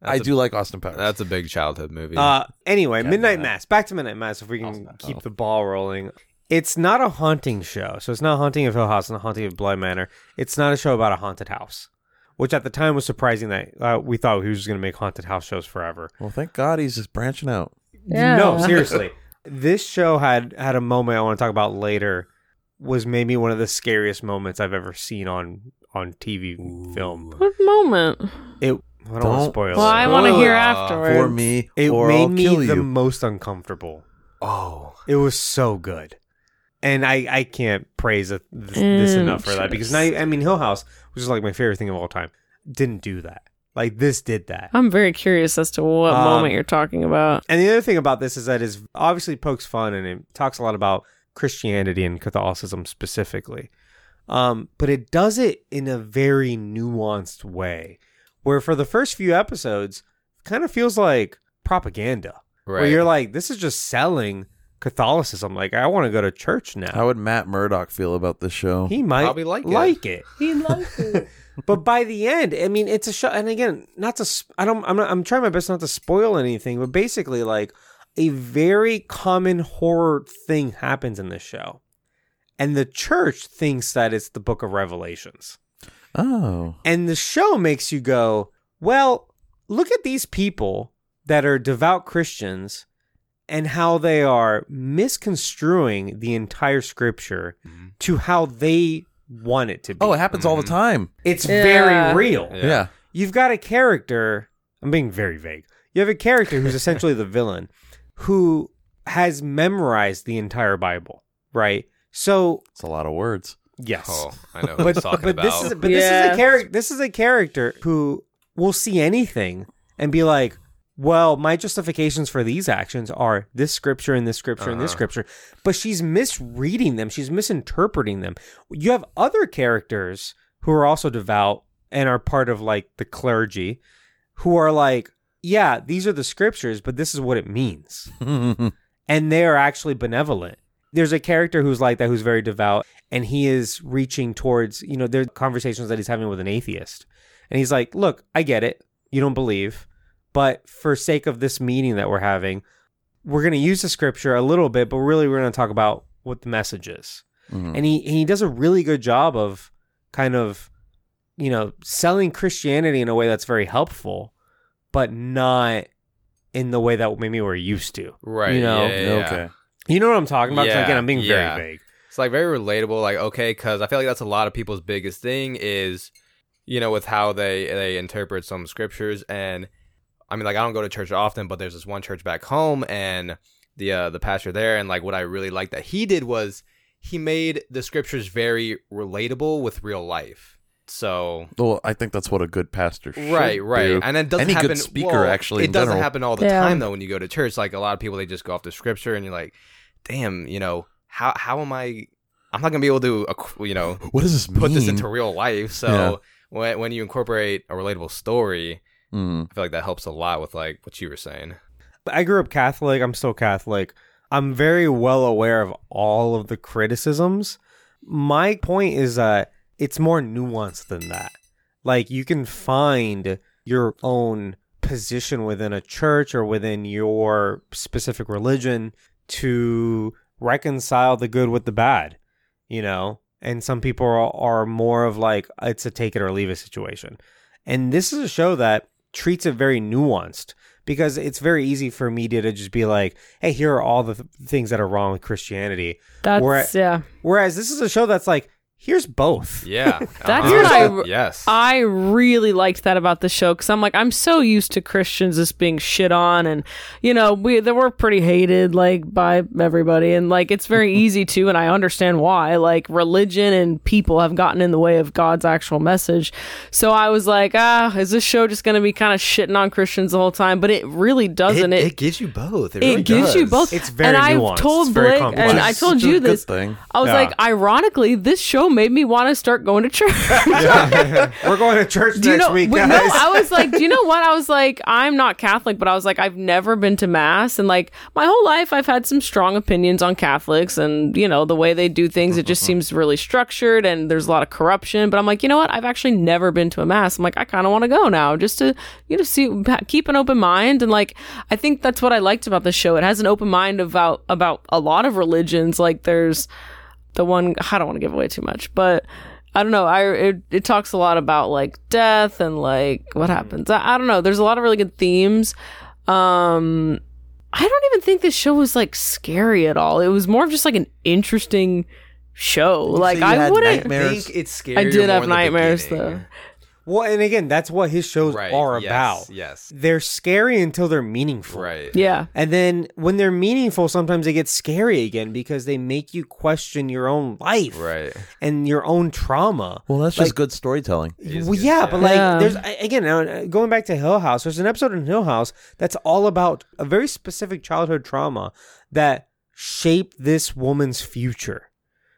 [SPEAKER 2] I
[SPEAKER 4] That's a-
[SPEAKER 2] do like Austin Powers.
[SPEAKER 4] That's a big childhood movie.
[SPEAKER 1] Uh, anyway,
[SPEAKER 2] Cat
[SPEAKER 1] Midnight
[SPEAKER 2] Night.
[SPEAKER 1] Mass. Back to Midnight Mass. If we
[SPEAKER 2] Awesome. Oh.
[SPEAKER 1] can keep the ball rolling, it's not a haunting show. So it's not haunting of Hill House, not haunting of Blood Manor. It's not a show about a haunted house, which at the time was surprising that uh, we thought he was going to make haunted house shows forever.
[SPEAKER 2] well, thank God he's just branching out.
[SPEAKER 3] Yeah.
[SPEAKER 1] No, seriously, this show had had a moment I want to talk about later. Was maybe one of the scariest moments I've ever seen on on TV film.
[SPEAKER 3] What moment?
[SPEAKER 1] It. I don't, want to
[SPEAKER 2] Don't
[SPEAKER 1] spoil
[SPEAKER 3] Well, I
[SPEAKER 1] it.
[SPEAKER 3] want to
[SPEAKER 4] Ugh.
[SPEAKER 3] hear
[SPEAKER 4] For
[SPEAKER 2] Ah,
[SPEAKER 3] afterwards.
[SPEAKER 2] For me,
[SPEAKER 1] It
[SPEAKER 2] or
[SPEAKER 1] made
[SPEAKER 2] I'll
[SPEAKER 1] me
[SPEAKER 2] kill
[SPEAKER 1] the
[SPEAKER 2] you.
[SPEAKER 1] most uncomfortable.
[SPEAKER 4] oh,
[SPEAKER 1] It was so good. And I, I can't praise a, th- this enough for that because now, I mean, Hill House, which is like my favorite thing of all time, didn't do that. Like, this did that.
[SPEAKER 3] I'm very curious as to what
[SPEAKER 1] Um,
[SPEAKER 2] Ah.
[SPEAKER 3] moment you're talking about.
[SPEAKER 1] And the other thing about this is that it obviously pokes fun and it talks a lot about Christianity and Catholicism specifically. Um, but it does it in a very nuanced way, where for the first few episodes, it kind of feels like propaganda.
[SPEAKER 4] right.
[SPEAKER 1] Where you're like, this is just selling Catholicism. Like, I want to go to church now.
[SPEAKER 2] How would Matt Murdock feel about this show?
[SPEAKER 1] he might
[SPEAKER 4] Probably like it.
[SPEAKER 1] it. He likes it. but by the end, I mean, it's a show. And again, not to. sp- I don't. I'm not. I'm trying my best not to spoil anything. But basically, like a very common horror thing happens in this show, and the church thinks that it's the Book of Revelations,
[SPEAKER 2] oh,
[SPEAKER 1] and the show makes you go, well, look at these people that are devout Christians. And how they are misconstruing the entire scripture to how they want it to be.
[SPEAKER 2] oh, it happens all the
[SPEAKER 1] Mm.
[SPEAKER 2] time.
[SPEAKER 4] Mhm.
[SPEAKER 1] It's
[SPEAKER 3] Yeah.
[SPEAKER 1] very real.
[SPEAKER 4] Yeah.
[SPEAKER 2] Yeah,
[SPEAKER 1] You've got a character, I'm being very vague. You have a character who's essentially the villain who has memorized the entire Bible, right? So,
[SPEAKER 2] it's a lot of words.
[SPEAKER 1] yes.
[SPEAKER 4] Oh, I know who
[SPEAKER 1] But
[SPEAKER 4] it's talking
[SPEAKER 1] but
[SPEAKER 4] about.
[SPEAKER 1] this is but this is
[SPEAKER 3] Yeah.
[SPEAKER 1] a character this is a character who will see anything and be like, well, my justifications for these actions are this scripture and this scripture and
[SPEAKER 4] Uh-huh.
[SPEAKER 1] this scripture. But she's misreading them, she's misinterpreting them. You have other characters who are also devout and are part of like the clergy who are like, yeah, these are the scriptures, but this is what it means
[SPEAKER 2] Mm.
[SPEAKER 1] and they are actually benevolent. There's a character who's like that, who's very devout, and he is reaching towards, you know, there's conversations that he's having with an atheist. And he's like, Look, I get it. You don't believe. But for sake of this meeting that we're having, we're going to use the scripture a little bit, but really we're going to talk about what the message is.
[SPEAKER 2] Mhm.
[SPEAKER 1] And he, he does a really good job of kind of, you know, selling Christianity in a way that's very helpful, but not in the way that maybe we're used to.
[SPEAKER 4] Right.
[SPEAKER 1] You know,
[SPEAKER 4] yeah, yeah, yeah.
[SPEAKER 2] Oh, Okay.
[SPEAKER 1] You know what I'm talking about? 'Cause
[SPEAKER 4] Yeah,
[SPEAKER 1] Again, I'm being
[SPEAKER 4] yeah.
[SPEAKER 1] very vague.
[SPEAKER 4] It's like very relatable. Like okay, because I feel like that's a lot of people's biggest thing is, you know, with how they they interpret some scriptures. And I mean, like I don't go to church often, but there's this one church back home, and the uh, the pastor there, and like what I really liked that he did was he made the scriptures very relatable with real life. So
[SPEAKER 2] Well, I think that's what a good pastor should
[SPEAKER 4] right right
[SPEAKER 2] do.
[SPEAKER 4] and it doesn't
[SPEAKER 2] Any good
[SPEAKER 4] happen
[SPEAKER 2] speaker,
[SPEAKER 4] well,
[SPEAKER 2] actually,
[SPEAKER 4] it
[SPEAKER 2] in
[SPEAKER 4] doesn't
[SPEAKER 2] general.
[SPEAKER 4] happen all the
[SPEAKER 3] Yeah.
[SPEAKER 4] time though when you go to church like a lot of people they just go off the scripture and you're like damn you know how how am i i'm not gonna be able to acqu- you know
[SPEAKER 2] what does this
[SPEAKER 4] put
[SPEAKER 2] mean?
[SPEAKER 4] this into real life so
[SPEAKER 2] Yeah.
[SPEAKER 4] when, when you incorporate a relatable story
[SPEAKER 2] Mm.
[SPEAKER 4] i feel like that helps a lot with like what you were saying
[SPEAKER 1] I grew up Catholic. I'm still Catholic. I'm very well aware of all of the criticisms. My point is that it's more nuanced than that. Like, you can find your own position within a church or within your specific religion to reconcile the good with the bad, you know? And some people are, are more of like, it's a take it or leave it situation. And this is a show that treats it very nuanced because it's very easy for media to just be like, hey, here are all the th- things that are wrong with Christianity.
[SPEAKER 3] That's
[SPEAKER 1] We're-
[SPEAKER 3] yeah.
[SPEAKER 1] Whereas this is a show that's like, here's both.
[SPEAKER 4] yeah
[SPEAKER 3] That's
[SPEAKER 1] what
[SPEAKER 4] Uh-huh.
[SPEAKER 3] I-
[SPEAKER 4] yes
[SPEAKER 3] I really liked that about the show because I'm like, I'm so used to Christians just being shit on, and you know, we that we're pretty hated like by everybody, and like it's very easy to, and I understand why. Like religion and people have gotten in the way of God's actual message, so I was like, ah, is this show just going to be kind of shitting on Christians the whole time? But it really doesn't. It,
[SPEAKER 4] gives you both
[SPEAKER 3] it gives you both.
[SPEAKER 1] It's very
[SPEAKER 3] and
[SPEAKER 1] nuanced.
[SPEAKER 3] I've told
[SPEAKER 1] It's very
[SPEAKER 3] Blake,
[SPEAKER 1] complex.
[SPEAKER 3] and I
[SPEAKER 1] It's
[SPEAKER 3] told
[SPEAKER 2] It's a
[SPEAKER 3] you
[SPEAKER 2] good
[SPEAKER 3] this.
[SPEAKER 2] thing.
[SPEAKER 3] I was
[SPEAKER 1] Yeah.
[SPEAKER 3] like, ironically, this show made me want to start going to church.
[SPEAKER 1] We're going to church
[SPEAKER 3] Do you
[SPEAKER 1] next
[SPEAKER 3] know?
[SPEAKER 1] week,
[SPEAKER 3] wait,
[SPEAKER 1] guys.
[SPEAKER 3] no, I was like, do you know what? I was like, I'm not Catholic, but I was like, I've never been to mass, and like my whole life, I've had some strong opinions on Catholics, and you know the way they do things. It
[SPEAKER 1] Uh-huh.
[SPEAKER 3] just seems really structured, and there's a lot of corruption. But I'm like, you know what? I've actually never been to a mass. I'm like, I kind of want to go now, just to you know see, ha- keep an open mind, and like I think that's what I liked about the show. It has an open mind about about a lot of religions. Like there's the one I don't want to give away too much, but I don't know. I it, it talks a lot about like death and like what happens. I, I don't know. There's a lot of really good themes. Um I don't even think this show was like scary at all. It was more of just like an interesting show. like
[SPEAKER 2] you
[SPEAKER 3] I
[SPEAKER 2] had
[SPEAKER 4] I
[SPEAKER 3] wouldn't
[SPEAKER 2] nightmares?
[SPEAKER 4] think it's scary.
[SPEAKER 3] I did have nightmares though.
[SPEAKER 1] well, and again, that's what his shows
[SPEAKER 4] Right.
[SPEAKER 1] are
[SPEAKER 4] yes,
[SPEAKER 1] about.
[SPEAKER 4] Yes.
[SPEAKER 1] They're scary until they're meaningful.
[SPEAKER 4] Right.
[SPEAKER 3] Yeah.
[SPEAKER 1] And then when they're meaningful, sometimes they get scary again because they make you question your own life
[SPEAKER 4] Right.
[SPEAKER 1] and your own trauma.
[SPEAKER 2] Well, that's
[SPEAKER 1] Like-
[SPEAKER 2] just good storytelling.
[SPEAKER 4] is
[SPEAKER 1] Well,
[SPEAKER 4] good,
[SPEAKER 1] yeah,
[SPEAKER 4] yeah.
[SPEAKER 1] but like,
[SPEAKER 3] Yeah.
[SPEAKER 1] there's I- again uh, going back to Hill House. There's an episode in Hill House that's all about a very specific childhood trauma that shaped this woman's future.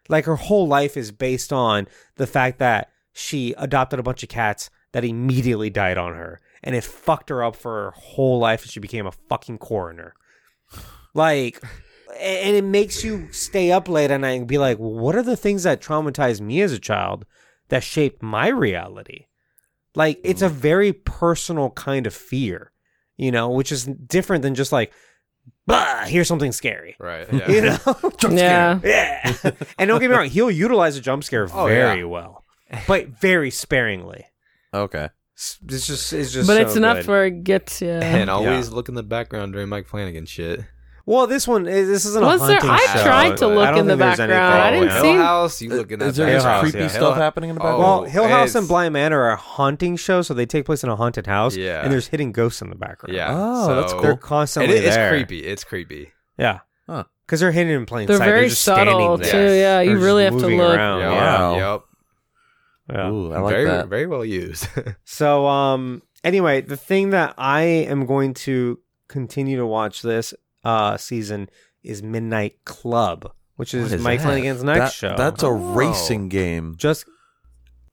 [SPEAKER 1] Like her whole life is based on the fact that she adopted a bunch of cats that immediately died on her, and it fucked her up for her whole life, and she became a fucking coroner. Like, a- and it makes you stay up late at night and be like, what are the things that traumatized me as a child that shaped my reality? Like, it's
[SPEAKER 4] Mm.
[SPEAKER 1] a very personal kind of fear, you know, which is different than just like, bah, here's something scary.
[SPEAKER 4] Right. Yeah.
[SPEAKER 1] You know?
[SPEAKER 3] yeah.
[SPEAKER 1] yeah. and don't get me wrong, he'll utilize a jump scare
[SPEAKER 4] Oh,
[SPEAKER 1] very
[SPEAKER 4] yeah.
[SPEAKER 1] well, but very sparingly.
[SPEAKER 2] Okay.
[SPEAKER 1] S- It's just, it's just,
[SPEAKER 3] but
[SPEAKER 1] so
[SPEAKER 3] it's enough
[SPEAKER 1] good.
[SPEAKER 3] where it gets you.
[SPEAKER 4] And always look in the background during Mike Flanagan shit.
[SPEAKER 1] Well, this one, is- this isn't
[SPEAKER 3] Was
[SPEAKER 1] a
[SPEAKER 3] there-
[SPEAKER 1] hunting
[SPEAKER 3] I
[SPEAKER 1] show.
[SPEAKER 3] tried to look
[SPEAKER 1] I don't
[SPEAKER 3] in the
[SPEAKER 1] think there's anything.
[SPEAKER 2] Uh,
[SPEAKER 3] background. I didn't
[SPEAKER 4] Hill
[SPEAKER 3] see-
[SPEAKER 4] House, you look in that
[SPEAKER 2] Oh, Is there
[SPEAKER 1] Hill
[SPEAKER 2] just
[SPEAKER 1] House,
[SPEAKER 2] creepy
[SPEAKER 1] yeah.
[SPEAKER 2] stuff happening in the background?
[SPEAKER 1] Well,
[SPEAKER 4] Oh,
[SPEAKER 1] Hill House and
[SPEAKER 4] it's-
[SPEAKER 1] Blind Manor are haunting shows, so they take place in a haunted house.
[SPEAKER 4] Yeah.
[SPEAKER 1] And there's hidden ghosts in the background.
[SPEAKER 4] Yeah.
[SPEAKER 2] Oh,
[SPEAKER 4] so
[SPEAKER 2] that's cool.
[SPEAKER 1] They're
[SPEAKER 2] They're
[SPEAKER 4] It,
[SPEAKER 1] constantly
[SPEAKER 4] it's
[SPEAKER 1] there.
[SPEAKER 4] creepy. It's creepy.
[SPEAKER 1] Yeah.
[SPEAKER 2] Huh.
[SPEAKER 1] Because they're hidden in plain
[SPEAKER 3] They're
[SPEAKER 1] sight.
[SPEAKER 3] very
[SPEAKER 1] just
[SPEAKER 3] subtle
[SPEAKER 1] standing
[SPEAKER 3] too.
[SPEAKER 1] there.
[SPEAKER 4] Yes.
[SPEAKER 3] Yeah,
[SPEAKER 1] They're
[SPEAKER 3] you
[SPEAKER 1] just
[SPEAKER 3] really have to
[SPEAKER 1] moving
[SPEAKER 3] look.
[SPEAKER 1] around.
[SPEAKER 4] Yep.
[SPEAKER 2] wow.
[SPEAKER 4] Yep.
[SPEAKER 1] Yeah.
[SPEAKER 2] Ooh, Oh, I like
[SPEAKER 4] very,
[SPEAKER 2] that.
[SPEAKER 4] very well used.
[SPEAKER 1] So um anyway, the thing that I am going to continue to watch this uh season is Midnight Club, which is,
[SPEAKER 2] What is
[SPEAKER 1] Mike
[SPEAKER 2] that?
[SPEAKER 1] Flanagan's next
[SPEAKER 2] That-
[SPEAKER 1] show.
[SPEAKER 2] That's a
[SPEAKER 4] Oh.
[SPEAKER 2] racing game.
[SPEAKER 1] just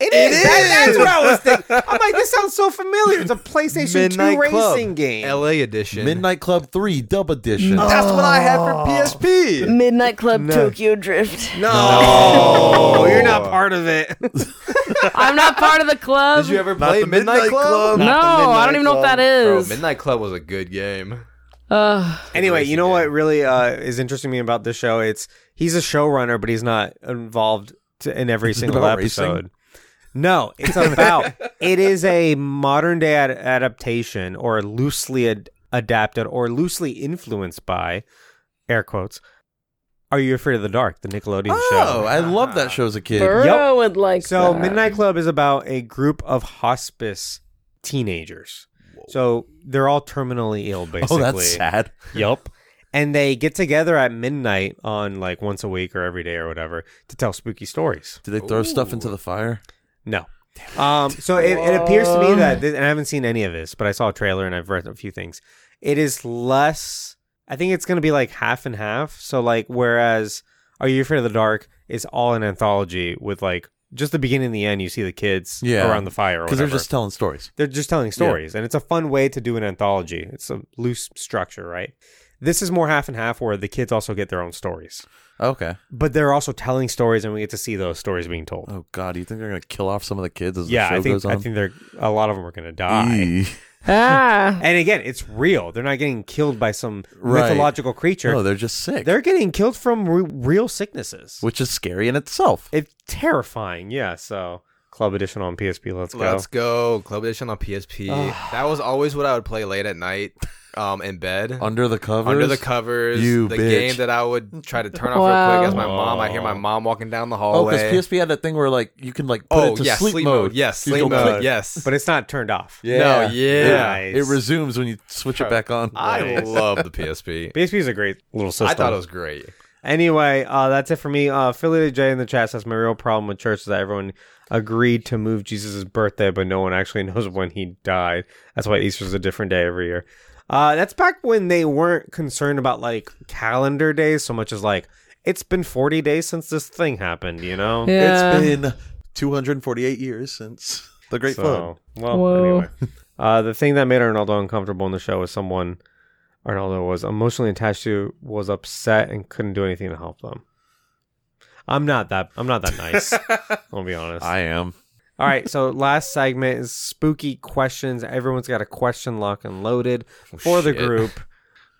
[SPEAKER 1] it
[SPEAKER 4] It
[SPEAKER 1] is. That- that's
[SPEAKER 4] is!
[SPEAKER 1] what I was thinking. I'm like, this sounds so familiar. It's a PlayStation
[SPEAKER 4] Midnight
[SPEAKER 1] 2
[SPEAKER 4] Club.
[SPEAKER 1] racing game.
[SPEAKER 4] LA edition.
[SPEAKER 2] Midnight Club 3 Dub Edition.
[SPEAKER 3] No.
[SPEAKER 4] That's what I had
[SPEAKER 1] Oh.
[SPEAKER 4] for PSP.
[SPEAKER 5] Midnight Club
[SPEAKER 1] No.
[SPEAKER 5] Tokyo Drift.
[SPEAKER 1] no,
[SPEAKER 4] No.
[SPEAKER 1] you're not part of it.
[SPEAKER 3] I'm not part of the club.
[SPEAKER 4] Did you ever play Midnight, Club?
[SPEAKER 3] No, I don't even know what that
[SPEAKER 4] Bro,
[SPEAKER 3] is.
[SPEAKER 4] Midnight Club was a good game.
[SPEAKER 3] Ugh.
[SPEAKER 1] anyway,
[SPEAKER 4] racing
[SPEAKER 1] you know
[SPEAKER 4] game.
[SPEAKER 1] what really uh, is interesting to me about this show? It's he's a showrunner, but he's not involved to, in every
[SPEAKER 2] Is it
[SPEAKER 1] single
[SPEAKER 2] about
[SPEAKER 1] episode. No, it's about. it is a modern day ad- adaptation, or loosely ad- adapted, or loosely influenced by, air quotes. Are you afraid of the dark? The Nickelodeon
[SPEAKER 2] Oh,
[SPEAKER 1] show.
[SPEAKER 2] I loved that show as a kid.
[SPEAKER 3] Burrow would like
[SPEAKER 1] So
[SPEAKER 3] that.
[SPEAKER 1] Midnight Club is about a group of hospice teenagers. So they're all terminally ill, basically.
[SPEAKER 2] Oh, that's sad.
[SPEAKER 1] Yep. And they get together at midnight on like once a week or every day or whatever to tell spooky stories.
[SPEAKER 2] Did they throw stuff into the fire?
[SPEAKER 1] No. Um, so it, it appears to me that, this, and I haven't seen any of this, but I saw a trailer and I've read a few things. It is less, I think it's going to be like half and half. So, like, whereas Are You Afraid of the Dark is all an anthology with like just the beginning and the end, you see the kids
[SPEAKER 2] Yeah.
[SPEAKER 1] around the fire or
[SPEAKER 2] Because they're
[SPEAKER 1] whatever
[SPEAKER 2] just telling stories.
[SPEAKER 1] they're just telling stories and it's a fun way to do an anthology it's a loose structure right this is more half and half where the kids also get their own stories
[SPEAKER 2] Oh, Okay.
[SPEAKER 1] but they're also telling stories and we get to see those stories being told
[SPEAKER 2] Oh God, do you think they're gonna kill off some of the kids as
[SPEAKER 1] yeah
[SPEAKER 2] the show
[SPEAKER 1] i think
[SPEAKER 2] goes on?
[SPEAKER 1] i think they're a lot of them are going to die
[SPEAKER 2] Eee.
[SPEAKER 3] ah,
[SPEAKER 1] and again it's real they're not getting killed by some
[SPEAKER 2] Right.
[SPEAKER 1] mythological creature
[SPEAKER 2] No, they're just sick,
[SPEAKER 1] they're getting killed from re- real sicknesses
[SPEAKER 2] which is scary in itself.
[SPEAKER 1] it's terrifying yeah so club edition on psp let's go
[SPEAKER 4] Let's go. Club Edition on PSP.
[SPEAKER 2] Ah.
[SPEAKER 4] that was always what I would play late at night um, in bed.
[SPEAKER 2] Under the covers.
[SPEAKER 4] Under the covers.
[SPEAKER 2] You
[SPEAKER 4] the
[SPEAKER 2] bitch.
[SPEAKER 4] game that I would try to turn off real
[SPEAKER 3] Wow.
[SPEAKER 4] quick as my mom. I hear my mom walking down the
[SPEAKER 2] Oh,
[SPEAKER 4] hallway.
[SPEAKER 2] because PSP had that thing where like you can like put
[SPEAKER 4] Oh,
[SPEAKER 2] it to
[SPEAKER 4] yeah,
[SPEAKER 2] sleep, mode.
[SPEAKER 4] Yes,
[SPEAKER 2] You
[SPEAKER 4] sleep
[SPEAKER 2] go click-
[SPEAKER 4] mode. Yes.
[SPEAKER 1] but it's not turned off
[SPEAKER 2] Yeah.
[SPEAKER 4] No,
[SPEAKER 1] Yeah.
[SPEAKER 4] yeah.
[SPEAKER 2] It resumes when you switch it back on.
[SPEAKER 4] I love the PSP.
[SPEAKER 1] PSP is a great little system.
[SPEAKER 4] I thought it was great.
[SPEAKER 1] Anyway, uh, that's it for me. Uh, Philly J in the chat says my real problem with church is that everyone agreed to move Jesus' birthday, but no one actually knows when he died. That's why Easter's a different day every year. Uh, that's back when they weren't concerned about like calendar days so much as like it's been 40 days since this thing happened, you know?
[SPEAKER 3] yeah.
[SPEAKER 2] It's been 248 years since the Great
[SPEAKER 1] So,
[SPEAKER 2] Flood.
[SPEAKER 1] well,
[SPEAKER 3] Whoa.
[SPEAKER 1] anyway. Uh, the thing that made Arnaldo uncomfortable in the show was someone Arnaldo was emotionally attached to, was upset, and couldn't do anything to help them. I'm not that. I'm not that nice. I'll be honest.
[SPEAKER 2] I am.
[SPEAKER 1] All right. So last segment is spooky questions. Everyone's got a question locked and loaded for the
[SPEAKER 4] Oh, shit.
[SPEAKER 1] group.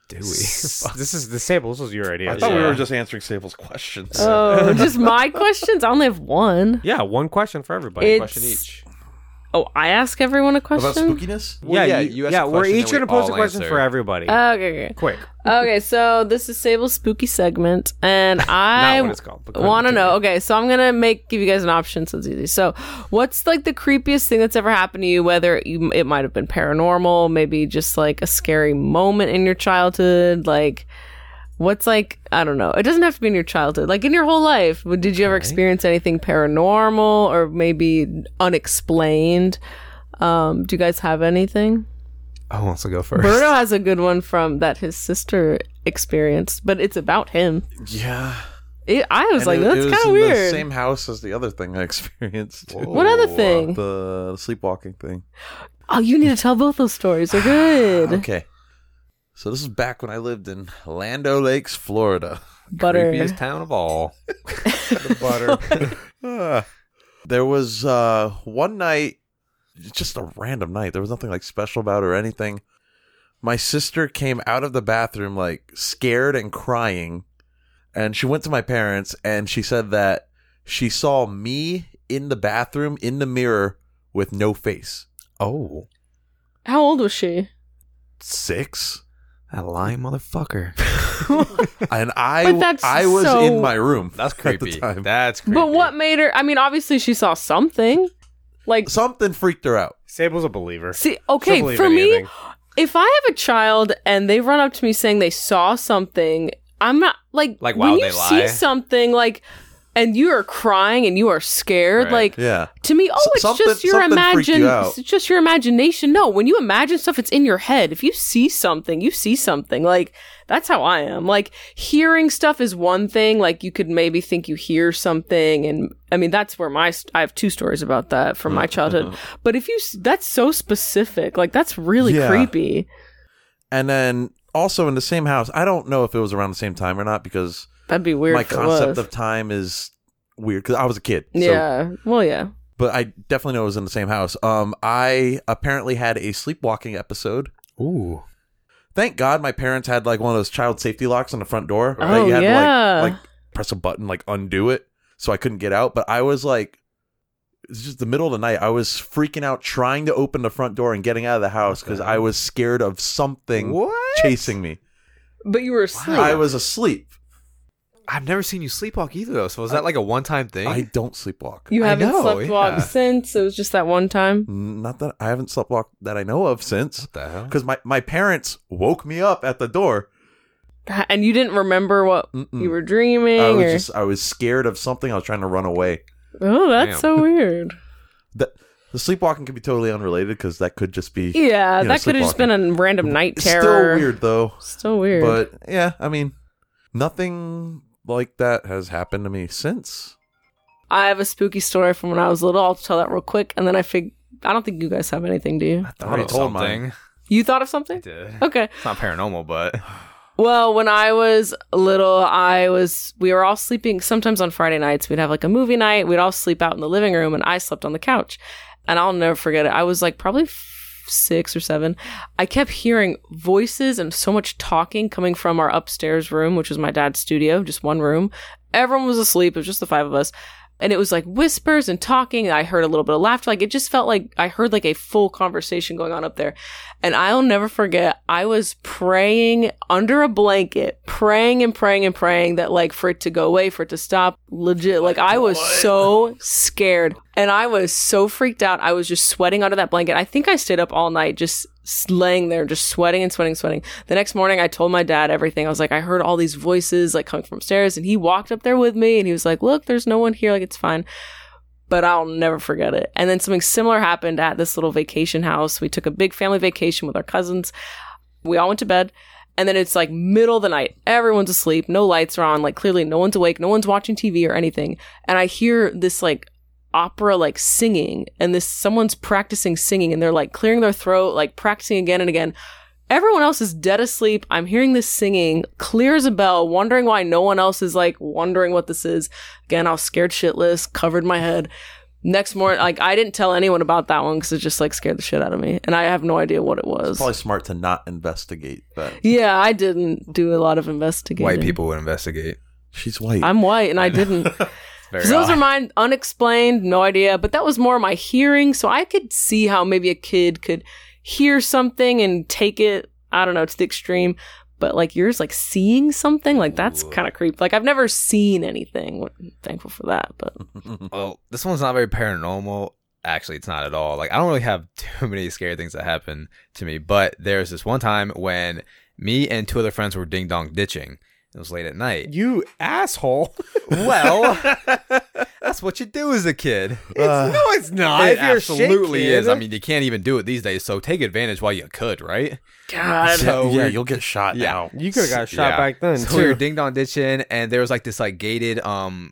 [SPEAKER 4] Do
[SPEAKER 1] S- this is the table. This was your idea.
[SPEAKER 2] I thought we
[SPEAKER 1] so-
[SPEAKER 2] were just answering Sable's questions.
[SPEAKER 3] Oh, just my questions. I only have one.
[SPEAKER 1] Yeah, one question for everybody.
[SPEAKER 3] It-
[SPEAKER 4] Question
[SPEAKER 3] It's-
[SPEAKER 4] each.
[SPEAKER 3] Oh, I ask everyone a
[SPEAKER 2] About
[SPEAKER 3] question.
[SPEAKER 2] spookiness?
[SPEAKER 4] Well, yeah, you ask a
[SPEAKER 1] yeah. We're
[SPEAKER 4] question,
[SPEAKER 1] each
[SPEAKER 4] then
[SPEAKER 1] going
[SPEAKER 4] we
[SPEAKER 1] to post a
[SPEAKER 4] all
[SPEAKER 1] question
[SPEAKER 4] answer.
[SPEAKER 1] for everybody.
[SPEAKER 3] Oh, okay, okay.
[SPEAKER 1] Quick.
[SPEAKER 3] okay, so this is Sable's spooky segment, and I
[SPEAKER 1] Not what it's called. but
[SPEAKER 3] want to know. Okay, so I'm gonna make give you guys an option so it's easy. So, what's like the creepiest thing that's ever happened to you? Whether you, it might have been paranormal, maybe just like a scary moment in your childhood, like. What's like I don't know. It doesn't have to be in your childhood. Like in your whole life, w- did you ever experience anything paranormal or maybe unexplained? Um, do you guys have anything?
[SPEAKER 4] Who wants to go first?
[SPEAKER 3] Berto has a good one from that his sister experienced, but it's about him.
[SPEAKER 2] Yeah.
[SPEAKER 3] It, I
[SPEAKER 2] And
[SPEAKER 3] was like,
[SPEAKER 2] it- it was
[SPEAKER 3] that's kind of
[SPEAKER 2] in the
[SPEAKER 3] weird.
[SPEAKER 2] Same house as the other thing I experienced. too.
[SPEAKER 3] What other thing?
[SPEAKER 2] The sleepwalking thing.
[SPEAKER 3] Oh, you need to tell both those stories. They're good.
[SPEAKER 2] Okay. So this is back when I lived in Lando Lakes, Florida.
[SPEAKER 3] Butter.
[SPEAKER 4] Creepiest town of all.
[SPEAKER 1] butter.
[SPEAKER 2] Ah. there was uh, one night, just a random night. There was nothing like special about it or anything. My sister came out of the bathroom like scared and crying, and she went to my parents and she said that she saw me in the bathroom in the mirror with no face.
[SPEAKER 4] Oh,
[SPEAKER 3] How old was she?
[SPEAKER 2] Six,
[SPEAKER 4] that lying motherfucker.
[SPEAKER 2] and I
[SPEAKER 3] But that's
[SPEAKER 2] I was
[SPEAKER 3] so-
[SPEAKER 2] in my room.
[SPEAKER 4] That's
[SPEAKER 2] at the
[SPEAKER 4] creepy.
[SPEAKER 2] time.
[SPEAKER 4] That's creepy.
[SPEAKER 3] But what made her? I mean, obviously she saw something. Like,
[SPEAKER 2] Something freaked her out.
[SPEAKER 1] Sable's a believer.
[SPEAKER 3] see,
[SPEAKER 1] She'll
[SPEAKER 3] okay,
[SPEAKER 1] believe
[SPEAKER 3] for me,
[SPEAKER 1] anything.
[SPEAKER 3] if I have a child and they run up to me saying they saw something, I'm not like
[SPEAKER 4] Like,
[SPEAKER 3] when
[SPEAKER 4] wow,
[SPEAKER 3] you
[SPEAKER 4] they
[SPEAKER 3] see
[SPEAKER 4] lie?
[SPEAKER 3] something like and you are crying and you are scared
[SPEAKER 4] Right.
[SPEAKER 3] like
[SPEAKER 2] Yeah.
[SPEAKER 3] to me oh
[SPEAKER 2] S-
[SPEAKER 3] it's
[SPEAKER 2] something-
[SPEAKER 3] just your
[SPEAKER 2] something freaked you
[SPEAKER 3] imagine
[SPEAKER 2] out.
[SPEAKER 3] it's just your imagination no when you imagine stuff it's in your head if you see something you see something like that's how i am like hearing stuff is one thing like you could maybe think you hear something and i mean that's where my st- i have two stories about that from
[SPEAKER 2] Uh-huh.
[SPEAKER 3] my childhood but if you s- that's so specific like that's really
[SPEAKER 2] Yeah.
[SPEAKER 3] creepy
[SPEAKER 2] And then also in the same house, I don't know if it was around the same time or not because
[SPEAKER 3] that'd be weird
[SPEAKER 2] my
[SPEAKER 3] if it
[SPEAKER 2] concept
[SPEAKER 3] was.
[SPEAKER 2] of time is weird because I was a kid. so-
[SPEAKER 3] yeah well yeah
[SPEAKER 2] but I definitely know it was in the same house. Um, I apparently had a sleepwalking episode.
[SPEAKER 4] Ooh.
[SPEAKER 2] Thank God my parents had like one of those child safety locks on the front door
[SPEAKER 3] Oh,
[SPEAKER 2] you had
[SPEAKER 3] yeah.
[SPEAKER 2] to like, like press a button, like undo it, so I couldn't get out. But I was like, it's just the middle of the night. I was freaking out trying to open the front door and getting out of the house because I was scared of something
[SPEAKER 4] What?
[SPEAKER 2] chasing me.
[SPEAKER 3] but you were asleep
[SPEAKER 2] I was asleep.
[SPEAKER 4] I've never seen you sleepwalk either, though. So was that like a one-time thing?
[SPEAKER 2] I don't sleepwalk.
[SPEAKER 3] you
[SPEAKER 4] I
[SPEAKER 3] haven't
[SPEAKER 4] know,
[SPEAKER 3] slept
[SPEAKER 4] yeah.
[SPEAKER 3] long since it was just that one time
[SPEAKER 2] N- Not that I haven't sleepwalked that I know of since.
[SPEAKER 4] What the hell?
[SPEAKER 2] Because my, my parents woke me up at the door.
[SPEAKER 3] and you didn't remember what
[SPEAKER 2] Mm-mm.
[SPEAKER 3] you were dreaming
[SPEAKER 2] I was
[SPEAKER 3] or
[SPEAKER 2] just I was scared of something. I was trying to run away.
[SPEAKER 3] oh that's
[SPEAKER 4] Damn.
[SPEAKER 3] so weird
[SPEAKER 2] That the sleepwalking could be totally unrelated because that could just be
[SPEAKER 3] yeah
[SPEAKER 2] You know,
[SPEAKER 3] that could have just been a random night
[SPEAKER 2] it's
[SPEAKER 3] terror
[SPEAKER 2] still weird though.
[SPEAKER 3] Still weird.
[SPEAKER 2] But yeah, I mean, nothing like that has happened to me since.
[SPEAKER 3] i have a spooky story from when i was little i'll tell that real quick and then i fig i don't think you guys have anything do you
[SPEAKER 2] I already told mine.
[SPEAKER 3] you thought of
[SPEAKER 4] I
[SPEAKER 3] something
[SPEAKER 4] did.
[SPEAKER 3] okay
[SPEAKER 4] It's not paranormal, but
[SPEAKER 3] Well, when I was little, I was we were all sleeping sometimes on Friday nights. We'd have like a movie night. We'd all sleep out in the living room and I slept on the couch. And I'll never forget it. I was like probably f- 6 or 7. I kept hearing voices and so much talking coming from our upstairs room, which was my dad's studio, just one room. Everyone was asleep. It was just the five of us. And it was like whispers and talking. I heard a little bit of laughter. Like it just felt like I heard like a full conversation going on up there. And I'll never forget, I was praying under a blanket, praying and praying and praying that, like, for it to go away, for it to stop. Legit. Like, I was so scared and I was so freaked out. I was just sweating under that blanket. I think I stayed up all night just s- laying there, just sweating and sweating, sweating. The next morning, I told my dad everything. I was like, I heard all these voices, like, coming from stairs. And he walked up there with me and he was like, Look, there's no one here. Like, it's fine but I'll never forget it. And then something similar happened at this little vacation house. We took a big family vacation with our cousins. We all went to bed. And then it's like middle of the night. Everyone's asleep. No lights are on. Like clearly no one's awake. No one's watching TV or anything. And I hear this like opera like singing and this someone's practicing singing and they're like clearing their throat, like practicing again and again. Everyone else is dead asleep. I'm hearing this singing, clear as a bell, wondering why no one else is like wondering what this is. Again, I was scared shitless, covered my head. Next morning, like I didn't tell anyone about that one because it just like scared the shit out of me, and I have no idea what it was.
[SPEAKER 2] Probably smart to not investigate that.
[SPEAKER 3] Yeah, I didn't do a lot of investigating.
[SPEAKER 4] white people would investigate.
[SPEAKER 2] She's white.
[SPEAKER 3] I'm white and I didn't.
[SPEAKER 4] Very
[SPEAKER 3] So those
[SPEAKER 4] odd.
[SPEAKER 3] are mine unexplained, no idea. But that was more my hearing, so I could see how maybe a kid could hear something and take it, I don't know, to the extreme. But like yours, like seeing something, like that's
[SPEAKER 4] Ooh.
[SPEAKER 3] kind of creepy. Like I've never seen anything. Thankful for that. But
[SPEAKER 4] Well, this one's not very paranormal. Actually, it's not at all. Like, I don't really have too many scary things that happen to me, but there's this one time when me and two other friends were ding dong ditching. It was late at night.
[SPEAKER 1] You asshole.
[SPEAKER 4] Well, that's what you do as a kid.
[SPEAKER 2] Uh,
[SPEAKER 1] no, it's not.
[SPEAKER 4] it
[SPEAKER 1] If you're a shit
[SPEAKER 4] absolutely
[SPEAKER 1] kid-
[SPEAKER 4] is. I mean, you can't even do it these days, so take advantage while you could, right?
[SPEAKER 3] God,
[SPEAKER 4] So
[SPEAKER 2] yeah,
[SPEAKER 4] Oh, we're-
[SPEAKER 2] you'll get shot
[SPEAKER 4] Yeah.
[SPEAKER 2] now.
[SPEAKER 1] you could have got shot
[SPEAKER 4] Yeah.
[SPEAKER 1] back then.
[SPEAKER 4] So we
[SPEAKER 1] too.
[SPEAKER 4] were ding dong ditching, and there was like this like gated um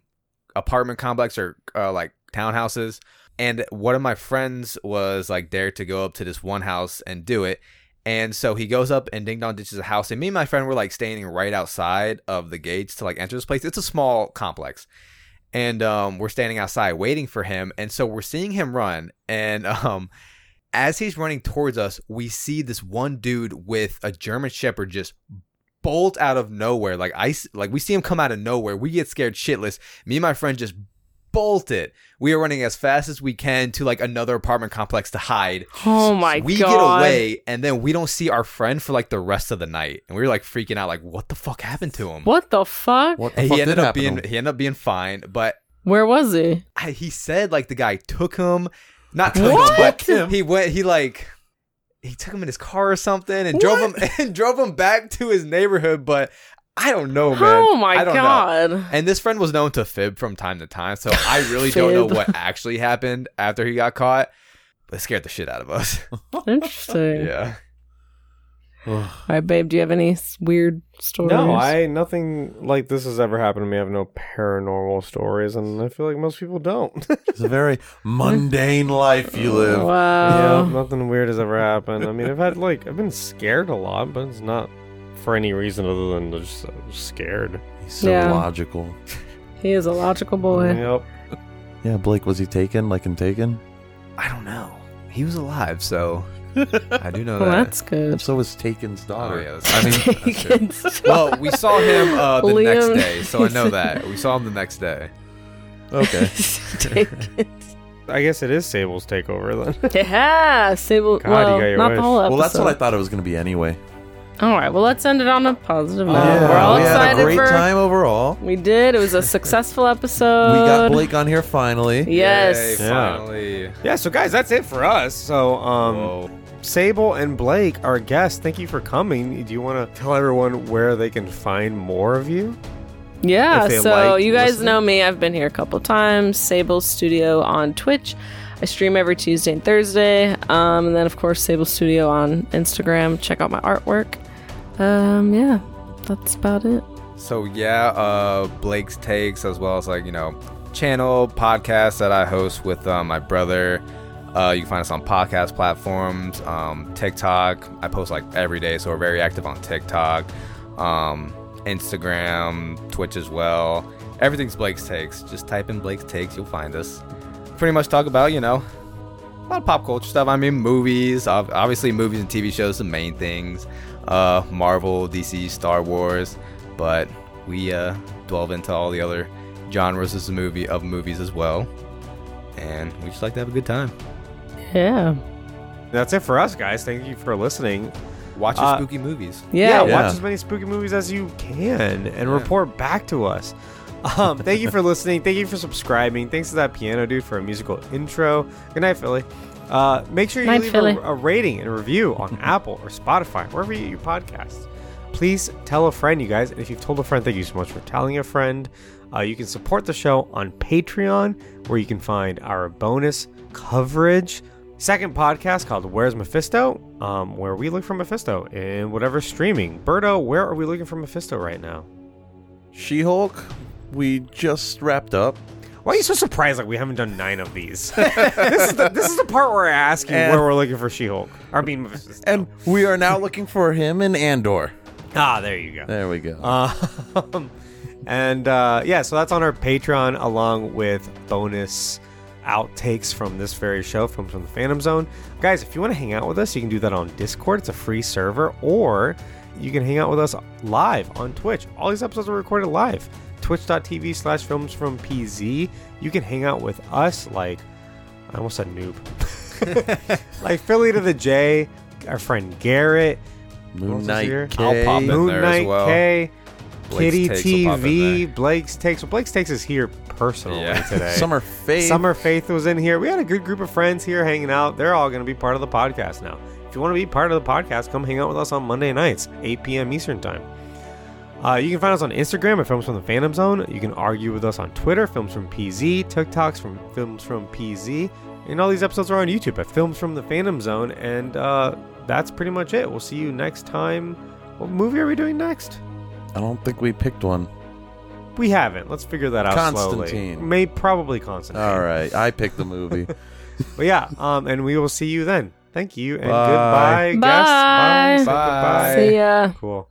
[SPEAKER 4] apartment complex or uh, like townhouses, and one of my friends was like dared to go up to this one house and do it, and so he goes up and ding dong ditches a house, and me and my friend were like standing right outside of the gates to like enter this place. It's a small complex. And um, we're standing outside waiting for him, and so we're seeing him run. And um, as he's running towards us, we see this one dude with a German Shepherd just bolt out of nowhere. Like I, s- like we see him come out of nowhere. We get scared shitless. Me and my friend just bolted. We are running as fast as we can to like another apartment complex to hide.
[SPEAKER 3] oh my
[SPEAKER 4] we
[SPEAKER 3] god,
[SPEAKER 4] get away, and then we don't see our friend for like the rest of the night, and we were like freaking out. Like, what the fuck happened to him?
[SPEAKER 3] What the fuck?
[SPEAKER 2] What the
[SPEAKER 4] And
[SPEAKER 2] fuck
[SPEAKER 4] he
[SPEAKER 2] did
[SPEAKER 4] ended up
[SPEAKER 2] happen to
[SPEAKER 4] being
[SPEAKER 2] him?
[SPEAKER 4] he ended up being fine, but
[SPEAKER 3] Where was he?
[SPEAKER 4] I, he said like the guy took him, not took him,
[SPEAKER 3] What?
[SPEAKER 4] but he went. He like he took him in his car or something and drove him and drove him back to his neighborhood. But I don't know, man.
[SPEAKER 3] oh my
[SPEAKER 4] I don't know.
[SPEAKER 3] god.
[SPEAKER 4] And this friend was known to fib from time to time, so I really don't know
[SPEAKER 3] Fib.
[SPEAKER 4] what actually happened after he got caught. But it scared the shit out of us.
[SPEAKER 3] Interesting.
[SPEAKER 4] yeah.
[SPEAKER 3] All right, babe, do you have any s- weird stories?
[SPEAKER 1] No, I nothing like this has ever happened to me. I have no paranormal stories, and I feel like most people don't.
[SPEAKER 2] It's a very mundane life you live.
[SPEAKER 3] Oh,
[SPEAKER 1] yeah,
[SPEAKER 3] Wow.
[SPEAKER 1] nothing weird has ever happened. I mean, I've had like I've been scared a lot, but it's not for any reason other than just uh, scared.
[SPEAKER 2] He's so
[SPEAKER 3] Yeah.
[SPEAKER 2] logical.
[SPEAKER 3] He is a logical boy.
[SPEAKER 1] Yep.
[SPEAKER 2] Yeah, Blake, was he taken? Like in Taken?
[SPEAKER 4] I don't know. He was alive, so I do know
[SPEAKER 3] Well,
[SPEAKER 4] that.
[SPEAKER 3] that's good.
[SPEAKER 2] So was Taken's
[SPEAKER 4] Oh,
[SPEAKER 2] daughter.
[SPEAKER 4] yeah, that's- I mean, that's true.
[SPEAKER 3] Taken.
[SPEAKER 4] well, we saw him uh, the
[SPEAKER 3] Liam.
[SPEAKER 4] next day, so I know that we saw him the next day.
[SPEAKER 2] Okay.
[SPEAKER 3] Taken.
[SPEAKER 1] I guess it is Sable's takeover then.
[SPEAKER 3] Yeah, Sable.
[SPEAKER 1] God,
[SPEAKER 3] well,
[SPEAKER 1] you got your
[SPEAKER 3] not
[SPEAKER 1] wish.
[SPEAKER 3] the whole episode.
[SPEAKER 2] well, that's what I thought it was going to be anyway.
[SPEAKER 3] All right. Well, let's end it on a positive note.
[SPEAKER 1] Yeah.
[SPEAKER 3] Uh, We're all
[SPEAKER 2] we
[SPEAKER 3] excited
[SPEAKER 2] had a great
[SPEAKER 3] for.
[SPEAKER 2] time overall.
[SPEAKER 3] We did. It was a successful episode.
[SPEAKER 2] We got Blake on here finally.
[SPEAKER 3] Yes.
[SPEAKER 4] Yay,
[SPEAKER 1] Yeah.
[SPEAKER 4] finally.
[SPEAKER 1] yeah, so guys, that's it for us. So, um,
[SPEAKER 4] Whoa.
[SPEAKER 1] Sable and Blake, our guests, thank you for coming. Do you want to tell everyone where they can find more of you?
[SPEAKER 3] Yeah,
[SPEAKER 1] if they
[SPEAKER 3] so
[SPEAKER 1] like
[SPEAKER 3] you guys
[SPEAKER 1] listening.
[SPEAKER 3] know me. I've been here a couple times. Sable Studio on Twitch. I stream every Tuesday and Thursday. Um, and then, of course, Sable Studio on Instagram. Check out my artwork. Um, yeah, that's about it.
[SPEAKER 4] So yeah, uh, Blake's takes as well as like you know, channel podcast that I host with uh, my brother. Uh, you can find us on podcast platforms, um, TikTok. I post like every day, so we're very active on TikTok, um, Instagram, Twitch as well. Everything's Blake's takes. Just type in Blake's takes, you'll find us. Pretty much talk about you know a lot of pop culture stuff. I mean, movies, ob- obviously, movies and TV shows, the main things. Uh, Marvel, DC, Star Wars, but we uh, delve into all the other genres of the movie of movies as well. And we just like to have a good time.
[SPEAKER 3] Yeah.
[SPEAKER 1] That's it for us, guys. Thank you for listening.
[SPEAKER 4] Watch your
[SPEAKER 1] Uh,
[SPEAKER 4] spooky movies.
[SPEAKER 1] yeah,
[SPEAKER 3] Yeah.
[SPEAKER 2] Yeah.
[SPEAKER 1] watch as many spooky movies as you can and
[SPEAKER 4] Yeah.
[SPEAKER 1] report back to us um, thank you for listening thank you for subscribing thanks to that piano dude for a musical intro good night philly uh, make sure you
[SPEAKER 3] Night,
[SPEAKER 1] leave
[SPEAKER 3] Philly.
[SPEAKER 1] a, a rating and review on apple or spotify wherever you get your podcasts please tell a friend you guys and if you've told a friend thank you so much for telling a friend uh, you can support the show on patreon where you can find our bonus coverage second podcast called where's mephisto um, where we look for mephisto in whatever streaming Birdo, where are we looking for mephisto right now
[SPEAKER 2] She Hulk, we just wrapped up.
[SPEAKER 1] why are you so surprised like we haven't done nine of these this, is the, this is the part where i ask you
[SPEAKER 2] And-
[SPEAKER 1] where we're looking for she-hulk or i mean mephisto
[SPEAKER 2] And we are now looking for him in Andor.
[SPEAKER 1] ah there you go
[SPEAKER 2] There we go.
[SPEAKER 1] Um, and uh, yeah, so that's on our Patreon, along with bonus outtakes from this very show, from from the Phantom Zone. Guys, if you want to hang out with us, you can do that on Discord. It's a free server, or you can hang out with us live on Twitch. All these episodes are recorded live. Twitch.tv slash films from PZ. You can hang out with us like I almost said noob. like Philly to the J, our friend Garrett. Who else
[SPEAKER 2] Moon
[SPEAKER 1] is
[SPEAKER 2] Knight
[SPEAKER 1] here?
[SPEAKER 2] K.
[SPEAKER 4] I'll pop in
[SPEAKER 1] Moon
[SPEAKER 4] there as
[SPEAKER 1] Knight
[SPEAKER 4] well.
[SPEAKER 1] K,
[SPEAKER 4] Blake's
[SPEAKER 1] Kitty
[SPEAKER 4] takes will pop in
[SPEAKER 1] TV, Blake's Takes. Well, Blake's Takes is here personally
[SPEAKER 4] Yeah.
[SPEAKER 1] today.
[SPEAKER 2] Summer Faith.
[SPEAKER 1] Summer Faith was in here. We had a good group of friends here hanging out. They're all going to be part of the podcast now. If you want to be part of the podcast, come hang out with us on Monday nights, 8 p.m. Eastern Time. Uh, you can find us on Instagram at Films from the Phantom Zone. You can argue with us on Twitter, Films from PZ, TikToks from Films from PZ, and all these episodes are on YouTube at Films from the Phantom Zone. And uh, that's pretty much it. We'll see you next time. What movie are we doing next?
[SPEAKER 2] I don't think we picked one.
[SPEAKER 1] We haven't. Let's figure that out slowly.
[SPEAKER 2] Constantine.
[SPEAKER 1] May probably Constantine.
[SPEAKER 2] All right. I picked the movie.
[SPEAKER 1] But yeah, um, and we will see you then. Thank you and
[SPEAKER 2] Bye.
[SPEAKER 1] goodbye. guests. Bye. Say
[SPEAKER 4] Bye.
[SPEAKER 1] goodbye.
[SPEAKER 3] See ya.
[SPEAKER 1] Cool.